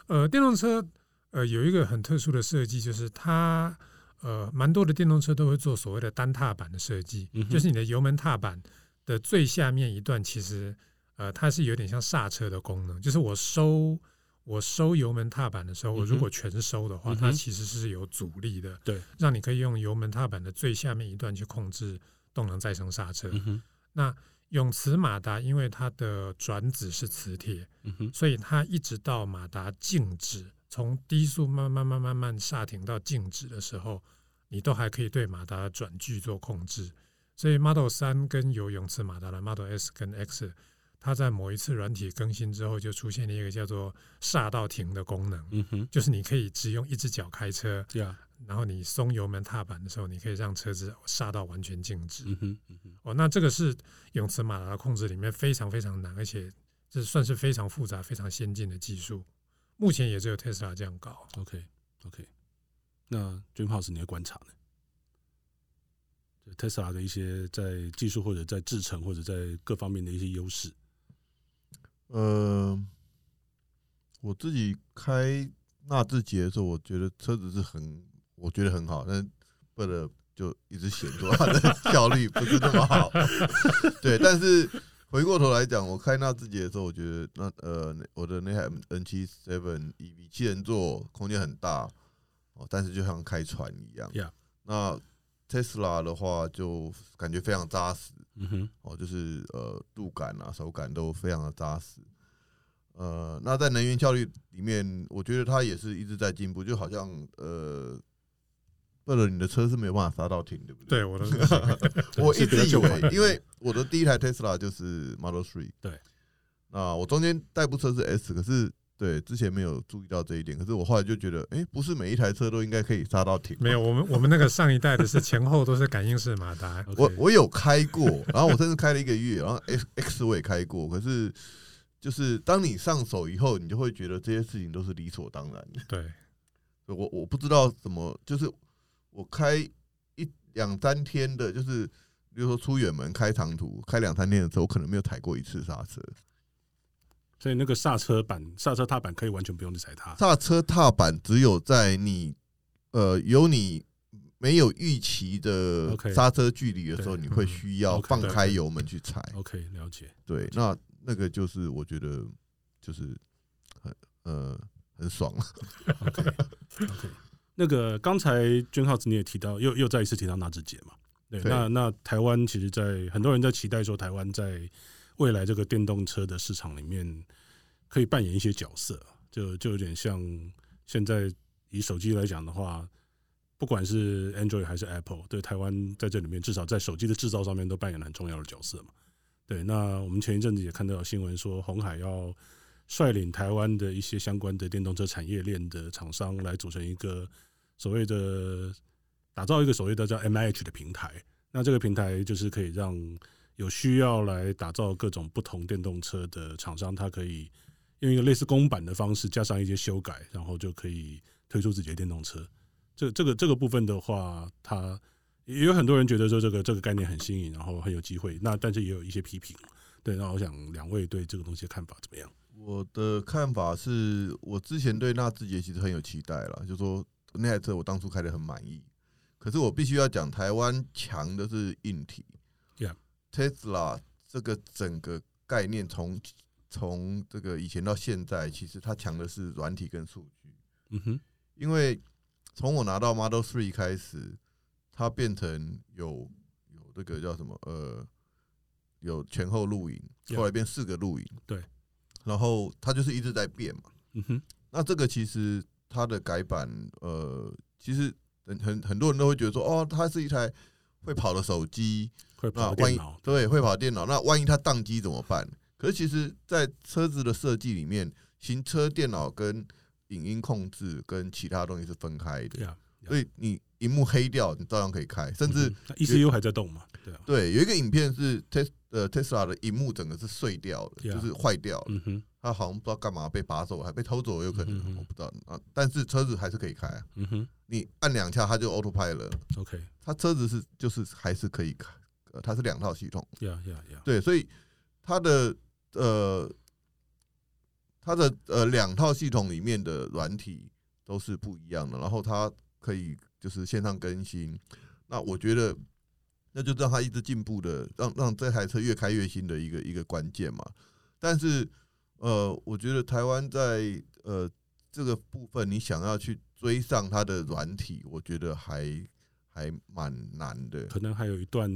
[SPEAKER 2] 呃，电动车呃有一个很特殊的设计，就是它呃蛮多的电动车都会做所谓的单踏板的设计，
[SPEAKER 1] 嗯哼
[SPEAKER 2] 就是你的油门踏板的最下面一段，其实呃它是有点像刹车的功能，就是我收我收油门踏板的时候，我
[SPEAKER 1] 嗯哼
[SPEAKER 2] 如果全收的话，
[SPEAKER 1] 嗯哼
[SPEAKER 2] 它其实是有阻力的，
[SPEAKER 1] 对，
[SPEAKER 2] 让你可以用油门踏板的最下面一段去控制动能再生刹车。
[SPEAKER 1] 嗯哼，
[SPEAKER 2] 永磁马达因为它的转子是磁铁，
[SPEAKER 1] 嗯哼，
[SPEAKER 2] 所以它一直到马达静止，从低速慢慢慢慢慢刹停到静止的时候，你都还可以对马达的转距做控制。所以 Model 三跟有永磁马达的 Model S 跟 X，它在某一次软体更新之后，就出现了一个叫做刹到停的功能，
[SPEAKER 1] 嗯哼，
[SPEAKER 2] 就是你可以只用一只脚开车，
[SPEAKER 1] 呀，
[SPEAKER 2] 然后你松油门踏板的时候，你可以让车子刹到完全静止。
[SPEAKER 1] 嗯哼，嗯哼，
[SPEAKER 2] 哦，那这个是永磁马达的控制里面非常非常难，而且这算是非常复杂、非常先进的技术。目前也只有 Tesla 这样搞。
[SPEAKER 1] OK OK，那 Dream House 你的观察呢就？Tesla 的一些在技术或者在制程或者在各方面的一些优势，
[SPEAKER 3] 呃，我自己开纳智捷的时候，我觉得车子是很，我觉得很好，但为了就一直嫌说它的效率不是那么好。 对，但是回过头来讲，我开纳智捷的时候，我觉得那呃，我的那台 N 七 Seven EV 七人座空间很大哦，但是就像开船一样。
[SPEAKER 1] Yeah
[SPEAKER 3] 那 Tesla 的话，就感觉非常扎实。
[SPEAKER 1] 嗯哼，
[SPEAKER 3] 哦，就是呃度感啊、手感都非常的扎实。呃，那在能源效率里面，我觉得它也是一直在进步，就好像呃，贝勒，你的车是没有办法刹到停，对不对？
[SPEAKER 2] 对，我都
[SPEAKER 3] 我
[SPEAKER 1] 是
[SPEAKER 3] 一
[SPEAKER 1] 比较
[SPEAKER 3] 直以
[SPEAKER 1] 旧款
[SPEAKER 3] 为，因为我的第一台 Tesla 就是 Model Three，
[SPEAKER 1] 对，
[SPEAKER 3] 那我中间代步车是 S，可是对之前没有注意到这一点，可是我后来就觉得，哎、不是每一台车都应该可以刹到停，
[SPEAKER 2] 没有。我们我们那个上一代的是前后都是感应式马 达，
[SPEAKER 1] OK
[SPEAKER 3] 我我有开过，然后我甚至开了一个月，然后 X X 我也开过，可是就是当你上手以后，你就会觉得这些事情都是理所当然的。
[SPEAKER 2] 对，
[SPEAKER 3] 我我不知道怎么，就是我开一两三天的，就是比如说出远门开长途，开两三天的时候，我可能没有踩过一次刹车，
[SPEAKER 1] 所以那个刹车板、刹车踏板可以完全不用去踩它。
[SPEAKER 3] 刹车踏板只有在你呃有你。没有预期的
[SPEAKER 1] OK
[SPEAKER 3] 刹车距离的时候，
[SPEAKER 1] 对
[SPEAKER 3] 你会
[SPEAKER 2] 嗯
[SPEAKER 3] 需要
[SPEAKER 1] OK，
[SPEAKER 3] 放
[SPEAKER 1] 对
[SPEAKER 3] 开油门去踩。
[SPEAKER 1] OK，了解。
[SPEAKER 3] 对，那那个就是我觉得就是很呃很爽了。
[SPEAKER 1] OK OK，那个刚才娟浩子你也提到，又又再一次提到纳智捷嘛？对，
[SPEAKER 3] 对
[SPEAKER 1] 那那台湾其实在很多人在期待说，台湾在未来这个电动车的市场里面可以扮演一些角色，就就有点像现在以手机来讲的话。不管是 Android 还是 Apple，对台湾在这里面至少在手机的制造上面都扮演了很重要的角色嘛。对，那我们前一阵子也看到有新闻说，红海要率领台湾的一些相关的电动车产业链的厂商来组成一个所谓的打造一个所谓的叫 MIH 的平台。那这个平台就是可以让有需要来打造各种不同电动车的厂商，它可以用一个类似公版的方式，加上一些修改，然后就可以推出自己的电动车。这这个这个部分的话，它也有很多人觉得说这个这个概念很新颖，然后很有机会。那但是也有一些批评。对，那我想两位对这个东西的看法怎么样？
[SPEAKER 3] 我的看法是我之前对纳智捷其实很有期待了，就说那台车我当初开的很满意。可是我必须要讲，台湾强的是硬体
[SPEAKER 1] Yeah
[SPEAKER 3] Tesla 这个整个概念从从这个以前到现在，其实它强的是软体跟数据。
[SPEAKER 1] 嗯哼，
[SPEAKER 3] 因为从我拿到 Model Three 开始，它变成有有这个叫什么呃，有前后录影，
[SPEAKER 1] Yeah
[SPEAKER 3] 后来变四个录影，
[SPEAKER 1] 对，
[SPEAKER 3] 然后它就是一直在变嘛。
[SPEAKER 1] 嗯哼，
[SPEAKER 3] 那这个其实它的改版，呃，其实很很很多人都会觉得说，哦，它是一台会跑的手机，
[SPEAKER 1] 会
[SPEAKER 3] 那
[SPEAKER 1] 跑
[SPEAKER 3] 万
[SPEAKER 1] 电
[SPEAKER 3] 一
[SPEAKER 1] 脑，
[SPEAKER 3] 对会跑的电脑，那万一它宕机怎么办？可是其实，在车子的设计里面，行车电脑跟影音控制跟其他东西是分开的，
[SPEAKER 1] 对啊，
[SPEAKER 3] 所以你荧幕黑掉，你照样可以开，甚至
[SPEAKER 1] 嗯哼那 ECU 还在动嘛？对啊，
[SPEAKER 3] 对有一个影片是 Tes 呃 Tesla 的荧幕整个是碎掉的，
[SPEAKER 1] Yeah
[SPEAKER 3] 就是坏掉了，
[SPEAKER 1] 嗯哼，
[SPEAKER 3] 它好像不知道干嘛被拔走，还被偷走，有可能、
[SPEAKER 1] 嗯哼哼
[SPEAKER 3] 我不知道啊。但是车子还是可以开啊，
[SPEAKER 1] 嗯哼
[SPEAKER 3] 你按两下它就 autopilot，了
[SPEAKER 1] ，OK，
[SPEAKER 3] 它车子是就是还是可以开，呃它是两套系统，
[SPEAKER 1] 呀呀呀，
[SPEAKER 3] 对，所以它的呃它的呃两套系统里面的软体都是不一样的，然后它可以就是线上更新，那我觉得。那就让它一直进步的，让让这台车越开越新的一个一个关键嘛。但是，呃，我觉得台湾在呃这个部分，你想要去追上它的软体，我觉得还还蛮难的。
[SPEAKER 1] 可能还有一段，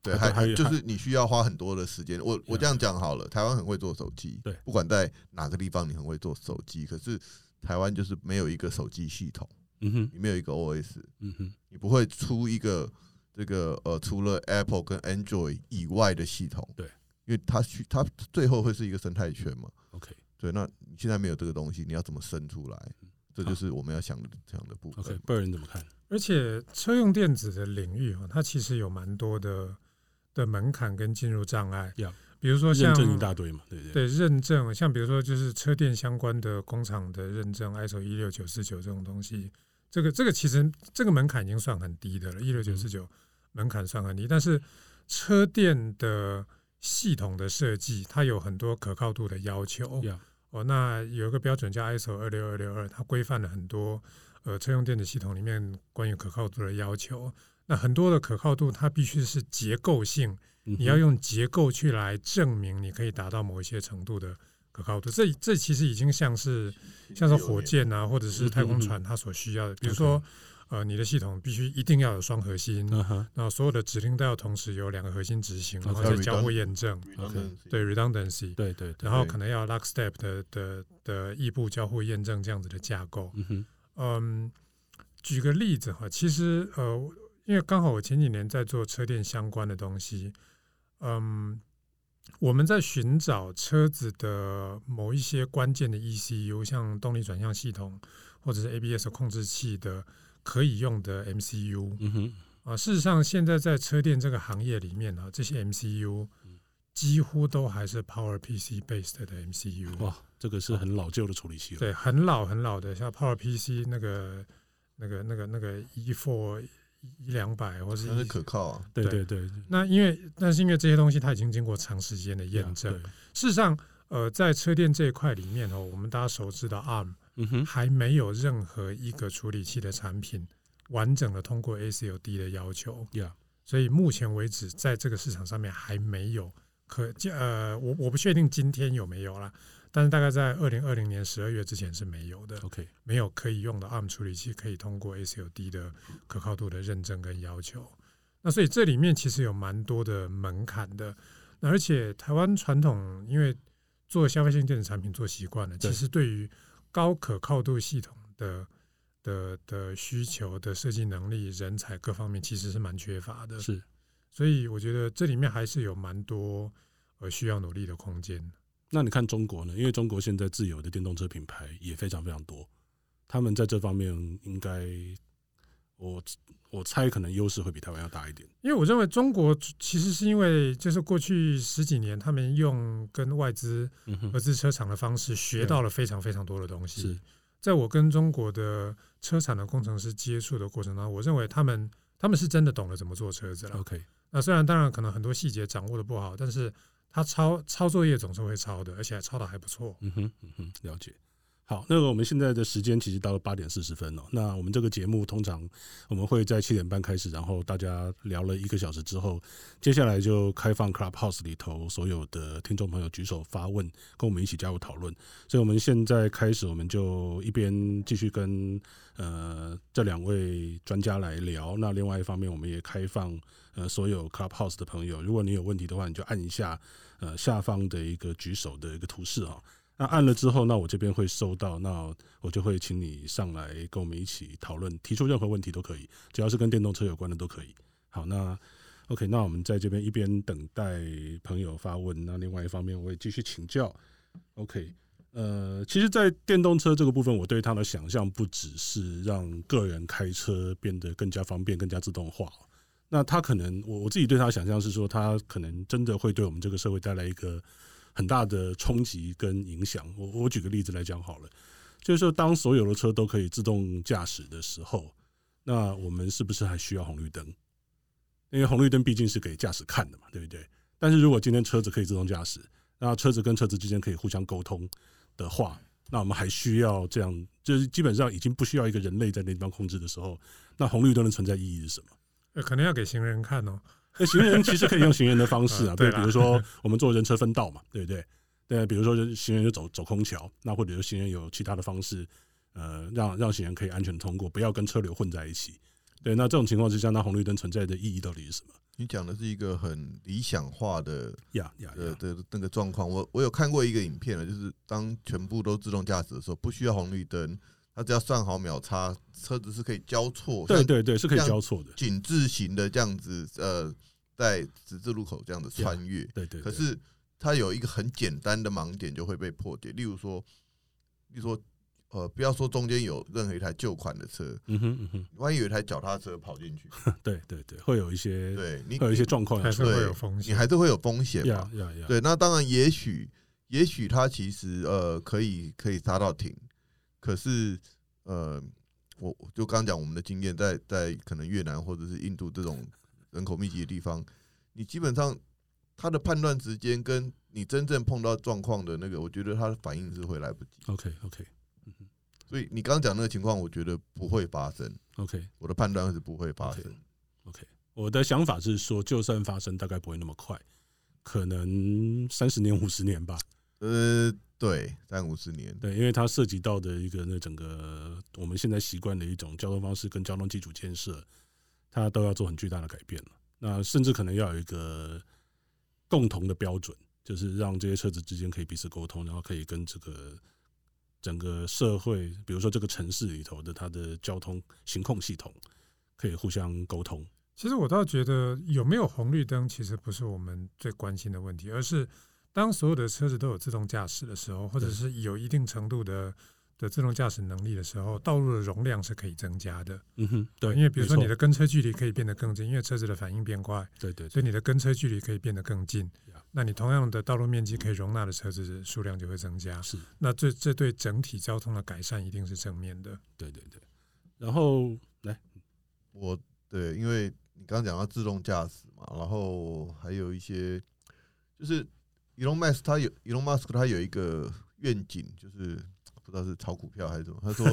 [SPEAKER 3] 对，
[SPEAKER 1] 还还
[SPEAKER 3] 还就是你需要花很多的时间。我我这样讲好了，台湾很会做手机，
[SPEAKER 1] 对
[SPEAKER 3] 不管在哪个地方你很会做手机，可是台湾就是没有一个手机系统，
[SPEAKER 1] 嗯哼，
[SPEAKER 3] 你没有一个 OS，
[SPEAKER 1] 嗯哼，
[SPEAKER 3] 你不会出一个这个呃，除了 Apple 跟 Android 以外的系统，
[SPEAKER 1] 对，
[SPEAKER 3] 因为它去它最后会是一个生态圈嘛，
[SPEAKER 1] OK
[SPEAKER 3] 对，那你现在没有这个东西，你要怎么生出来？这就是我们要想的想的部
[SPEAKER 1] OK，
[SPEAKER 3] 分。
[SPEAKER 1] 贝尔你怎么看？
[SPEAKER 2] 而且车用电子的领域哈，它其实有蛮多的的门槛跟进入障碍
[SPEAKER 1] Yeah，
[SPEAKER 2] 比如说像
[SPEAKER 1] 认证一大堆嘛，对不对？
[SPEAKER 2] 对认证，像比如说就是车电相关的工厂的认证，ISO 一六九四九这种东西，这个这个其实这个门槛已经算很低的了，一六九四九门槛算很低，但是车电的系统的设计，它有很多可靠度的要求。
[SPEAKER 1] 呀，
[SPEAKER 2] 哦，那有一个标准叫 ISO 二六二六二，它规范了很多呃车用电子系统里面关于可靠度的要求。那很多的可靠度，它必须是结构性，
[SPEAKER 1] 你
[SPEAKER 2] 你要用结构去来证明你可以达到某一些程度的可靠度。这这其实已经像是像是火箭啊，或者是太空船它所需要的，比如说呃，你的系统必须一定要有双核心，
[SPEAKER 1] 嗯哼，
[SPEAKER 2] 然后所有的指令都要同时有两个核心执行，然后
[SPEAKER 1] OK
[SPEAKER 2] 再交互验证，
[SPEAKER 3] Redundancy
[SPEAKER 2] 对 redundancy。
[SPEAKER 1] 对对对，
[SPEAKER 2] 然后
[SPEAKER 3] 对
[SPEAKER 2] 可能要 lockstep 的的的异步交互验证这样子的架构。
[SPEAKER 1] 嗯哼，
[SPEAKER 2] 嗯，举个例子哈，其实呃，因为刚好我前几年在做车电相关的东西，嗯，我们在寻找车子的某一些关键的 ECU，像动力转向系统或者是 ABS 控制器的可以用的 MCU。
[SPEAKER 1] 嗯哼，
[SPEAKER 2] 啊，事实上，现在在车电这个行业里面啊，这些 MCU 几乎都还是 PowerPC based 的 MCU，
[SPEAKER 1] 哇，这个是很老旧的处理器了，
[SPEAKER 2] 对，很老很老的，像 PowerPC 那个、那个、那个、那个 E four 一两百，或是
[SPEAKER 3] 但是
[SPEAKER 2] E-
[SPEAKER 3] 可靠啊，
[SPEAKER 1] 对对
[SPEAKER 2] 对
[SPEAKER 1] 对，
[SPEAKER 2] 那因为，但是因为这些东西它已经经过长时间的验证。
[SPEAKER 1] 对，
[SPEAKER 2] 事实上，呃，在车电这一块里面哦，我们大家熟知的 ARM
[SPEAKER 1] 嗯哼，
[SPEAKER 2] 还没有任何一个处理器的产品完整的通过 ACLD 的要求。
[SPEAKER 1] 呀，
[SPEAKER 2] 所以目前为止，在这个市场上面还没有可见呃，我我不确定今天有没有啦，但是大概在二零二零年十二月之前是没有的，
[SPEAKER 1] OK，
[SPEAKER 2] 没有可以用的 ARM 处理器可以通过 ACLD 的可靠度的认证跟要求。那所以这里面其实有蛮多的门槛的，那而且台湾传统因为做消费性电子产品做习惯了，
[SPEAKER 1] 对
[SPEAKER 2] 其实对于高可靠度系统的的的需求的设计能力、人才各方面其实是蛮缺乏的。
[SPEAKER 1] 是
[SPEAKER 2] 所以我觉得这里面还是有蛮多呃需要努力的空间。
[SPEAKER 1] 那你看中国呢？因为中国现在自有的电动车品牌也非常非常多，他们在这方面应该，我我猜可能优势会比台湾要大一点。
[SPEAKER 2] 因为我认为中国其实是因为就是过去十几年他们用跟外资
[SPEAKER 1] 嗯
[SPEAKER 2] 合
[SPEAKER 1] 哼，
[SPEAKER 2] 资车厂的方式学到了非常非常多的东西。
[SPEAKER 1] 是
[SPEAKER 2] 在我跟中国的车厂的工程师接触的过程当中，我认为他们他们是真的懂得怎么做车子
[SPEAKER 3] 哦
[SPEAKER 2] 了。
[SPEAKER 1] OK，
[SPEAKER 2] 那虽然当然可能很多细节掌握的不好，但是他抄抄作业总是会抄的，而且还抄的还不错。
[SPEAKER 1] 嗯哼，嗯哼，了解。好，那个我们现在的时间其实到了八点四十分了、哦那我们这个节目通常我们会在七点半开始，然后大家聊了一个小时之后，接下来就开放 Clubhouse 里头所有的听众朋友举手发问，跟我们一起加入讨论。所以我们现在开始，我们就一边继续跟呃这两位专家来聊。那另外一方面，我们也开放呃所有 Clubhouse 的朋友，如果你有问题的话，你就按一下呃下方的一个举手的一个图示啊、那按了之后，那我这边会收到，那我就会请你上来跟我们一起讨论，提出任何问题都可以，只要是跟电动车有关的都可以。好，那 OK，那我们在这边一边等待朋友发问，那另外一方面我也继续请教。OK，呃，其实，在电动车这个部分，我对它的想象不只是让个人开车变得更加方便、更加自动化。哦那它可能，我我自己对它的想象是说，它可能真的会对我们这个社会带来一个很大的冲击跟影响。我我举个例子来讲好了，就是说当所有的车都可以自动驾驶的时候，那我们是不是还需要红绿灯？因为红绿灯毕竟是给驾驶看的嘛，对不对？但是如果今天车子可以自动驾驶，那车子跟车子之间可以互相沟通的话，那我们还需要这样，就是基本上已经不需要一个人类在那地方控制的时候，那红绿灯的存在意义是什么？
[SPEAKER 2] 呃，可能要给行人看哦。
[SPEAKER 1] 那行人其实可以用行人的方式
[SPEAKER 3] 嗯
[SPEAKER 1] 啊，
[SPEAKER 2] 啊
[SPEAKER 1] 对，
[SPEAKER 2] 对
[SPEAKER 1] 比
[SPEAKER 2] 啦
[SPEAKER 1] 如说我们做人车分道嘛，对不对？对，比如说人行人就走走空桥，那或者是行人有其他的方式，呃，让让行人可以安全地通过，不要跟车流混在一起。对，那这种情况之下，那红绿灯存在的意义到底是什么？
[SPEAKER 3] 你讲的是一个很理想化的
[SPEAKER 1] 呀呀
[SPEAKER 3] 的
[SPEAKER 1] 呀！
[SPEAKER 3] 的那个状况。我我有看过一个影片了，啊就是当全部都自动驾驶的时候，不需要红绿灯，它只要算好秒差，车子是可以交错，
[SPEAKER 1] 对
[SPEAKER 3] 像
[SPEAKER 1] 对对，是可以
[SPEAKER 3] 像
[SPEAKER 1] 交错的。
[SPEAKER 3] 紧致型的这样子，呃，在十字路口这样子穿越。
[SPEAKER 1] 对对，对
[SPEAKER 3] 可是它有一个很简单的盲点就会被破解，例如说，例如说，呃，不要说中间有任何一台旧款的车，
[SPEAKER 1] 嗯哼嗯
[SPEAKER 3] 万一有一台脚踏车跑进去，
[SPEAKER 1] 哼，对对对，会有一些
[SPEAKER 3] 对你
[SPEAKER 1] 会有一些状况
[SPEAKER 2] 还是会有风
[SPEAKER 3] 哦你
[SPEAKER 2] 险。
[SPEAKER 3] 还是会有风险嘛
[SPEAKER 1] 呀。呀呀！
[SPEAKER 3] 对，那当然也，许也许他其实呃可以可以杀到停，可是呃，我我就刚讲我们的经验，在在可能越南或者是印度这种人口密集的地方，你基本上他的判断时间跟你真正碰到状况的那个，我觉得他的反应是会来不及。
[SPEAKER 1] ，OK OK
[SPEAKER 3] 所以你刚刚讲那个情况，我觉得不会发生，
[SPEAKER 1] OK，
[SPEAKER 3] 我的判断是不会发生。
[SPEAKER 1] 我的想法是说，就算发生，大概不会那么快，可能三十年、五十年吧。
[SPEAKER 3] 呃，对，三五十年，
[SPEAKER 1] 对，因为它涉及到的一个那整个我们现在习惯的一种交通方式跟交通基础建设，它都要做很巨大的改变了。那甚至可能要有一个共同的标准，就是让这些车子之间可以彼此沟通，然后可以跟这个整个社会，比如说这个城市里头的它的交通行控系统，可以互相沟通。
[SPEAKER 2] 其实我倒觉得有没有红绿灯，其实不是我们最关心的问题，而是当所有的车子都有自动驾驶的时候，或者
[SPEAKER 1] 对
[SPEAKER 2] 是有一定程度的的自动驾驶能力的时候，道路的容量是可以增加的。
[SPEAKER 1] 嗯哼，对，
[SPEAKER 2] 因为比如
[SPEAKER 1] 没
[SPEAKER 2] 说
[SPEAKER 1] 错
[SPEAKER 2] 你的跟车距离可以变得更近，因为车子的反应变快，
[SPEAKER 1] 对对
[SPEAKER 2] 所
[SPEAKER 1] 对
[SPEAKER 2] 以你的跟车距离可以变得更近
[SPEAKER 1] Yeah。
[SPEAKER 2] 那你同样的道路面积可以容纳的车子数量就会增加，
[SPEAKER 1] 是。
[SPEAKER 2] 那这这对整体交通的改善一定是正面的。
[SPEAKER 1] 对对对。然后来，
[SPEAKER 3] 我对，因为你刚刚讲到自动驾驶嘛，然后还有一些就是 Elon Musk 他有 Elon Musk 他有一个愿景，就是不知道是炒股票还是什么，他说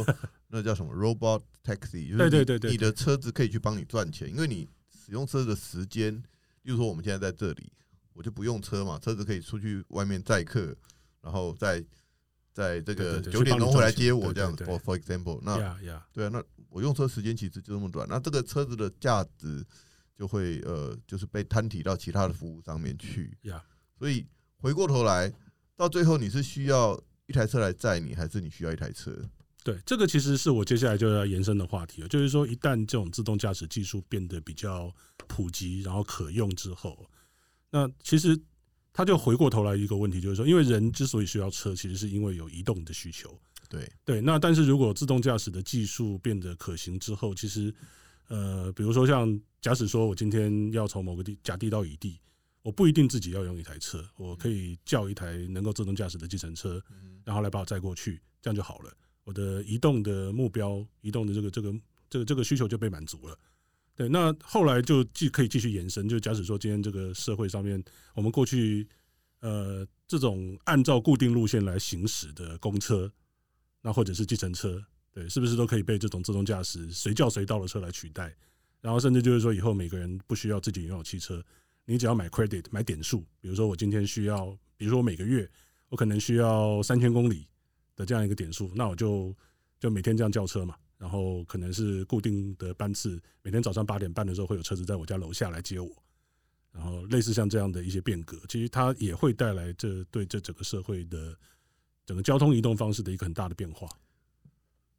[SPEAKER 3] 那叫什么 robot taxi，就是
[SPEAKER 1] 对对
[SPEAKER 3] 你
[SPEAKER 1] 对对
[SPEAKER 3] 你的车子可以去帮你赚钱，因为你使用车子的时间，例如说我们现在在这里，我就不用车嘛，车子可以出去外面载客，然后再在这
[SPEAKER 1] 对
[SPEAKER 3] 个
[SPEAKER 1] 对对
[SPEAKER 3] 九点钟回来接
[SPEAKER 1] 去帮
[SPEAKER 3] 我
[SPEAKER 1] 你赚钱
[SPEAKER 3] 这样子
[SPEAKER 1] 对对
[SPEAKER 3] ，for for example，那
[SPEAKER 1] 呀呀，
[SPEAKER 3] 对啊，那我用车时间其实就这么短，那这个车子的价值就会呃，就是被摊提到其他的服务上面去。
[SPEAKER 1] Yeah
[SPEAKER 3] 所以回过头来，到最后你是需要一台车来载你，还是你需要一台车？
[SPEAKER 1] 对，这个其实是我接下来就要延伸的话题了，就是说，一旦这种自动驾驶技术变得比较普及，然后可用之后，那其实它就回过头来一个问题，就是说，因为人之所以需要车，其实是因为有移动的需求，
[SPEAKER 3] 对，
[SPEAKER 1] 对，那但是如果自动驾驶的技术变得可行之后，其实呃，比如说像假使说我今天要从某个地甲地到乙地，我不一定自己要用一台车，我可以叫一台能够自动驾驶的计程车，
[SPEAKER 3] 嗯
[SPEAKER 1] 然后来把我载过去，这样就好了。我的移动的目标，移动的这个这个这个这个需求就被满足了。对，那后来就继可以继续延伸，就假使说今天这个社会上面，我们过去呃这种按照固定路线来行驶的公车，那或者是计程车，对，是不是都可以被这种自动驾驶随叫随到的车来取代？然后甚至就是说，以后每个人不需要自己拥有汽车，你只要买 credit 买点数，比如说我今天需要，比如说我每个月我可能需要三千公里的这样一个点数，那我就就每天这样叫车嘛，然后可能是固定的班次，每天早上八点半的时候会有车子在我家楼下来接我，然后类似像这样的一些变革，其实它也会带来这对这整个社会的整个交通移动方式的一个很大的变化。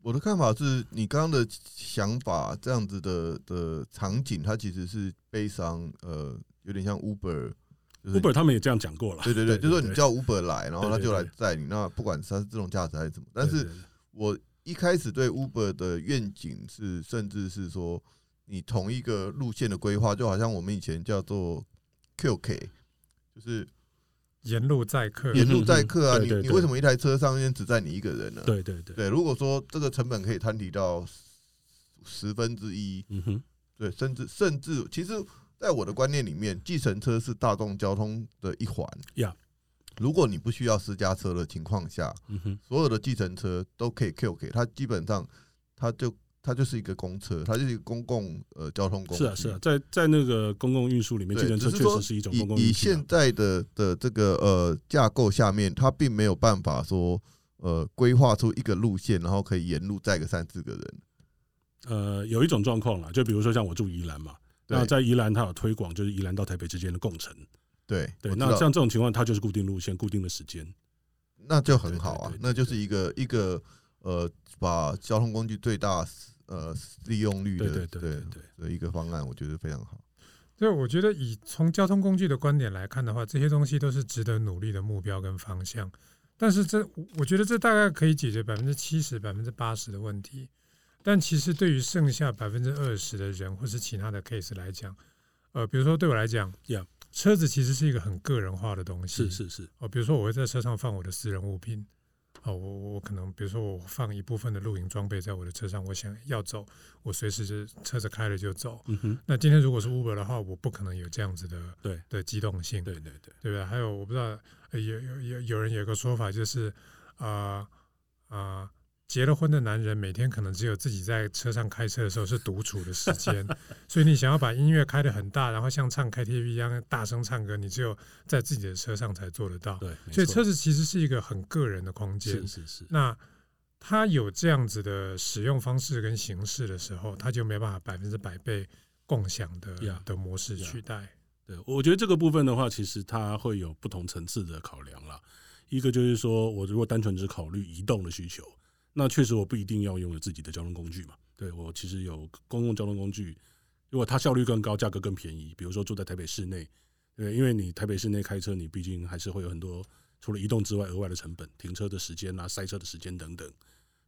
[SPEAKER 3] 我的看法是你刚刚的想法，这样子的的场景，它其实是悲伤，呃，有点像 Uber，就是你
[SPEAKER 1] Uber 他们也这样讲过了，
[SPEAKER 3] 对对对，就是说你叫 Uber 来，然后他
[SPEAKER 1] 对对
[SPEAKER 3] 就来
[SPEAKER 1] 对
[SPEAKER 3] 载你。那不管是他是自动驾驶还是怎么，但
[SPEAKER 1] 对
[SPEAKER 3] 是
[SPEAKER 1] 对对
[SPEAKER 3] 我一开始对 Uber 的愿景是，甚至是说你同一个路线的规划，就好像我们以前叫做 QK，就是
[SPEAKER 2] 沿路载客，
[SPEAKER 3] 沿路载客
[SPEAKER 1] 嗯
[SPEAKER 3] 啊，
[SPEAKER 1] 嗯嗯对
[SPEAKER 3] 你
[SPEAKER 1] 对
[SPEAKER 3] 你
[SPEAKER 1] 对
[SPEAKER 3] 为什么一台车上面只载你一个人呢？
[SPEAKER 1] 对对对，
[SPEAKER 3] 呃对，如果说这个成本可以摊提到十分之一，
[SPEAKER 1] 嗯哼，
[SPEAKER 3] 对，甚至甚至，其实，在我的观念里面，计程车是大众交通的一环。
[SPEAKER 1] Yeah
[SPEAKER 3] 如果你不需要私家车的情况下，
[SPEAKER 1] 嗯哼，
[SPEAKER 3] 所有的计程车都可以 Q 给它，基本上它就它就是一个公车，它就是一个公共呃交通工具。
[SPEAKER 1] 是啊是啊，，在在那个公共运输里面，
[SPEAKER 3] 对
[SPEAKER 1] 计程车
[SPEAKER 3] 只
[SPEAKER 1] 确
[SPEAKER 3] 是说
[SPEAKER 1] 实是一种
[SPEAKER 3] 以
[SPEAKER 1] 公共
[SPEAKER 3] 以
[SPEAKER 1] 运输
[SPEAKER 3] 现
[SPEAKER 1] 啊。
[SPEAKER 3] 在的的这个呃架构下面，它并没有办法说呃规划出一个路线，然后可以沿路载个三四个人。
[SPEAKER 1] 呃，有一种状况啦，就比如说像我住宜兰嘛，那
[SPEAKER 3] 对
[SPEAKER 1] 在宜兰它有推广，就是宜兰到台北之间的共乘。
[SPEAKER 3] 对
[SPEAKER 1] 对，
[SPEAKER 3] 我知
[SPEAKER 1] 那
[SPEAKER 3] 道
[SPEAKER 1] 像这种情况，它就是固定路线、固定的时间。
[SPEAKER 3] 那就很好啊
[SPEAKER 1] 对对对，对
[SPEAKER 3] 那就是一个一个呃，把交通工具最大呃利用率
[SPEAKER 1] 对对
[SPEAKER 3] 的
[SPEAKER 1] 对对对，
[SPEAKER 3] 的一个方案，我觉得非常好。
[SPEAKER 2] 对，我觉得以从交通工具的观点来看的话，这些东西都是值得努力的目标跟方向。但是这，我觉得这大概可以解决百分之七十、百分之八十的问题。但其实对于剩下百分之二十的人或是其他的 case 来讲，呃，比如说对我来讲
[SPEAKER 1] Yeah
[SPEAKER 2] 车子其实是一个很个人化的东西。
[SPEAKER 1] 是是是，
[SPEAKER 2] 哦，比如说我会在车上放我的私人物品，哦，我我我可能比如说我放一部分的露营装备在我的车上，我想要走，我随时是车子开了就走。
[SPEAKER 1] 嗯哼，
[SPEAKER 2] 那今天如果是 Uber 的话，我不可能有这样子的
[SPEAKER 1] 对
[SPEAKER 2] 的机动性，
[SPEAKER 1] 对对对，
[SPEAKER 2] 对不对？还有我不知道，呃有有有有人有个说法就是，啊、呃、啊、结了婚的男人每天可能只有自己在车上开车的时候是独处的时 间，所以你想要把音乐开得很大，然后像唱 KTV 一样大声唱歌，你只有在自己的车上才做得到。
[SPEAKER 1] 对，没
[SPEAKER 2] 所以
[SPEAKER 1] 错
[SPEAKER 2] 车子其实是一个很个人的空间
[SPEAKER 1] 是，是是，
[SPEAKER 2] 那它有这样子的使用方式跟形式的时候，它就没办法百分之百被共享的
[SPEAKER 1] Yeah,
[SPEAKER 2] 的模式
[SPEAKER 1] yeah.
[SPEAKER 2] 取代。
[SPEAKER 1] 对，我觉得这个部分的话，其实它会有不同层次的考量啦。一个就是说，我如果单纯只考虑移动的需求，那确实我不一定要拥有自己的交通工具嘛。对我其实有公共交通工具，如果它效率更高，价格更便宜，比如说住在台北市内，对，因为你台北市内开车，你毕竟还是会有很多除了移动之外额外的成本，停车的时间啊、塞车的时间等等，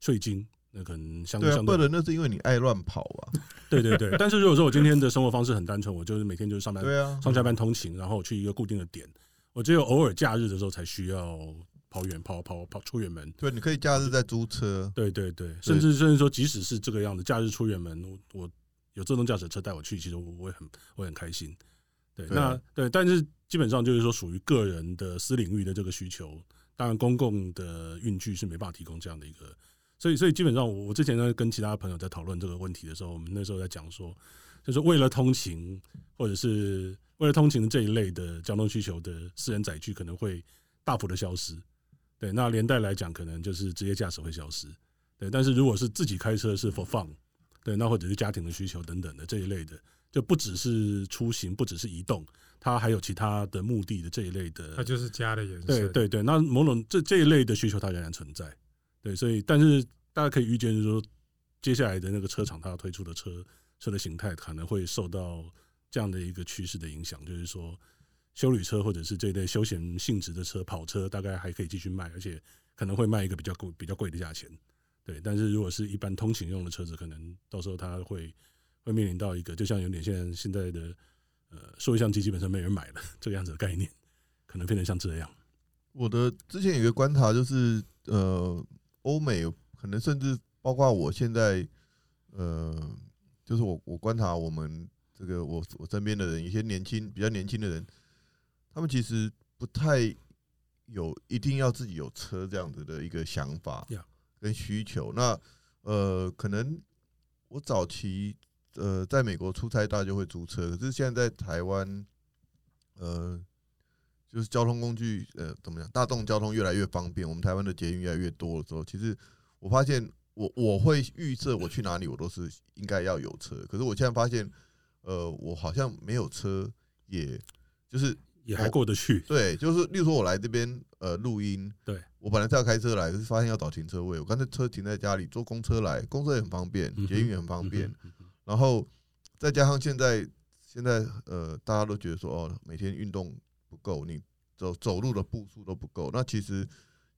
[SPEAKER 1] 税金。那可能相
[SPEAKER 3] 对啊，
[SPEAKER 1] 相
[SPEAKER 3] 不
[SPEAKER 1] 对
[SPEAKER 3] 能那是因为你爱乱跑啊。
[SPEAKER 1] 对对 对，但是如果说我今天的生活方式很单纯，我就是每天就是上班
[SPEAKER 3] 对啊，
[SPEAKER 1] 上下班通勤，然后我去一个固定的点，我只有偶尔假日的时候才需要跑远跑跑跑出远门。
[SPEAKER 3] 对，你可以假日再租车。
[SPEAKER 1] 对对对，甚至甚至说，即使是这个样子，假日出远门，我我有自动驾驶车带我去，其实我我也很我也很开心。对，
[SPEAKER 3] 对啊
[SPEAKER 1] 那对，但是基本上就是说，属于个人的私领域的这个需求，当然公共的运具是没办法提供这样的一个。所以，所以基本上，我我之前呢跟其他朋友在讨论这个问题的时候，我们那时候在讲说，就是为了通勤或者是为了通勤这一类的交通需求的私人载具可能会大幅的消失。对，那连带来讲，可能就是职业驾驶会消失。对，但是如果是自己开车是 for fun，对，那或者是家庭的需求等等的这一类的，就不只是出行，不只是移动，它还有其他的目的的这一类的
[SPEAKER 2] 它就是家的延伸。
[SPEAKER 1] 对对对，那某种这这一类的需求它仍然存在，对，所以但是大家可以预见，就是说接下来的那个车厂它要推出的车车的形态可能会受到这样的一个趋势的影响，就是说修旅车或者是这一类休闲性质的车跑车大概还可以继续卖，而且可能会卖一个比较贵、比较贵的价钱。对，但是如果是一般通勤用的车子，可能到时候它会会面临到一个，就像有点现在现在的呃，数位相机基本上没人买了这个样子的概念，可能变成像这样。
[SPEAKER 3] 我的之前有一个观察就是，呃，欧美可能甚至包括我现在，呃，就是我我观察我们这个我我身边的人，一些年轻比较年轻的人，他们其实不太有一定要自己有车这样子的一个想法
[SPEAKER 1] Yeah
[SPEAKER 3] 跟需求。那呃，可能我早期呃在美国出差大家就会租车，可是现在在台湾，呃，就是交通工具，呃，怎么讲？大众交通越来越方便，我们台湾的捷运越来越多的时候，其实我发现我我会预设我去哪里，我都是应该要有车。可是我现在发现，呃，我好像没有车，也就是
[SPEAKER 1] 也还过得去，
[SPEAKER 3] 对，就是例如说我来这边呃录音，
[SPEAKER 1] 对
[SPEAKER 3] 我本来是要开车来，可是发现要找停车位，我干脆车停在家里，坐公车来，公车也很方便
[SPEAKER 1] 嗯，哼
[SPEAKER 3] 捷运也很方便
[SPEAKER 1] 嗯，哼嗯哼
[SPEAKER 3] 然后再加上现在现在呃，大家都觉得说哦，每天运动不够，你走走路的步数都不够，那其实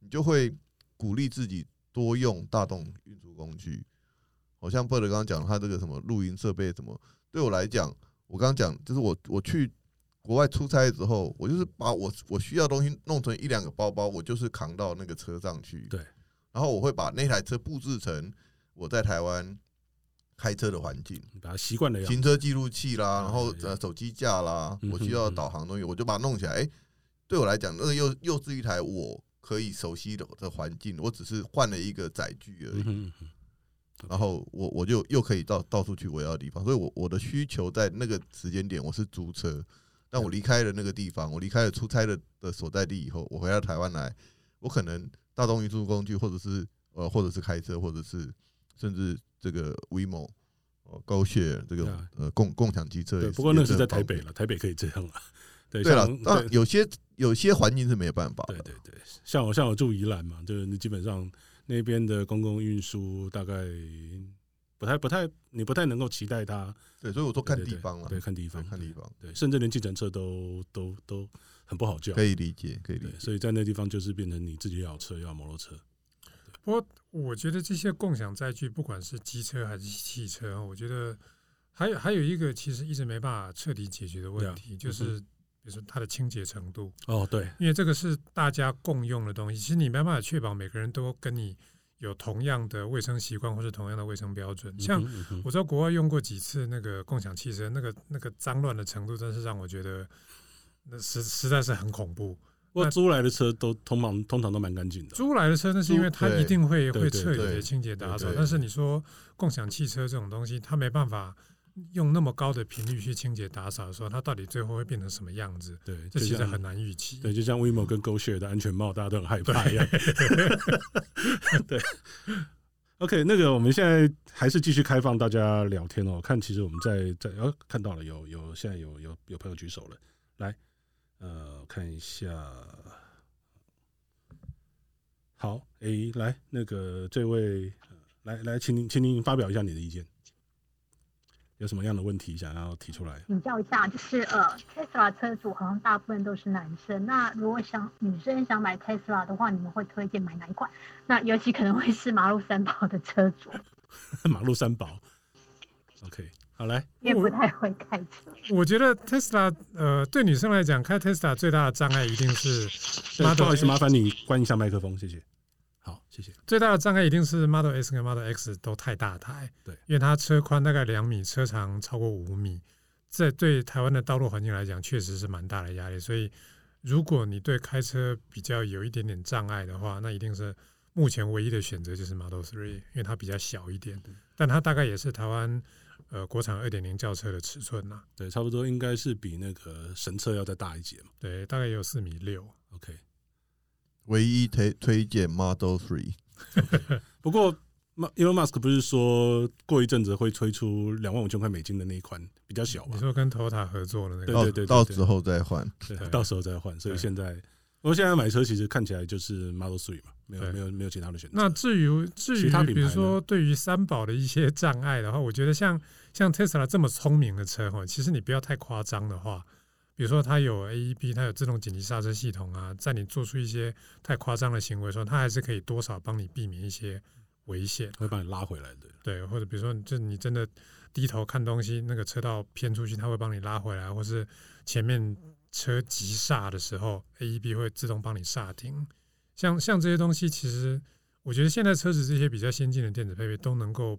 [SPEAKER 3] 你就会鼓励自己多用大众运输工具。好像贝尔刚刚讲他这个什么录音设备什么，对我来讲，我刚刚讲就是我我去国外出差之后，我就是把我我需要的东西弄成一两个包包，我就是扛到那个车上去。
[SPEAKER 1] 对，
[SPEAKER 3] 然后我会把那台车布置成我在台湾开车的环境。
[SPEAKER 1] 你嗯把它习惯了样子。
[SPEAKER 3] 行车记录器啦，然后
[SPEAKER 1] 对
[SPEAKER 3] 呃手机架啦
[SPEAKER 1] 嗯，哼
[SPEAKER 3] 我需要导航东西，我就把它弄起来。哎，对我来讲，那个又又是一台我可以熟悉的的环境，我只是换了一个载具而
[SPEAKER 1] 嗯
[SPEAKER 3] 已。
[SPEAKER 1] 哼嗯哼
[SPEAKER 3] 然后我我就又可以到到处去我要的地方，所以我我的需求在那个时间点我是租车，但我离开了那个地方，我离开了出差的的所在地以后，我回到台湾来，我可能大众运输工具或者是呃或者是开车，或者是甚至这个 WeMo 呃 GoShare 这
[SPEAKER 1] 对
[SPEAKER 3] 个
[SPEAKER 1] 啊
[SPEAKER 3] 呃共共享机车也
[SPEAKER 1] 对，
[SPEAKER 3] 是，
[SPEAKER 1] 不过那个是
[SPEAKER 3] 也
[SPEAKER 1] 在
[SPEAKER 3] 很
[SPEAKER 1] 台
[SPEAKER 3] 方
[SPEAKER 1] 北
[SPEAKER 3] 便。
[SPEAKER 1] 了，台北可以这样了。对，
[SPEAKER 3] 对了
[SPEAKER 1] 像，
[SPEAKER 3] 当然有些有些环境是没有办法
[SPEAKER 1] 对
[SPEAKER 3] 的，
[SPEAKER 1] 对对，像我像我住宜兰嘛，就是你基本上那边的公共运输大概不太不太，你不太能够期待它
[SPEAKER 3] 对，所以我说看
[SPEAKER 1] 对对
[SPEAKER 3] 地方了，
[SPEAKER 1] 对，看地
[SPEAKER 3] 对
[SPEAKER 1] 方，
[SPEAKER 3] 看地方，
[SPEAKER 1] 对，甚至连计程车都都都很不好叫
[SPEAKER 3] 可，以理解，可以理
[SPEAKER 1] 对，
[SPEAKER 3] 解。
[SPEAKER 1] 所以在那地方就是变成你自己要有车，要有摩托车，
[SPEAKER 2] 不过我觉得这些共享载具，不管是机车还是汽车哦，我觉得还有还有一个其实一直没办法彻底解决的问
[SPEAKER 1] 嗯
[SPEAKER 2] 题，就是比如说它的清洁程度，
[SPEAKER 1] 哦，对，
[SPEAKER 2] 因为这个是大家共用的东西，其实你没办法确保每个人都跟你有同样的卫生习惯或者同样的卫生标准。像
[SPEAKER 1] 嗯哼嗯哼
[SPEAKER 2] 我在国外用过几次那个共享汽车，那个那个脏乱的程度，真是让我觉得那实实在是很恐怖。
[SPEAKER 1] 不过
[SPEAKER 2] 那
[SPEAKER 1] 租来的车都通常通常都蛮干净的，
[SPEAKER 2] 租来的车，那是因为它一定会
[SPEAKER 1] 对
[SPEAKER 2] 会
[SPEAKER 1] 对
[SPEAKER 2] 彻底的
[SPEAKER 3] 对
[SPEAKER 2] 清洁打
[SPEAKER 1] 对
[SPEAKER 2] 扫
[SPEAKER 1] 对，
[SPEAKER 2] 但是你说共享汽车这种东西，它没办法用那么高的频率去清洁打扫的时候，它到底最后会变成什么样子？
[SPEAKER 1] 对，就
[SPEAKER 2] 这其实
[SPEAKER 1] 像
[SPEAKER 2] 很。难预期。
[SPEAKER 1] 对，就像 WeMo 跟 GoShare 的安全帽，大家都很害怕一样。对，OK，那个我们现在还是继续开放大家聊天哦。看，其实我们在在呃、看到了有有现在有有有朋友举手了，来，呃，看一下。好，诶，来，那个这位，呃来来，请您请您发表一下你的意见，有什么样的问题想要提出来？
[SPEAKER 4] 请教一下，就是呃，Tesla 车主好像大部分都是男生。那如果想女生想买 Tesla 的话，你们会推荐买哪一款？那尤其可能会是马路三宝的车主，
[SPEAKER 1] 马路三宝，OK，好来，
[SPEAKER 4] 也不太会开车。
[SPEAKER 2] 我觉得 Tesla 呃，对女生来讲，开 Tesla 最大的障碍一定是
[SPEAKER 1] 对
[SPEAKER 2] Model
[SPEAKER 1] 不好意思，
[SPEAKER 2] A
[SPEAKER 1] 麻烦你关一下麦克风，谢谢。好，谢谢。
[SPEAKER 2] 最大的障碍一定是 Model S 跟 Model X 都太大台，
[SPEAKER 1] 对
[SPEAKER 2] 因为它车宽大概两米，车长超过五米，这对台湾的道路环境来讲确实是蛮大的压力。所以，如果你对开车比较有一点点障碍的话，那一定是目前唯一的选择就是 Model Three，因为它比较小一点，但它大概也是台湾呃国产二点零轿车的尺寸啦，
[SPEAKER 1] 对，差不多应该是比那个神车要再大一截嘛。
[SPEAKER 2] 对，大概也有四米六。
[SPEAKER 1] OK，
[SPEAKER 3] 唯一推推荐 Model Three，
[SPEAKER 1] 不过 Ma- Elon Musk 不是说过一阵子会推出两万五千块美金的那一款比较小
[SPEAKER 2] 你
[SPEAKER 1] 嘛？
[SPEAKER 2] 说跟 Toyota 合作的那
[SPEAKER 1] 对
[SPEAKER 2] 个，
[SPEAKER 3] 到
[SPEAKER 1] 对对
[SPEAKER 3] 到
[SPEAKER 1] 对
[SPEAKER 3] 时候再换。
[SPEAKER 1] 对
[SPEAKER 2] 对，
[SPEAKER 1] 到时候再换。所以
[SPEAKER 2] 对
[SPEAKER 1] 现在，不过现在买车其实看起来就是 Model Three 嘛，没有
[SPEAKER 2] 对
[SPEAKER 1] 没有没有其他的选择。
[SPEAKER 2] 那至于至
[SPEAKER 1] 其他
[SPEAKER 2] 于
[SPEAKER 1] 品
[SPEAKER 2] 比如
[SPEAKER 1] 牌呢
[SPEAKER 2] 说对于三宝的一些障碍的话，我觉得像像 Tesla 这么聪明的车哈，其实你不要太夸张的话，比如说它有 AEB，它有自动紧急刹车系统啊，在你做出一些太夸张的行为的时候，它还是可以多少帮你避免一些危险。
[SPEAKER 1] 会把你拉回来的。
[SPEAKER 2] 对，或者比如说，就你真的低头看东西，那个车道偏出去，它会帮你拉回来，或是前面车急刹的时候，AEB 会自动帮你刹停。像像这些东西，其实我觉得现在车子这些比较先进的电子配备都能够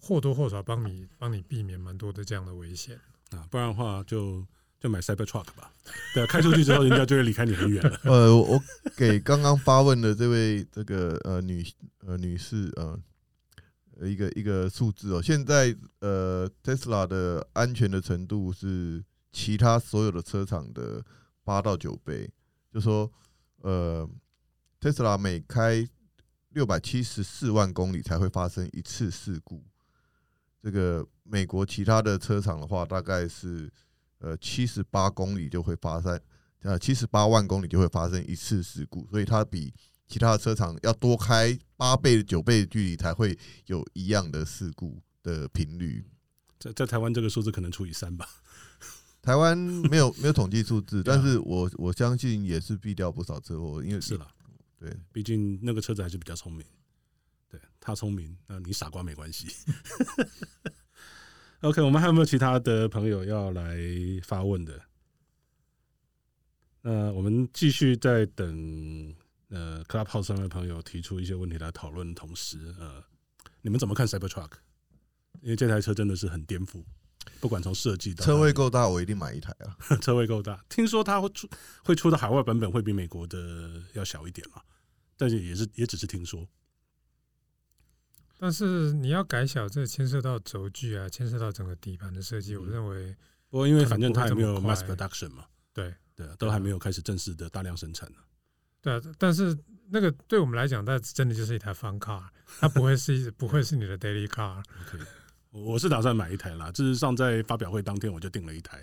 [SPEAKER 2] 或多或少帮你帮你避免蛮多的这样的危险。
[SPEAKER 1] 啊，不然的话就就买 Cybertruck 吧。对啊，开出去之后，人家就会离开你很远 了。
[SPEAKER 3] 呃，我我给刚刚发问的这位这个呃女呃女士呃一个一个数字哦，现在呃 Tesla 的安全的程度是其他所有的车厂的八到九倍，就说呃 Tesla 每开六百七十四万公里才会发生一次事故，这个美国其他的车厂的话，大概是呃七十八公里就会发生呃七十八万公里就会发生一次事故，所以它比其他的车厂要多开八倍、九倍的距离才会有一样的事故的频率。
[SPEAKER 1] 在在台湾这个数字可能除以三吧。
[SPEAKER 3] 台湾没有没有统计数 字，
[SPEAKER 1] 对啊
[SPEAKER 3] 但是我我相信也是避掉不少车祸，因为
[SPEAKER 1] 是了，
[SPEAKER 3] 对，
[SPEAKER 1] 毕竟那个车子还是比较聪明。对他聪明，那你傻瓜没关系。OK，我们还有没有其他的朋友要来发问的？那我们继续在等呃 Clubhouse 上面的朋友提出一些问题来讨论，同时呃，你们怎么看 Cybertruck？因为这台车真的是很颠覆，不管从设计到它
[SPEAKER 3] 车位
[SPEAKER 1] 的
[SPEAKER 3] 够大，我一定买一台啊。
[SPEAKER 1] 车位够大，听说它会出会出的海外版本会比美国的要小一点嘛，但是也是也只是听说。
[SPEAKER 2] 但是你要改小，这牵涉到轴距啊，牵涉到整个底盘的设计，我
[SPEAKER 1] 嗯
[SPEAKER 2] 认为
[SPEAKER 1] 不过因为反正它还没有
[SPEAKER 2] 可能不会
[SPEAKER 1] mass
[SPEAKER 2] 这么快
[SPEAKER 1] production 嘛，
[SPEAKER 2] 对
[SPEAKER 1] 对啊，都还没有开始正式的大量生产呢、
[SPEAKER 2] 对啊，但是那个对我们来讲，那真的就是一台 fun car，它不会是一 不会是你的 daily car。
[SPEAKER 1] OK，我我是打算买一台啦，事实上在发表会当天我就订了一台，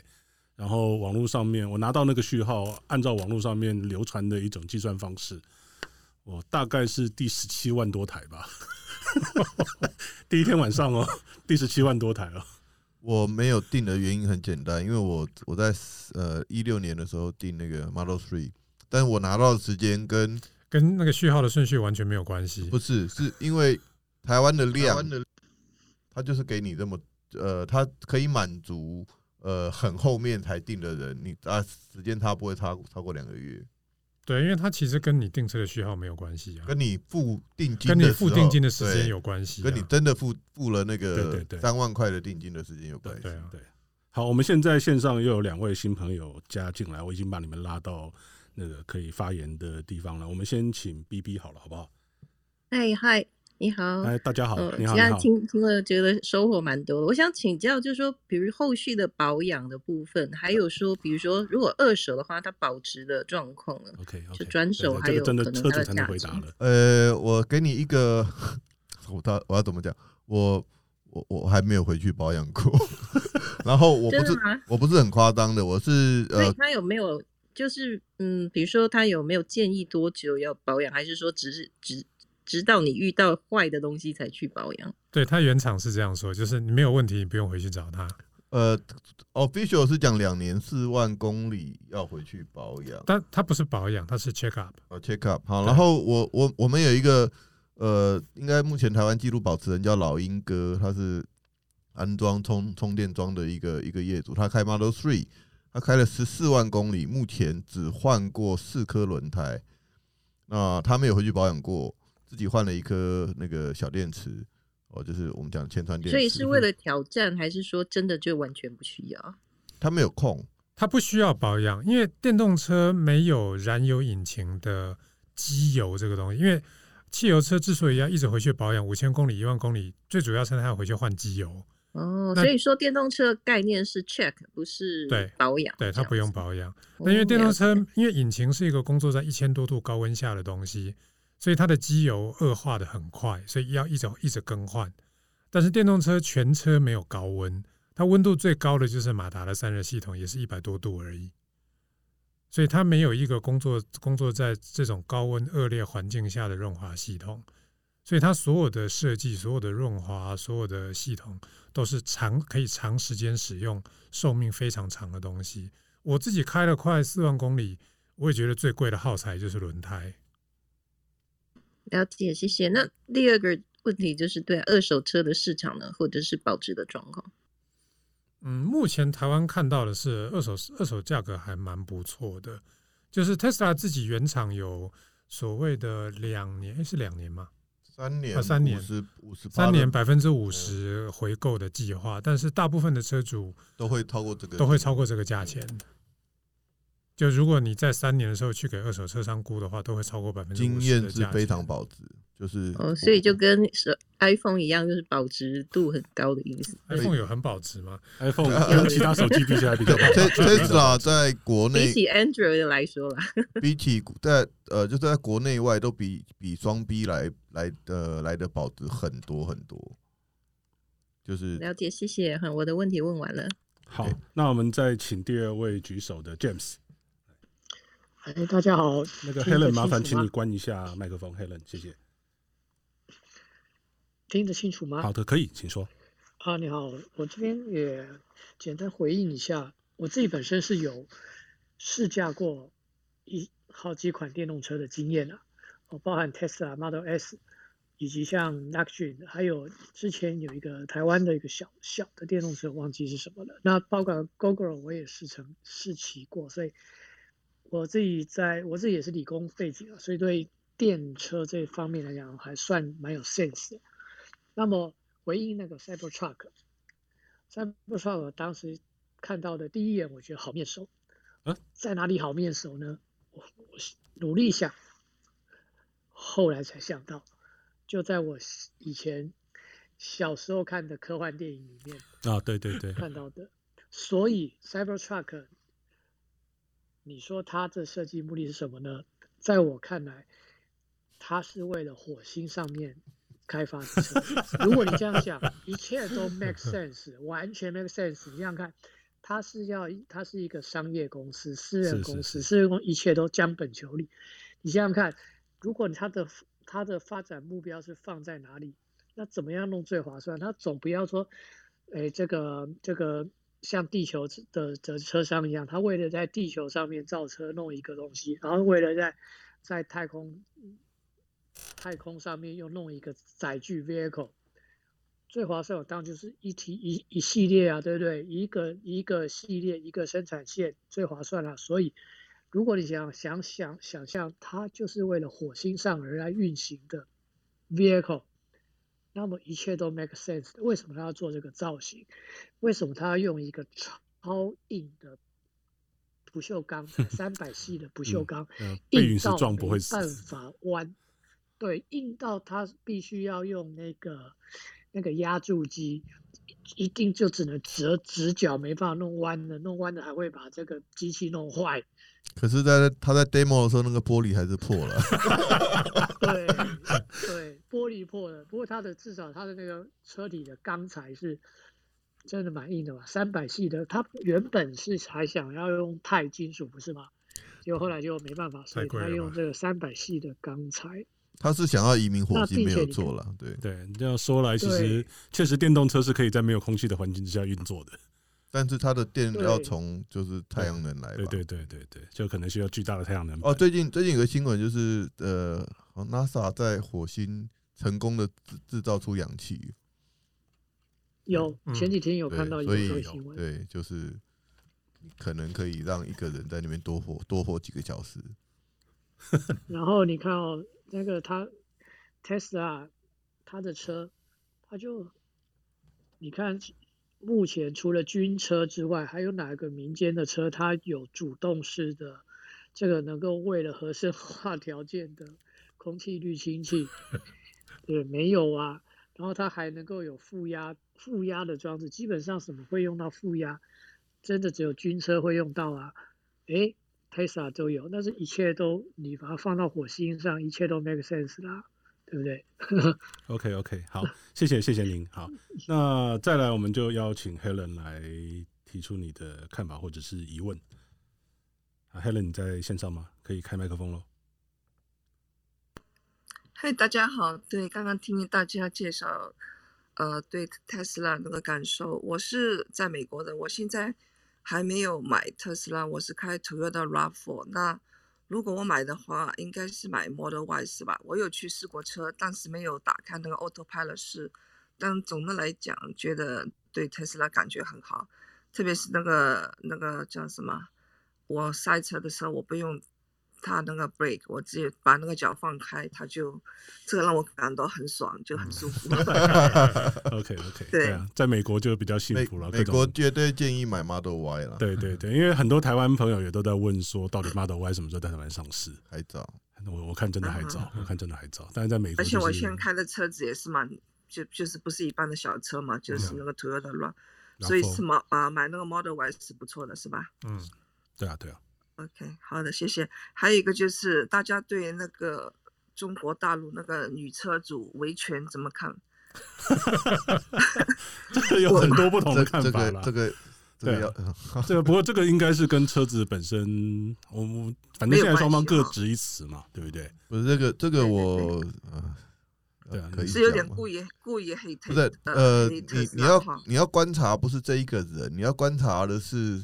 [SPEAKER 1] 然后网络上面我拿到那个序号，按照网络上面流传的一种计算方式，我大概是第十七万多台吧。 第一天晚上哦，第十七万多台哦，
[SPEAKER 3] 我没有定的原因很简单，因为我我在呃一六年的时候定那个 Model Three，但我拿到的时间跟
[SPEAKER 2] 跟那个序号的顺序完全没有关系
[SPEAKER 3] 不。是是因为台湾的量，
[SPEAKER 5] 的
[SPEAKER 3] 它就是给你这么呃，它可以满足呃很后面才定的人，你啊时间差不会差超过两个月，
[SPEAKER 2] 对，因为它其实跟你订车的序号没有关系啊，
[SPEAKER 3] 跟你付定金
[SPEAKER 2] 跟你付
[SPEAKER 3] 时候
[SPEAKER 2] 定金的时间
[SPEAKER 3] 对
[SPEAKER 2] 有关系、啊。
[SPEAKER 3] 跟你真的付付了那
[SPEAKER 1] 对对
[SPEAKER 3] 个
[SPEAKER 1] 对
[SPEAKER 3] 三万块的定金的时间有关系
[SPEAKER 2] 对。啊，
[SPEAKER 1] 对，好，我们现在线上又有两位新朋友加进来，我已经把你们拉到那个可以发言的地方了。我们先请 B B 好了，好不好？
[SPEAKER 5] 嗨嗨，你好。
[SPEAKER 1] 哎，大家好，
[SPEAKER 5] 呃，
[SPEAKER 1] 你好，
[SPEAKER 5] 现
[SPEAKER 1] 你
[SPEAKER 5] 在
[SPEAKER 1] 好。
[SPEAKER 5] 听听了，觉得收获蛮多的。我想请教，就是说，比如后续的保养的部分，还有说，比如说，如果二手的话，它保值的状况呢？
[SPEAKER 1] OK，
[SPEAKER 5] 就转手还
[SPEAKER 1] 这个
[SPEAKER 5] 有
[SPEAKER 1] 真的
[SPEAKER 5] 可能
[SPEAKER 1] 车
[SPEAKER 5] 它
[SPEAKER 1] 主
[SPEAKER 5] 的
[SPEAKER 1] 才能
[SPEAKER 5] 价
[SPEAKER 1] 回
[SPEAKER 5] 值
[SPEAKER 1] 答了。
[SPEAKER 3] 呃，我给你一个， 我到我要怎么讲？我我我还没有回去保养过， 然后我不
[SPEAKER 5] 真的
[SPEAKER 3] 是
[SPEAKER 5] 吗
[SPEAKER 3] 我不是很夸张的，我是
[SPEAKER 5] 所以
[SPEAKER 3] 呃
[SPEAKER 5] 它有没有就是嗯，比如说它有没有建议多久要保养，还是说只是直直到你遇到坏的东西才去保养？
[SPEAKER 2] 对它原厂是这样说，就是你没有问题，你不用回去找它。
[SPEAKER 3] 呃 official 是讲两年四万公里要回去保养，
[SPEAKER 2] 但它不是保养，它是 check up。
[SPEAKER 3] 呃 check up 好，
[SPEAKER 2] 对
[SPEAKER 3] 然后我我我们有一个呃，应该目前台湾纪录保持人叫老鹰哥，他是安装充充电桩的一个一个业主，他开 Model Three，他开了十四万公里，目前只换过四颗轮胎，那、他没有回去保养过，自己换了一颗那个小电池，哦，就是我们讲铅酸电池，
[SPEAKER 5] 所以是
[SPEAKER 2] 嗯
[SPEAKER 5] 为了挑战，还是说真的就完全不需要？
[SPEAKER 3] 他没有空，
[SPEAKER 2] 它不需要保养，因为电动车没有燃油引擎的机油这个东西。因为汽油车之所以要一直回去保养，五千公里、一万公里，最主要是它要回去换机油。
[SPEAKER 5] 哦，
[SPEAKER 2] 那
[SPEAKER 5] 所以说电动车的概念是 check，不是
[SPEAKER 2] 对
[SPEAKER 5] 保养这
[SPEAKER 2] 对，
[SPEAKER 5] 样子。
[SPEAKER 2] 它不用保养。那因为电动车
[SPEAKER 5] 哦了解，
[SPEAKER 2] 因为引擎是一个工作在一千多度高温下的东西，所以它的机油恶化的很快，所以要一直一直更换。但是电动车全车没有高温，它温度最高的就是马达的散热系统，也是一百多度而已。所以它没有一个工作工作在这种高温恶劣环境下的润滑系统，所以它所有的设计、所有的润滑、所有的系统都是长可以长时间使用、寿命非常长的东西。我自己开了快四万公里，我也觉得最贵的耗材就是轮胎。
[SPEAKER 5] 了解，谢谢。那第二个问题就是对二手车的市场呢，或者是保值的状况。
[SPEAKER 2] 嗯，目前台湾看到的是二手二手价格还蛮不错的，就是 Tesla 自己原厂有所谓的两年，诶是两年吗？
[SPEAKER 3] 三年
[SPEAKER 2] 啊三年
[SPEAKER 3] 十五十
[SPEAKER 2] 三年百分之五
[SPEAKER 3] 嗯
[SPEAKER 2] 十回购的计划，但是大部分的车主
[SPEAKER 3] 都会超过这个，
[SPEAKER 2] 都会超过这个价钱。就如果你在三年的时候去给二手车商估的话，都会超过百分之
[SPEAKER 3] 经
[SPEAKER 2] 五十
[SPEAKER 3] 验
[SPEAKER 2] 的
[SPEAKER 3] 是
[SPEAKER 2] 价
[SPEAKER 3] 非
[SPEAKER 2] 钱。
[SPEAKER 3] 常保值，就是
[SPEAKER 1] 嗯
[SPEAKER 5] 哦，所以就跟手 iPhone 一样，就是保值度很高的意思。
[SPEAKER 1] 哎
[SPEAKER 2] iPhone 有很保值吗？
[SPEAKER 1] iPhone 跟其他手机比起来比 较
[SPEAKER 3] Te- Tesla 在国
[SPEAKER 5] 比
[SPEAKER 3] 内
[SPEAKER 5] 起 Android 来说啦，
[SPEAKER 3] 比起在呃，就是在国内外都比比双 B 来来呃来的保值很多很多，就是
[SPEAKER 5] 了解，谢谢。很，我的问题问完了。
[SPEAKER 1] 好。那我们再请第二位举手的 James，
[SPEAKER 6] 哎，大家好，
[SPEAKER 1] 那个
[SPEAKER 6] 听得
[SPEAKER 1] Helen，麻烦请
[SPEAKER 6] 清楚吗
[SPEAKER 1] 你关一下麦克风，Helen，谢谢。
[SPEAKER 6] 听得清楚吗？
[SPEAKER 1] 好的，可以，请说。
[SPEAKER 6] 啊，你好，我这边也简单回应一下，我自己本身是有试驾过一好几款电动车的经验啊，哦，包含 Tesla Model S，以及像 l u x u r y 还有之前有一个台湾的一个小小的电动车，忘记是什么了。那包括 GoGo 我也试乘试骑过，所以我自己在我自己也是理工背景啊，所以对电车这方面来讲还算蛮有 sense 的。那么回应那个 Cybertruck，Cybertruck 我当时看到的第一眼，我觉得好面熟。
[SPEAKER 1] 啊，
[SPEAKER 6] 在哪里好面熟呢？我我努力想，后来才想到，就在我以前小时候看的科幻电影里面
[SPEAKER 1] 啊，对对对，
[SPEAKER 6] 看到的。所以 Cybertruck，你说它这设计目的是什么呢？在我看来，它是为了火星上面开发的 车。如果你这样想，一切都 make sense，完全 make sense。你想想看，它是要它是一个商业公司、
[SPEAKER 1] 是
[SPEAKER 6] 私人
[SPEAKER 1] 是
[SPEAKER 6] 公
[SPEAKER 1] 是
[SPEAKER 6] 司，私人公一切都将本求利。你想想看，如果它的它的发展目标是放在哪里，那怎么样弄最划算？它总不要说，哎，这个这个像地球的的车商一样，他为了在地球上面造车弄一个东西，然后为了在在太空太空上面又弄一个载具 vehicle，最划算的当然就是一体一一系列啊，对不对？一个一个系列一个生产线最划算了、所以，如果你想想想想象它就是为了火星上而来运行的 vehicle，那么一切都 make sense。为什么它要做这个造型？为什么它要用一个超硬的不锈钢三百系的不锈
[SPEAKER 1] 嗯
[SPEAKER 6] 钢？
[SPEAKER 1] 嗯，被
[SPEAKER 6] 硬
[SPEAKER 1] 陨石
[SPEAKER 6] 到
[SPEAKER 1] 撞不
[SPEAKER 6] 没
[SPEAKER 1] 会死
[SPEAKER 6] 办法弯，对，硬到它必须要用那个那个压铸机，一定就只能折直角，没办法弄弯的，弄弯的还会把这个机器弄坏。
[SPEAKER 3] 可是在他在 demo 的时候，那个玻璃还是破 了，
[SPEAKER 6] 对对，玻璃破了，不过它的至少它的那个车体的钢材是真的蛮硬的吧？三百系的，它原本是还想要用钛金属，不是吗？结果后来就没办法，所
[SPEAKER 2] 太
[SPEAKER 6] 以
[SPEAKER 2] 贵
[SPEAKER 6] 它
[SPEAKER 2] 了
[SPEAKER 6] 用
[SPEAKER 2] 吧
[SPEAKER 6] 这个三百系的钢材。
[SPEAKER 3] 他是想要移民火
[SPEAKER 6] 那
[SPEAKER 3] 星
[SPEAKER 6] 并
[SPEAKER 3] 没
[SPEAKER 6] 且
[SPEAKER 3] 有
[SPEAKER 6] 你
[SPEAKER 3] 做了，对，
[SPEAKER 1] 对，你这样说来，其
[SPEAKER 6] 对
[SPEAKER 1] 实确实电动车是可以在没有空气的环境之下运作的。
[SPEAKER 3] 但是他的电
[SPEAKER 6] 对
[SPEAKER 3] 要从就是太阳能来吧，
[SPEAKER 1] 对对对对对，就可能需要巨大的太阳能板。
[SPEAKER 3] 哦，最近最近有个新闻就是，呃好像，NASA 在火星成功的制制造出氧气，
[SPEAKER 6] 有
[SPEAKER 2] 嗯
[SPEAKER 6] 前几天有
[SPEAKER 3] 对
[SPEAKER 6] 看到有
[SPEAKER 3] 所以
[SPEAKER 6] 这个新闻，
[SPEAKER 3] 对，就是可能可以让一个人在那边多活多活几个 小时。
[SPEAKER 6] 然后你看哦，那个他 Tesla 他的车，他就你看，目前除了军车之外，还有哪个民间的车它有主动式的这个能够为了合适化条件的空气滤清 器？对，没有啊。然后它还能够有负压负压的装置，基本上什么会用到负压？真的只有军车会用到啊。诶 t e s l a 都有，但是一切都你把它放到火星上，一切都 make sense 啦，对不对？
[SPEAKER 1] OK OK，好，谢谢谢谢您。 好，那再来我们就邀请 Helen 来提出你的看法或者是疑问。啊，Helen 你在线上吗？可以开麦克风喽。
[SPEAKER 7] 嗨，大家好。对，刚刚听大家介绍，呃，对 Tesla 那个感受，我是在美国的，我现在还没有买特斯拉，我是开 Toyota RAV4。那如果我买的话，应该是买 Model Y 是吧？我有去试过车，但是没有打开那个 Autopilot 试。但总的来讲，觉得对特斯拉感觉很好，特别是那个那个叫什么，我赛车的时候我不用它那个 brake，我直接把那个脚放开，它就这个让我感到很爽，就很舒服。
[SPEAKER 1] OK OK，
[SPEAKER 7] 对
[SPEAKER 1] 啊，在美国就比较幸
[SPEAKER 3] 美
[SPEAKER 1] 福了。各
[SPEAKER 3] 美国
[SPEAKER 1] 种
[SPEAKER 3] 绝对建议买 Model Y 了，
[SPEAKER 1] 对对对，因为很多台湾朋友也都在问说，到底 Model Y 什么时候在台湾上市？
[SPEAKER 3] 还早。
[SPEAKER 1] 我我看真的还
[SPEAKER 3] 啊
[SPEAKER 1] 早，我看真的还早。但是在美国、
[SPEAKER 7] 而
[SPEAKER 1] 就
[SPEAKER 7] 且
[SPEAKER 1] 是，
[SPEAKER 7] 我现在开的车子也是蛮，就就是不是一般的小车嘛，就是那个 Toyota r a
[SPEAKER 1] 嗯然
[SPEAKER 7] 所以
[SPEAKER 1] 后
[SPEAKER 7] 是毛啊、买那个 Model Y 是不错的，是吧
[SPEAKER 2] 嗯，
[SPEAKER 1] 对啊对 啊，
[SPEAKER 7] ？OK，好的，谢谢。还有一个就是大家对那个中国大陆那个女车主维权怎么看？
[SPEAKER 1] 这个有很多不同
[SPEAKER 3] 这
[SPEAKER 1] 的看
[SPEAKER 3] 这
[SPEAKER 1] 法
[SPEAKER 3] 个
[SPEAKER 1] 啦。
[SPEAKER 3] 这个 这
[SPEAKER 1] 对
[SPEAKER 3] 个
[SPEAKER 1] 啊
[SPEAKER 3] 要
[SPEAKER 1] 这个不过这个应该是跟车子本身，我我反正
[SPEAKER 7] 没有
[SPEAKER 1] 现在双方
[SPEAKER 7] 关系
[SPEAKER 1] 各
[SPEAKER 7] 啊
[SPEAKER 1] 执一词嘛，对不对？
[SPEAKER 3] 不是这个这个
[SPEAKER 7] 对对
[SPEAKER 3] 我啊，
[SPEAKER 1] 对啊
[SPEAKER 3] 可以
[SPEAKER 7] 是有
[SPEAKER 3] 讲
[SPEAKER 7] 点
[SPEAKER 3] 吗
[SPEAKER 7] 故意故意黑
[SPEAKER 3] 不
[SPEAKER 7] 特
[SPEAKER 3] 是
[SPEAKER 7] 呃
[SPEAKER 3] 呃，
[SPEAKER 7] 黑特
[SPEAKER 3] 你
[SPEAKER 7] 斯
[SPEAKER 3] 你
[SPEAKER 7] 拉
[SPEAKER 3] 要
[SPEAKER 7] 哈
[SPEAKER 3] 你要观察不是这一个人，你要观察的是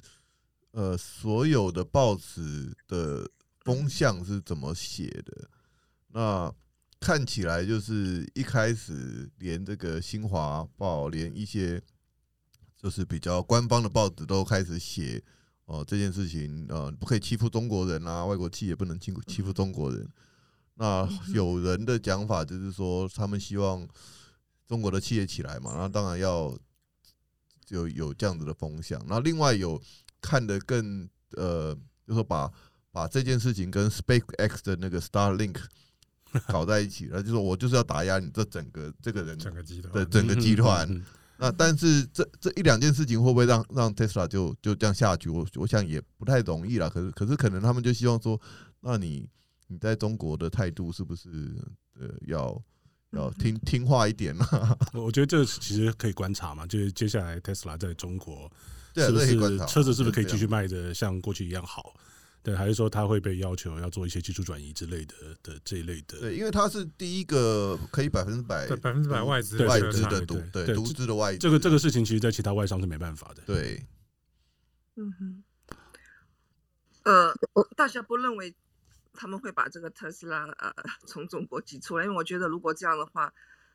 [SPEAKER 3] 呃所有的报纸的风向是怎么写的。那看起来就是一开始连这个新华报，连一些就是比较官方的报纸都开始写哦、这件事情，呃，不可以欺负中国人啊，外国企业不能欺
[SPEAKER 2] 嗯
[SPEAKER 3] 欺负中国人。那有人的讲法就是说，他们希望中国的企业起来嘛，那当然要有有这样子的风向。那另外有看得更呃，就说把把这件事情跟 SpaceX 的那个 Starlink 搞在一起，然后就说我就是要打压你这整个这个人
[SPEAKER 2] 整个集团
[SPEAKER 3] 的整个集 团。
[SPEAKER 1] 嗯嗯嗯
[SPEAKER 3] 那但是这这一两件事情会不会让让 Tesla 就就这样下去？我我想也不太容易啦。可是可是可能他们就希望说，那你你在中国的态度是不是呃要要听听话一点啊？
[SPEAKER 1] 我我觉得这其实可以观察嘛，就是接下来 Tesla 在中国
[SPEAKER 3] 对啊，
[SPEAKER 1] 是不
[SPEAKER 3] 这可
[SPEAKER 1] 是
[SPEAKER 3] 以观察啊
[SPEAKER 1] 车子是不是可以
[SPEAKER 3] 这
[SPEAKER 1] 继
[SPEAKER 3] 样
[SPEAKER 1] 续卖的像过去一样好？对，还是说它会被要求要做一些技术转移之类的的这一类的？
[SPEAKER 3] 对，因为它是第一个可以百分之百
[SPEAKER 2] 对百分之百
[SPEAKER 3] 独
[SPEAKER 2] 外资
[SPEAKER 1] 对
[SPEAKER 3] 外
[SPEAKER 2] 车
[SPEAKER 3] 资
[SPEAKER 2] 厂
[SPEAKER 3] 的
[SPEAKER 1] 对
[SPEAKER 3] 独
[SPEAKER 1] 对
[SPEAKER 3] 对
[SPEAKER 1] 对
[SPEAKER 3] 独资的外资
[SPEAKER 1] 这个这个事情，其实在其他外商是没办法的。
[SPEAKER 3] 对
[SPEAKER 7] 嗯哼，呃，大家不认为他们会把这个特斯拉呃从中国挤出来，因为我觉得如果这样的话，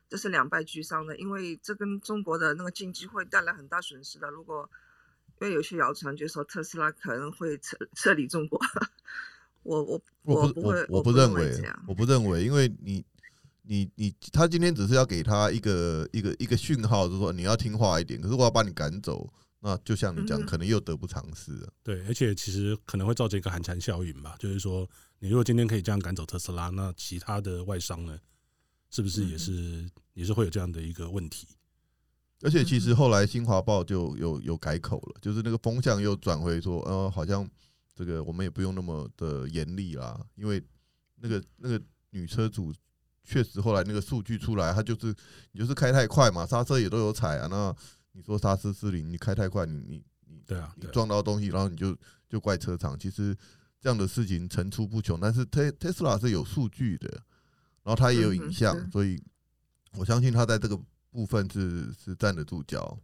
[SPEAKER 7] 这是两败俱伤的，因为这跟中国的那个经济会带来很大损失的。如果因为有些谣传就说特斯拉可能会撤撤离中国， 我我
[SPEAKER 3] 我不
[SPEAKER 7] 不
[SPEAKER 3] 我
[SPEAKER 7] 会
[SPEAKER 3] 我
[SPEAKER 7] 不
[SPEAKER 3] 认
[SPEAKER 7] 为
[SPEAKER 3] 为
[SPEAKER 7] 这样，
[SPEAKER 3] 我不认为，因为你你你他今天只是要给他一个一个一个讯号，就是说你要听话一点。可是我要把你赶走，那就像你讲，
[SPEAKER 7] 嗯
[SPEAKER 3] 可能又得不偿失了。
[SPEAKER 1] 对，而且其实可能会造成一个寒蝉效应吧，就是说，你如果今天可以这样赶走特斯拉，那其他的外商呢，是不是
[SPEAKER 3] 嗯
[SPEAKER 1] 也是、也是会有这样的一个问题？
[SPEAKER 3] 而且其实后来新华报就有有改口了，就是那个风向又转回说，呃，好像这个我们也不用那么的严厉啦，因为那个那个女车主确实后来那个数据出来，她就是你就是开太快嘛，刹车也都有踩啊，那你说刹车失灵，你开太快，你你你
[SPEAKER 1] 对啊，
[SPEAKER 3] 你
[SPEAKER 1] 对啊
[SPEAKER 3] 撞到东西，然后你就就怪车厂，其实这样的事情层出不穷，但是 Te- Tesla 是有数据的，然后它也有
[SPEAKER 7] 嗯
[SPEAKER 3] 影
[SPEAKER 7] 哼
[SPEAKER 3] 像，
[SPEAKER 7] 是
[SPEAKER 3] 所以我相信它在这个部分是是站得住脚。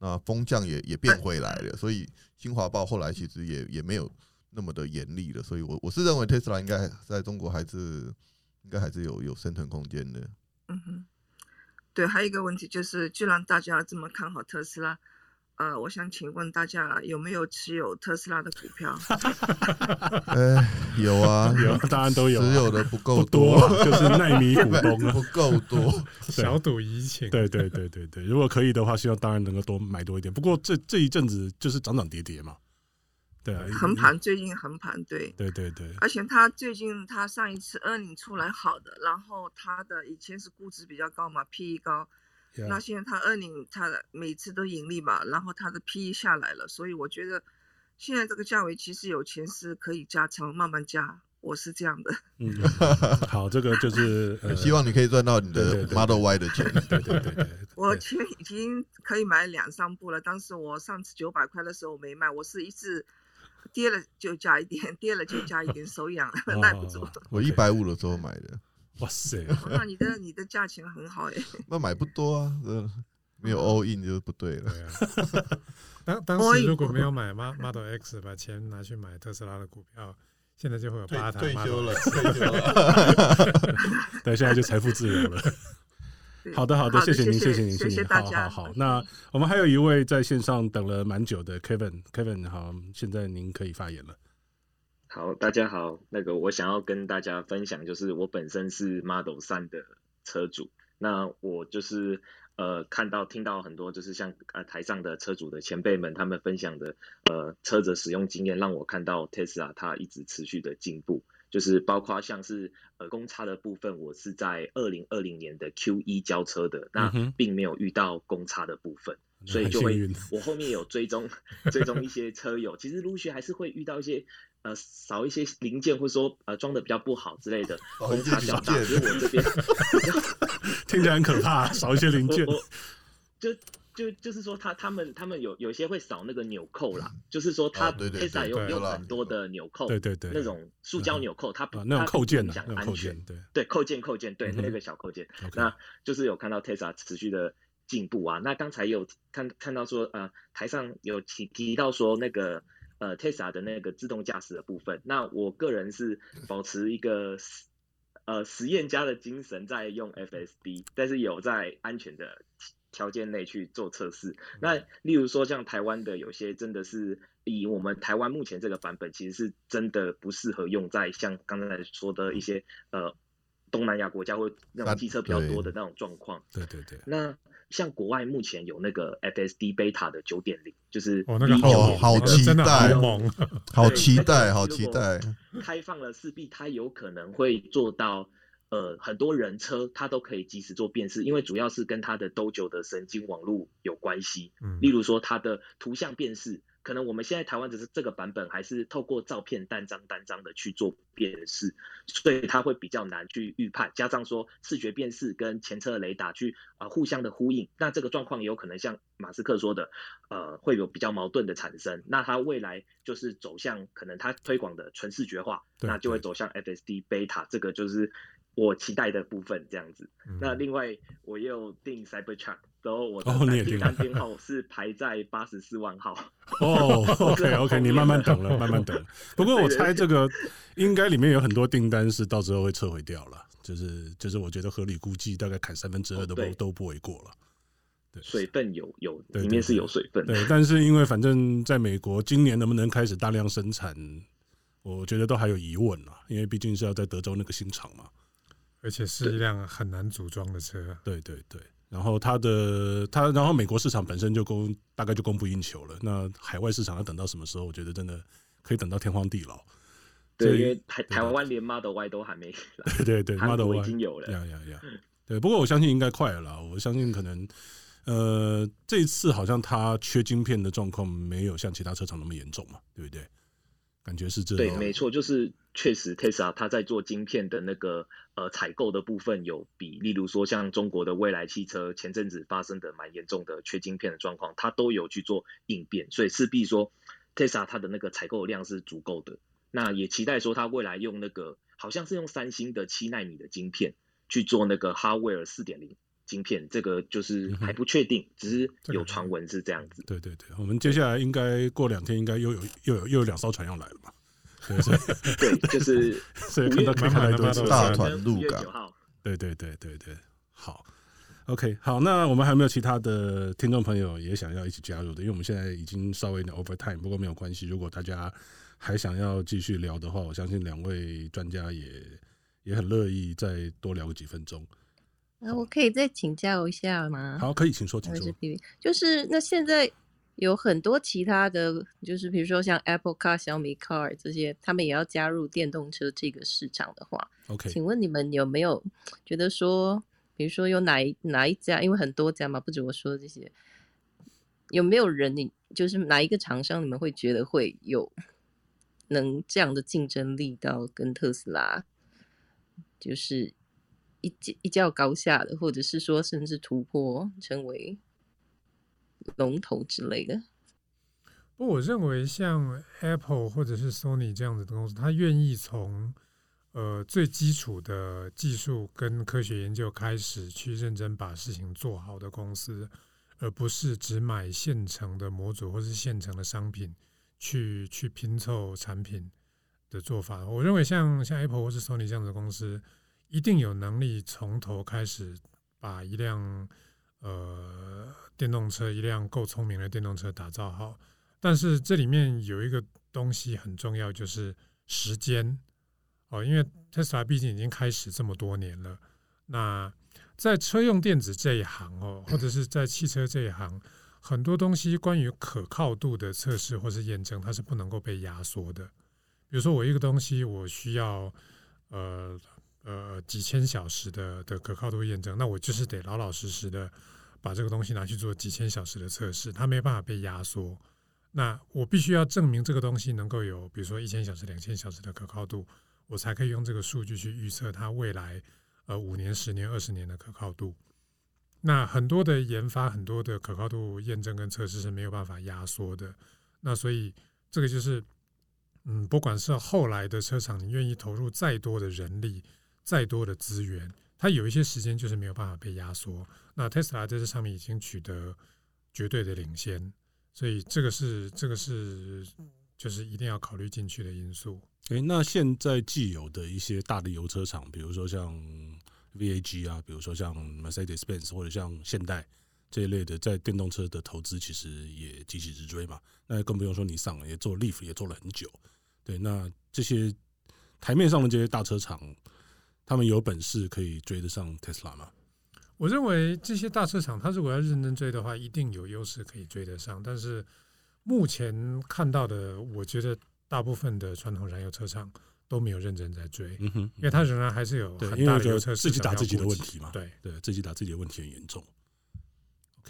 [SPEAKER 3] 那风向也也变回来 了，所以新华报后来其实也也没有那么的严厉了，所以我我是认为 Tesla 应该在中国还是应该还是有有生存空间 的。
[SPEAKER 7] 嗯哼，对，还有一个问题就是，既然大家这么看好特斯拉，呃，我想请问大家有没有持有特斯拉的股票？
[SPEAKER 3] 哎，有啊，
[SPEAKER 1] 有当然都有啊
[SPEAKER 3] 持有的不够
[SPEAKER 1] 不多啊，就是奈米股东啊。
[SPEAKER 3] 不够 多。
[SPEAKER 2] 小赌怡情，啊
[SPEAKER 1] 对对对对对，如果可以的话，希望当然能够多买多一点。不过这这一阵子就是涨涨跌跌嘛，对啊，
[SPEAKER 7] 横盘，最近横盘，对。
[SPEAKER 1] 对对对
[SPEAKER 7] 而且它最近它上一次 earning 出来好的，然后它的以前是估值比较高嘛，PE 高，
[SPEAKER 1] 啊
[SPEAKER 7] 那现在它 earning 它的每次都盈利嘛，然后它的 PE 下来了，所以我觉得现在这个价位其实有钱是可以加仓，慢慢加，我是这样的。
[SPEAKER 1] 嗯，好，这个就是呃，
[SPEAKER 3] 希望你可以赚到你
[SPEAKER 1] 对对
[SPEAKER 3] 的
[SPEAKER 1] 对
[SPEAKER 3] Model Y 的钱。
[SPEAKER 1] 对对对对，
[SPEAKER 7] 我
[SPEAKER 1] 对
[SPEAKER 7] 其实已经可以买两三部了，但是我上次九百块的时候我没卖，我是一直跌了就加一点，跌了就加一点，手痒耐不住
[SPEAKER 1] 哦。
[SPEAKER 3] 我一百五的时候买的，
[SPEAKER 1] 哇塞，
[SPEAKER 7] 那你的你的价钱很好哎，
[SPEAKER 3] 那买不多啊，真的没有 all in 就是不对了。
[SPEAKER 2] 对啊， 当当时如果没有买 Ma- Model X，把钱拿去买特斯拉的股票，现在就会有
[SPEAKER 3] 退
[SPEAKER 2] 八台
[SPEAKER 3] 退
[SPEAKER 2] Model
[SPEAKER 3] 休了，
[SPEAKER 2] X
[SPEAKER 3] 退休了。
[SPEAKER 1] 对，现在就财富自由了。
[SPEAKER 7] 对
[SPEAKER 1] 好的，好的，
[SPEAKER 7] 嗯好的，
[SPEAKER 1] 谢您，谢
[SPEAKER 7] 谢
[SPEAKER 1] 您，谢
[SPEAKER 7] 谢
[SPEAKER 1] 您，
[SPEAKER 7] 大
[SPEAKER 1] 好
[SPEAKER 7] 家。嗯
[SPEAKER 1] 好好。那我们还有一位在线上等了蛮久的 Kevin，Kevin，好，现在您可以发言了。
[SPEAKER 8] 好，大家好，那个我想要跟大家分享，就是我本身是 Model 3的车主，那我就是呃看到听到很多就是像呃台上的车主的前辈们他们分享的呃车子使用经验，让我看到 Tesla 它一直持续的进步，就是包括像是呃公差的部分，我是在二零二零年的 Q 一交车的，
[SPEAKER 1] 嗯
[SPEAKER 8] 那
[SPEAKER 1] 哼
[SPEAKER 8] 并没有遇到公差的部分。所以
[SPEAKER 1] 很
[SPEAKER 8] 就
[SPEAKER 1] 幸
[SPEAKER 8] 会
[SPEAKER 1] 运，
[SPEAKER 8] 我后面有追踪追踪一些车友，其实陆续还是会遇到一些呃少一些零件，或者说呃装的比较不好之类的，
[SPEAKER 1] 哦
[SPEAKER 3] 少
[SPEAKER 8] 公
[SPEAKER 3] 一些
[SPEAKER 8] 差
[SPEAKER 3] 零
[SPEAKER 8] 小打。
[SPEAKER 3] 件
[SPEAKER 8] 所以我这 边比较
[SPEAKER 1] 听起来很可怕，少一些零件
[SPEAKER 8] 我。我就就就是说他他们他们有有些会少那个纽扣啦，
[SPEAKER 1] 嗯
[SPEAKER 8] 就是说他
[SPEAKER 3] 哦对对
[SPEAKER 8] Tesla
[SPEAKER 3] 对
[SPEAKER 8] 有
[SPEAKER 2] 对
[SPEAKER 8] 有
[SPEAKER 3] 啦
[SPEAKER 8] 很多的纽扣，
[SPEAKER 1] 对对对，
[SPEAKER 8] 那种塑胶纽扣，它不
[SPEAKER 1] 啊，那种
[SPEAKER 8] 它
[SPEAKER 1] 扣件
[SPEAKER 8] 影
[SPEAKER 1] 啊，
[SPEAKER 8] 响
[SPEAKER 1] 那种
[SPEAKER 8] 安
[SPEAKER 1] 扣
[SPEAKER 8] 全
[SPEAKER 1] 件，。对
[SPEAKER 8] 对，扣件扣件，对
[SPEAKER 1] 嗯哼
[SPEAKER 8] 那个小扣件。
[SPEAKER 1] ，OK，
[SPEAKER 8] 那就是有看到 Tesla 持续的进步啊。那刚才有看看到说，呃，台上有提提到说那个呃 Tesla 的那个自动驾驶的部分。那我个人是保持一个实呃实验家的精神，在用 FSD，但是有在安全的条件内去做测试。
[SPEAKER 2] 嗯
[SPEAKER 8] 那例如说像台湾的有些真的是以我们台湾目前这个版本，其实是真的不适合用在像刚才说的一些呃东南亚国家或那
[SPEAKER 3] 啊
[SPEAKER 8] 种机车比较
[SPEAKER 3] 对
[SPEAKER 8] 多的那种状况。
[SPEAKER 1] 对对对，
[SPEAKER 8] 那像国外目前有那个 FSD Beta 的九点零，就是
[SPEAKER 2] 哦，那个
[SPEAKER 3] 好
[SPEAKER 2] 好
[SPEAKER 3] 哦好
[SPEAKER 2] 猛
[SPEAKER 3] 期
[SPEAKER 2] 真的
[SPEAKER 3] 待
[SPEAKER 2] 好
[SPEAKER 3] 哦
[SPEAKER 2] 猛，啊
[SPEAKER 3] 好
[SPEAKER 8] 对
[SPEAKER 3] 期
[SPEAKER 8] 那个
[SPEAKER 3] 待，
[SPEAKER 8] 如
[SPEAKER 3] 好
[SPEAKER 8] 果
[SPEAKER 3] 期待！
[SPEAKER 8] 开放了，势必它有可能会做到，呃，很多人车它都可以及时做辨识，因为主要是跟它的 Dojo 的神经网络有关系。
[SPEAKER 2] 嗯
[SPEAKER 8] 例如说它的图像辨识，可能我们现在台湾只是这个版本还是透过照片单张单张的去做辨识，所以它会比较难去预判。加上说视觉辨识跟前车的雷达去啊、呃互相的呼应，那这个状况有可能像马斯克说的，呃，会有比较矛盾的产生。那它未来就是走向可能它推广的纯视觉化，
[SPEAKER 1] 对
[SPEAKER 8] 那就会
[SPEAKER 1] 对
[SPEAKER 8] 走向 FSD Beta，这个就是我期待的部分这样子。那
[SPEAKER 2] 嗯
[SPEAKER 8] 另外我又订 Cybertruck，然后我的
[SPEAKER 1] 哦你也订
[SPEAKER 8] 单订
[SPEAKER 1] 了
[SPEAKER 8] 单编号是排在八十四万号。
[SPEAKER 1] 哦，OK
[SPEAKER 8] 好
[SPEAKER 1] OK，
[SPEAKER 8] 方
[SPEAKER 1] 你
[SPEAKER 8] 便
[SPEAKER 1] 慢慢
[SPEAKER 8] 的
[SPEAKER 1] 等了，慢慢等。不过我
[SPEAKER 8] 对对
[SPEAKER 1] 猜这个应该里面有很多订单是到时候会撤回掉了，就是就是我觉得合理估计大概砍三分之二
[SPEAKER 8] 哦
[SPEAKER 1] 都
[SPEAKER 8] 对
[SPEAKER 1] 不都不为过了。对，
[SPEAKER 8] 水分有有，
[SPEAKER 1] 对
[SPEAKER 8] 里面
[SPEAKER 1] 对
[SPEAKER 8] 是有水分的。
[SPEAKER 1] 对，但是因为反正在美国今年能不能开始大量生产，我觉得都还有疑问啊，因为毕竟是要在德州那个新厂嘛。
[SPEAKER 2] 而且是一辆很难组装的车，
[SPEAKER 1] 对对对，然后它的它，然后美国市场本身就供大概就供不应求了，那海外市场要等到什么时候？我觉得真的可以等到天荒地老。所
[SPEAKER 8] 对，
[SPEAKER 1] 以
[SPEAKER 8] 因为台
[SPEAKER 1] 对啊
[SPEAKER 8] 台湾连 Model Y 都还没来，
[SPEAKER 1] 对对对
[SPEAKER 8] 韩
[SPEAKER 1] ，Model
[SPEAKER 8] 国已
[SPEAKER 1] Y
[SPEAKER 8] 经有了。
[SPEAKER 1] 呀呀呀！对，不过我相信应该快了啦。我相信可能，呃，这一次好像它缺晶片的状况没有像其他车厂那么严重嘛，对不对？感觉是这
[SPEAKER 8] 对，
[SPEAKER 1] 样。
[SPEAKER 8] 没错，就是确实 Tesla 它在做晶片的那个呃采购的部分有比，例如说像中国的未来汽车前阵子发生的蛮严重的缺晶片的状况，它都有去做应变，所以势必说 Tesla 它的那个采购量是足够的。那也期待说它未来用那个好像是用三星的七纳米的晶片去做那个 hardware 四点零晶片，这个就是
[SPEAKER 1] 嗯哼
[SPEAKER 8] 还不确定，只是
[SPEAKER 2] 这个
[SPEAKER 8] 有传闻是这样 子。
[SPEAKER 1] 对对对，我们接下来应该过两天应该又有又有又有两艘船要来了嘛，对， 所以
[SPEAKER 8] 对，就是
[SPEAKER 1] 所以看到可以看到一堆车
[SPEAKER 2] 对
[SPEAKER 3] 大团
[SPEAKER 8] 五
[SPEAKER 3] 入
[SPEAKER 8] 月
[SPEAKER 3] 港
[SPEAKER 8] 九，号。
[SPEAKER 1] 对对对对对，好，OK，好，那我们还有没有其他的听众朋友也想要一起加入的？因为我们现在已经稍微有点 over time，不过没有关系，如果大家还想要继续聊的话，我相信两位专家也也很乐意再多聊个几分钟。
[SPEAKER 5] 那我可以再请教一下
[SPEAKER 8] 啊
[SPEAKER 5] 吗？
[SPEAKER 1] 好，可以，请说，请
[SPEAKER 5] 还是
[SPEAKER 1] 说。
[SPEAKER 5] 比就是那现在有很多其他的，就是比如说像 Apple Car、小米 Car 这些，他们也要加入电动车这个市场的话，
[SPEAKER 1] OK，
[SPEAKER 5] 请问你们有没有觉得说，比如说有哪一哪一家，因为很多家嘛，不止我说的这些，有没有人你就是哪一个厂商，你们会觉得会有能这样的竞争力到跟特斯拉，就是一较一较高下的，或者是说甚至突破成为龙头之类的？
[SPEAKER 2] 不，我认为像 Apple 或者是 Sony 这样子的公司，它愿意从呃最基础的技术跟科学研究开始去认真把事情做好的公司，而不是只买现成的模组或是现成的商品去去拼凑产品的做法。我认为像像 Apple 或是 Sony 这样的公司，一定有能力从头开始把一辆呃电动车，一辆够聪明的电动车打造好。但是这里面有一个东西很重要，就是时间哦，因为 Tesla 毕竟已经开始这么多年了，那在车用电子这一行哦，或者是在汽车这一行，很多东西关于可靠度的测试或是验证，它是不能够被压缩的。比如说，我一个东西我需要呃呃几千小时的的可靠度验证，那我就是得老老实实的把这个东西拿去做几千小时的测试，它没办法被压缩。那我必须要证明这个东西能够有，比如说一千小时、两千小时的可靠度，我才可以用这个数据去预测它未来呃五年、十年、二十年的可靠度。那很多的研发、很多的可靠度验证跟测试是没有办法压缩的。那所以这个就是，嗯，不管是后来的车厂，你愿意投入再多的人力、再多的资源，它有一些时间就是没有办法被压缩。那 Tesla 在这上面已经取得绝对的领先。所以这个是这个是就是一定要考虑进去的因素。
[SPEAKER 1] 诶，那现在既有的一些大的油车厂，比如说像 VAG 啊，比如说像 Mercedes-Benz 或者像现代这一类的，在电动车的投资其实也急起直追嘛。那更不用说尼桑了，也做 Leaf 也做了很久。对，那这些台面上的这些大车厂，他们有本事可以追得上 Tesla 吗？
[SPEAKER 2] 我认为这些大市场，它如果要认真追的话，一定有优势可以追得上。但是目前看到的，我觉得大部分的传统燃油车厂都没有认真在追，
[SPEAKER 1] 嗯哼，
[SPEAKER 2] 因为它仍然还是有
[SPEAKER 1] 对，
[SPEAKER 2] 很
[SPEAKER 1] 因为
[SPEAKER 2] 大
[SPEAKER 1] 我
[SPEAKER 2] 的
[SPEAKER 1] 觉
[SPEAKER 2] 油
[SPEAKER 1] 得
[SPEAKER 2] 车市
[SPEAKER 1] 自己
[SPEAKER 2] 场
[SPEAKER 1] 打
[SPEAKER 2] 要
[SPEAKER 1] 自己的
[SPEAKER 2] 顾
[SPEAKER 1] 问
[SPEAKER 2] 及
[SPEAKER 1] 题嘛，
[SPEAKER 2] 对，
[SPEAKER 1] 对，自己打自己的问题很严重。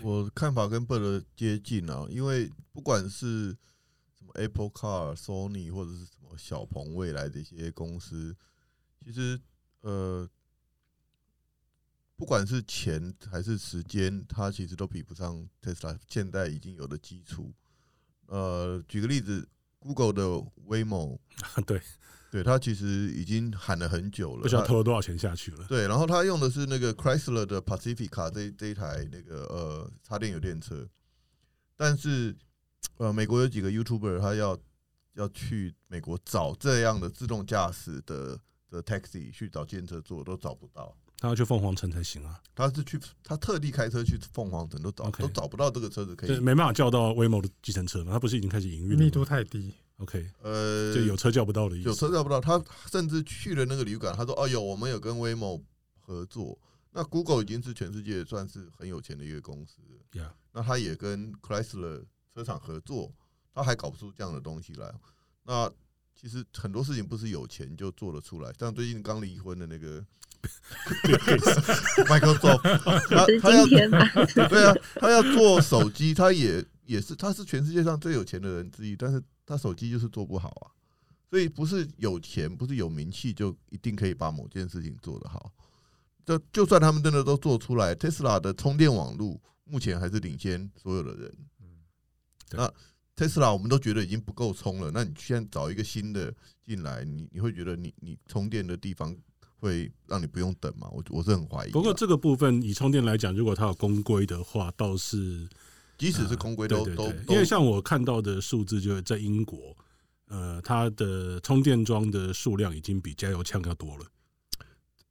[SPEAKER 3] 我看法跟贝勒接近啊，因为不管是什么 Apple Car、Sony 或者是什么小鹏、未来这些公司，其实呃，不管是钱还是时间，它其实都比不上 Tesla 现在已经有的基础。呃，举个例子，Google 的 Waymo，
[SPEAKER 1] 啊对，啊
[SPEAKER 3] 对它其实已经喊了很久了，
[SPEAKER 1] 不知道
[SPEAKER 3] 它
[SPEAKER 1] 投了多少钱下去了。
[SPEAKER 3] 对，然后他用的是那个 Chrysler 的 Pacifica 这这一台那个呃插电油电车，但是呃美国有几个 YouTuber 他要要去美国找这样的自动驾驶的的 taxi 去找建车做都找不到，
[SPEAKER 1] 他要去凤凰城才行啊，
[SPEAKER 3] 他是去他特地开车去凤凰城都找
[SPEAKER 1] OK
[SPEAKER 3] 都找不到这个车子可
[SPEAKER 1] 就是
[SPEAKER 3] 以
[SPEAKER 1] 没办法叫到 Waymo 的计程车嘛，他不是已经开始营运了吗
[SPEAKER 2] 密度太低。
[SPEAKER 1] OK，
[SPEAKER 3] 呃
[SPEAKER 1] 就有车叫不到的意思。
[SPEAKER 3] 有车叫不到，他甚至去了那个旅馆，他说：“哦，有我们有跟 Waymo 合作。”那 Google 已经是全世界算是很有钱的一个公司了
[SPEAKER 1] Yeah
[SPEAKER 3] 那他也跟 Chrysler 车厂合作，他还搞不出这样的东西来。那其实很多事情不是有钱就做得出来，像最近刚离婚的 那个 Microsoft，他
[SPEAKER 5] 是
[SPEAKER 3] 他要
[SPEAKER 5] 今 天吧？
[SPEAKER 3] 对啊，他要做手机，他也也是他是全世界上最有钱的人之一，但是他手机就是做不好啊。所以不是有钱，不是有名气就一定可以把某件事情做得好。就就算他们真的都做出来，Tesla 的充电网络目前还是领先所有的人。
[SPEAKER 1] 嗯对
[SPEAKER 3] 那 Tesla 我们都觉得已经不够充了，那你现在找一个新的进来，你你会觉得你你充电的地方会让你不用等吗？我我是很怀疑啊。
[SPEAKER 1] 不过这个部分以充电来讲，如果它有公规的话，倒是
[SPEAKER 3] 即使是公规
[SPEAKER 1] 对啊
[SPEAKER 3] 都
[SPEAKER 1] 对
[SPEAKER 3] 都
[SPEAKER 1] 对，
[SPEAKER 3] 都
[SPEAKER 1] 因为像我看到的数字，就是在英国，呃，它的充电桩的数量已经比加油枪要多了。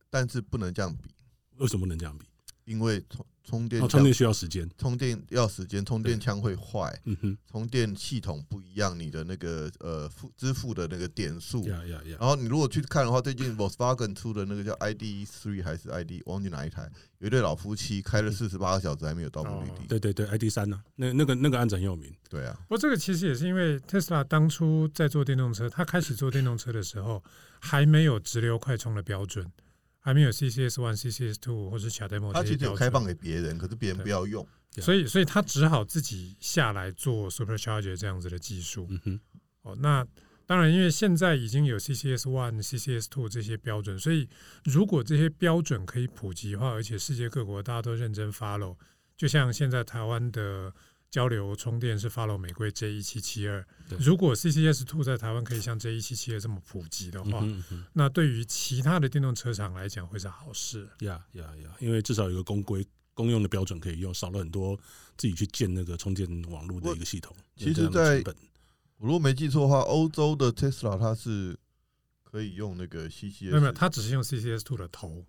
[SPEAKER 3] 但是不能这样比，
[SPEAKER 1] 为什么能这样比？
[SPEAKER 3] 因为充充电
[SPEAKER 1] 哦，
[SPEAKER 3] 枪、
[SPEAKER 1] 充电需要时间。
[SPEAKER 3] 充电要时间，充电枪会坏，
[SPEAKER 1] 嗯哼，
[SPEAKER 3] 充电系统不一样，你的那个呃付支付的那个点数。
[SPEAKER 1] 呀呀呀！
[SPEAKER 3] 然后你如果去看的话，最近 Volkswagen 出的那个叫 ID Three 还是 ID 忘记哪一台，有一对老夫妻开了四十八个小时还没有到目的
[SPEAKER 2] 哦
[SPEAKER 3] 地。
[SPEAKER 1] 对对对，ID 三呢？那那个那个案子很有名。
[SPEAKER 3] 对啊，
[SPEAKER 2] 不过这个其实也是因为 Tesla 当初在做电动车，它开始做电动车的时候，还没有直流快充的标准，还没有 CCS One、CCS Two 或是 c h a d e m o
[SPEAKER 3] 他
[SPEAKER 2] 这些
[SPEAKER 3] 其实
[SPEAKER 2] 标
[SPEAKER 3] 有
[SPEAKER 2] 准。
[SPEAKER 3] 开放给别人，可是别人
[SPEAKER 2] 对
[SPEAKER 3] 不要用。
[SPEAKER 1] 对啊
[SPEAKER 2] 所以所以他只好自己下来做 supercharger 这样子的技术。
[SPEAKER 1] 嗯哼，
[SPEAKER 2] 哦，那当然，因为现在已经有 CCS One、CCS Two 这些标准，所以如果这些标准可以普及化，而且世界各国大家都认真 follow，就像现在台湾的交流充电是 follow 玫瑰 J 一七七二
[SPEAKER 1] 对，
[SPEAKER 2] 如果 CCS Two 在台湾可以像 J 一七七二这么普及的
[SPEAKER 1] 嗯
[SPEAKER 2] 话，
[SPEAKER 1] 哼嗯哼，
[SPEAKER 2] 那对于其他的电动车厂来讲会是好事。
[SPEAKER 1] 呀呀呀！因为至少有个公规公用的标准可以用，少了很多自己去建那个充电网络的一个系统。
[SPEAKER 3] 其实
[SPEAKER 1] 有这样的成
[SPEAKER 3] 在
[SPEAKER 1] 本
[SPEAKER 3] 我如果没记错的话，欧洲的 Tesla 它是可以用那个 CCS，
[SPEAKER 2] 没有没有，它只是用 CCS Two 的头，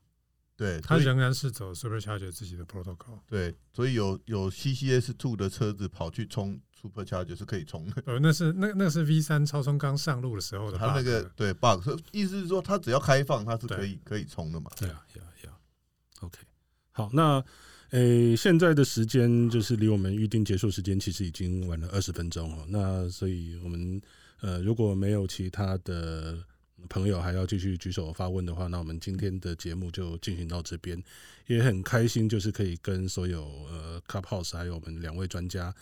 [SPEAKER 3] 对，
[SPEAKER 2] 它
[SPEAKER 3] 所以
[SPEAKER 2] 仍然是走 Supercharger 自己的 protocol。
[SPEAKER 3] 对，所以有有 CCS Two 的车子跑去冲 Supercharger 是可以冲的。
[SPEAKER 2] 呃，那是那那是 V 三超充刚上路的时候的 bug，
[SPEAKER 3] 它那个对 bug，所以意思是说它只要开放，它是可以可以冲的嘛？
[SPEAKER 1] 对啊，呀呀，OK，好，那诶、现在的时间就是离我们预定结束时间其实已经晚了二十分钟哦。那所以我们呃，如果没有其他的朋友还要继续举手发问的话，那我们今天的节目就进行到这边。也很开心，就是可以跟所有呃 Clubhouse 还有我们两位专家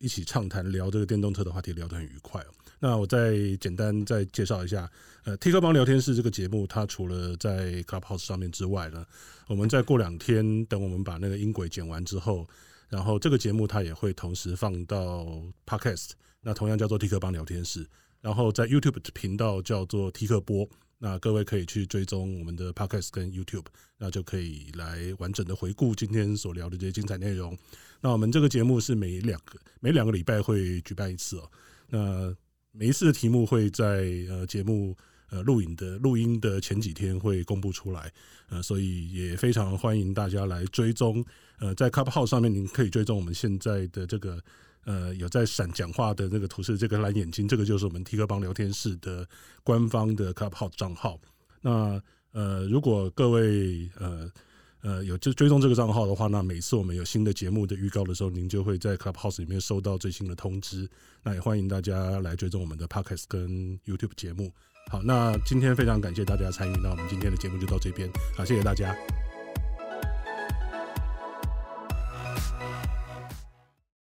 [SPEAKER 1] 一起畅谈聊这个电动车的话题，聊得很愉快哦。那我再简单再介绍一下，呃，T 哥帮聊天室这个节目，它除了在 Clubhouse 上面之外呢，我们再过两天，等我们把那个音轨剪完之后，然后这个节目它也会同时放到 Podcast，那同样叫做 T 哥帮聊天室，然后在 YouTube 频道叫做 T 克播，那各位可以去追踪我们的 Podcast 跟 YouTube，那就可以来完整的回顾今天所聊的这些精彩内容。那我们这个节目是每两个每两个礼拜会举办一次哦，那每一次的题目会在呃节目。呃，录影的录音的前几天会公布出来，呃，所以也非常欢迎大家来追踪。呃，在 Clubhouse 上面，您可以追踪我们现在的这个呃有在闪讲话的那个图示，这个蓝眼睛，这个就是我们 T 哥帮聊天室的官方的 Clubhouse 账号。那呃，如果各位呃呃有就追踪这个账号的话，那每次我们有新的节目的预告的时候，您就会在 Clubhouse 里面收到最新的通知。那也欢迎大家来追踪我们的 Podcast 跟 YouTube 节目。好，那今天非常感谢大家参与，那我们今天的节目就到这边，好，谢谢大家，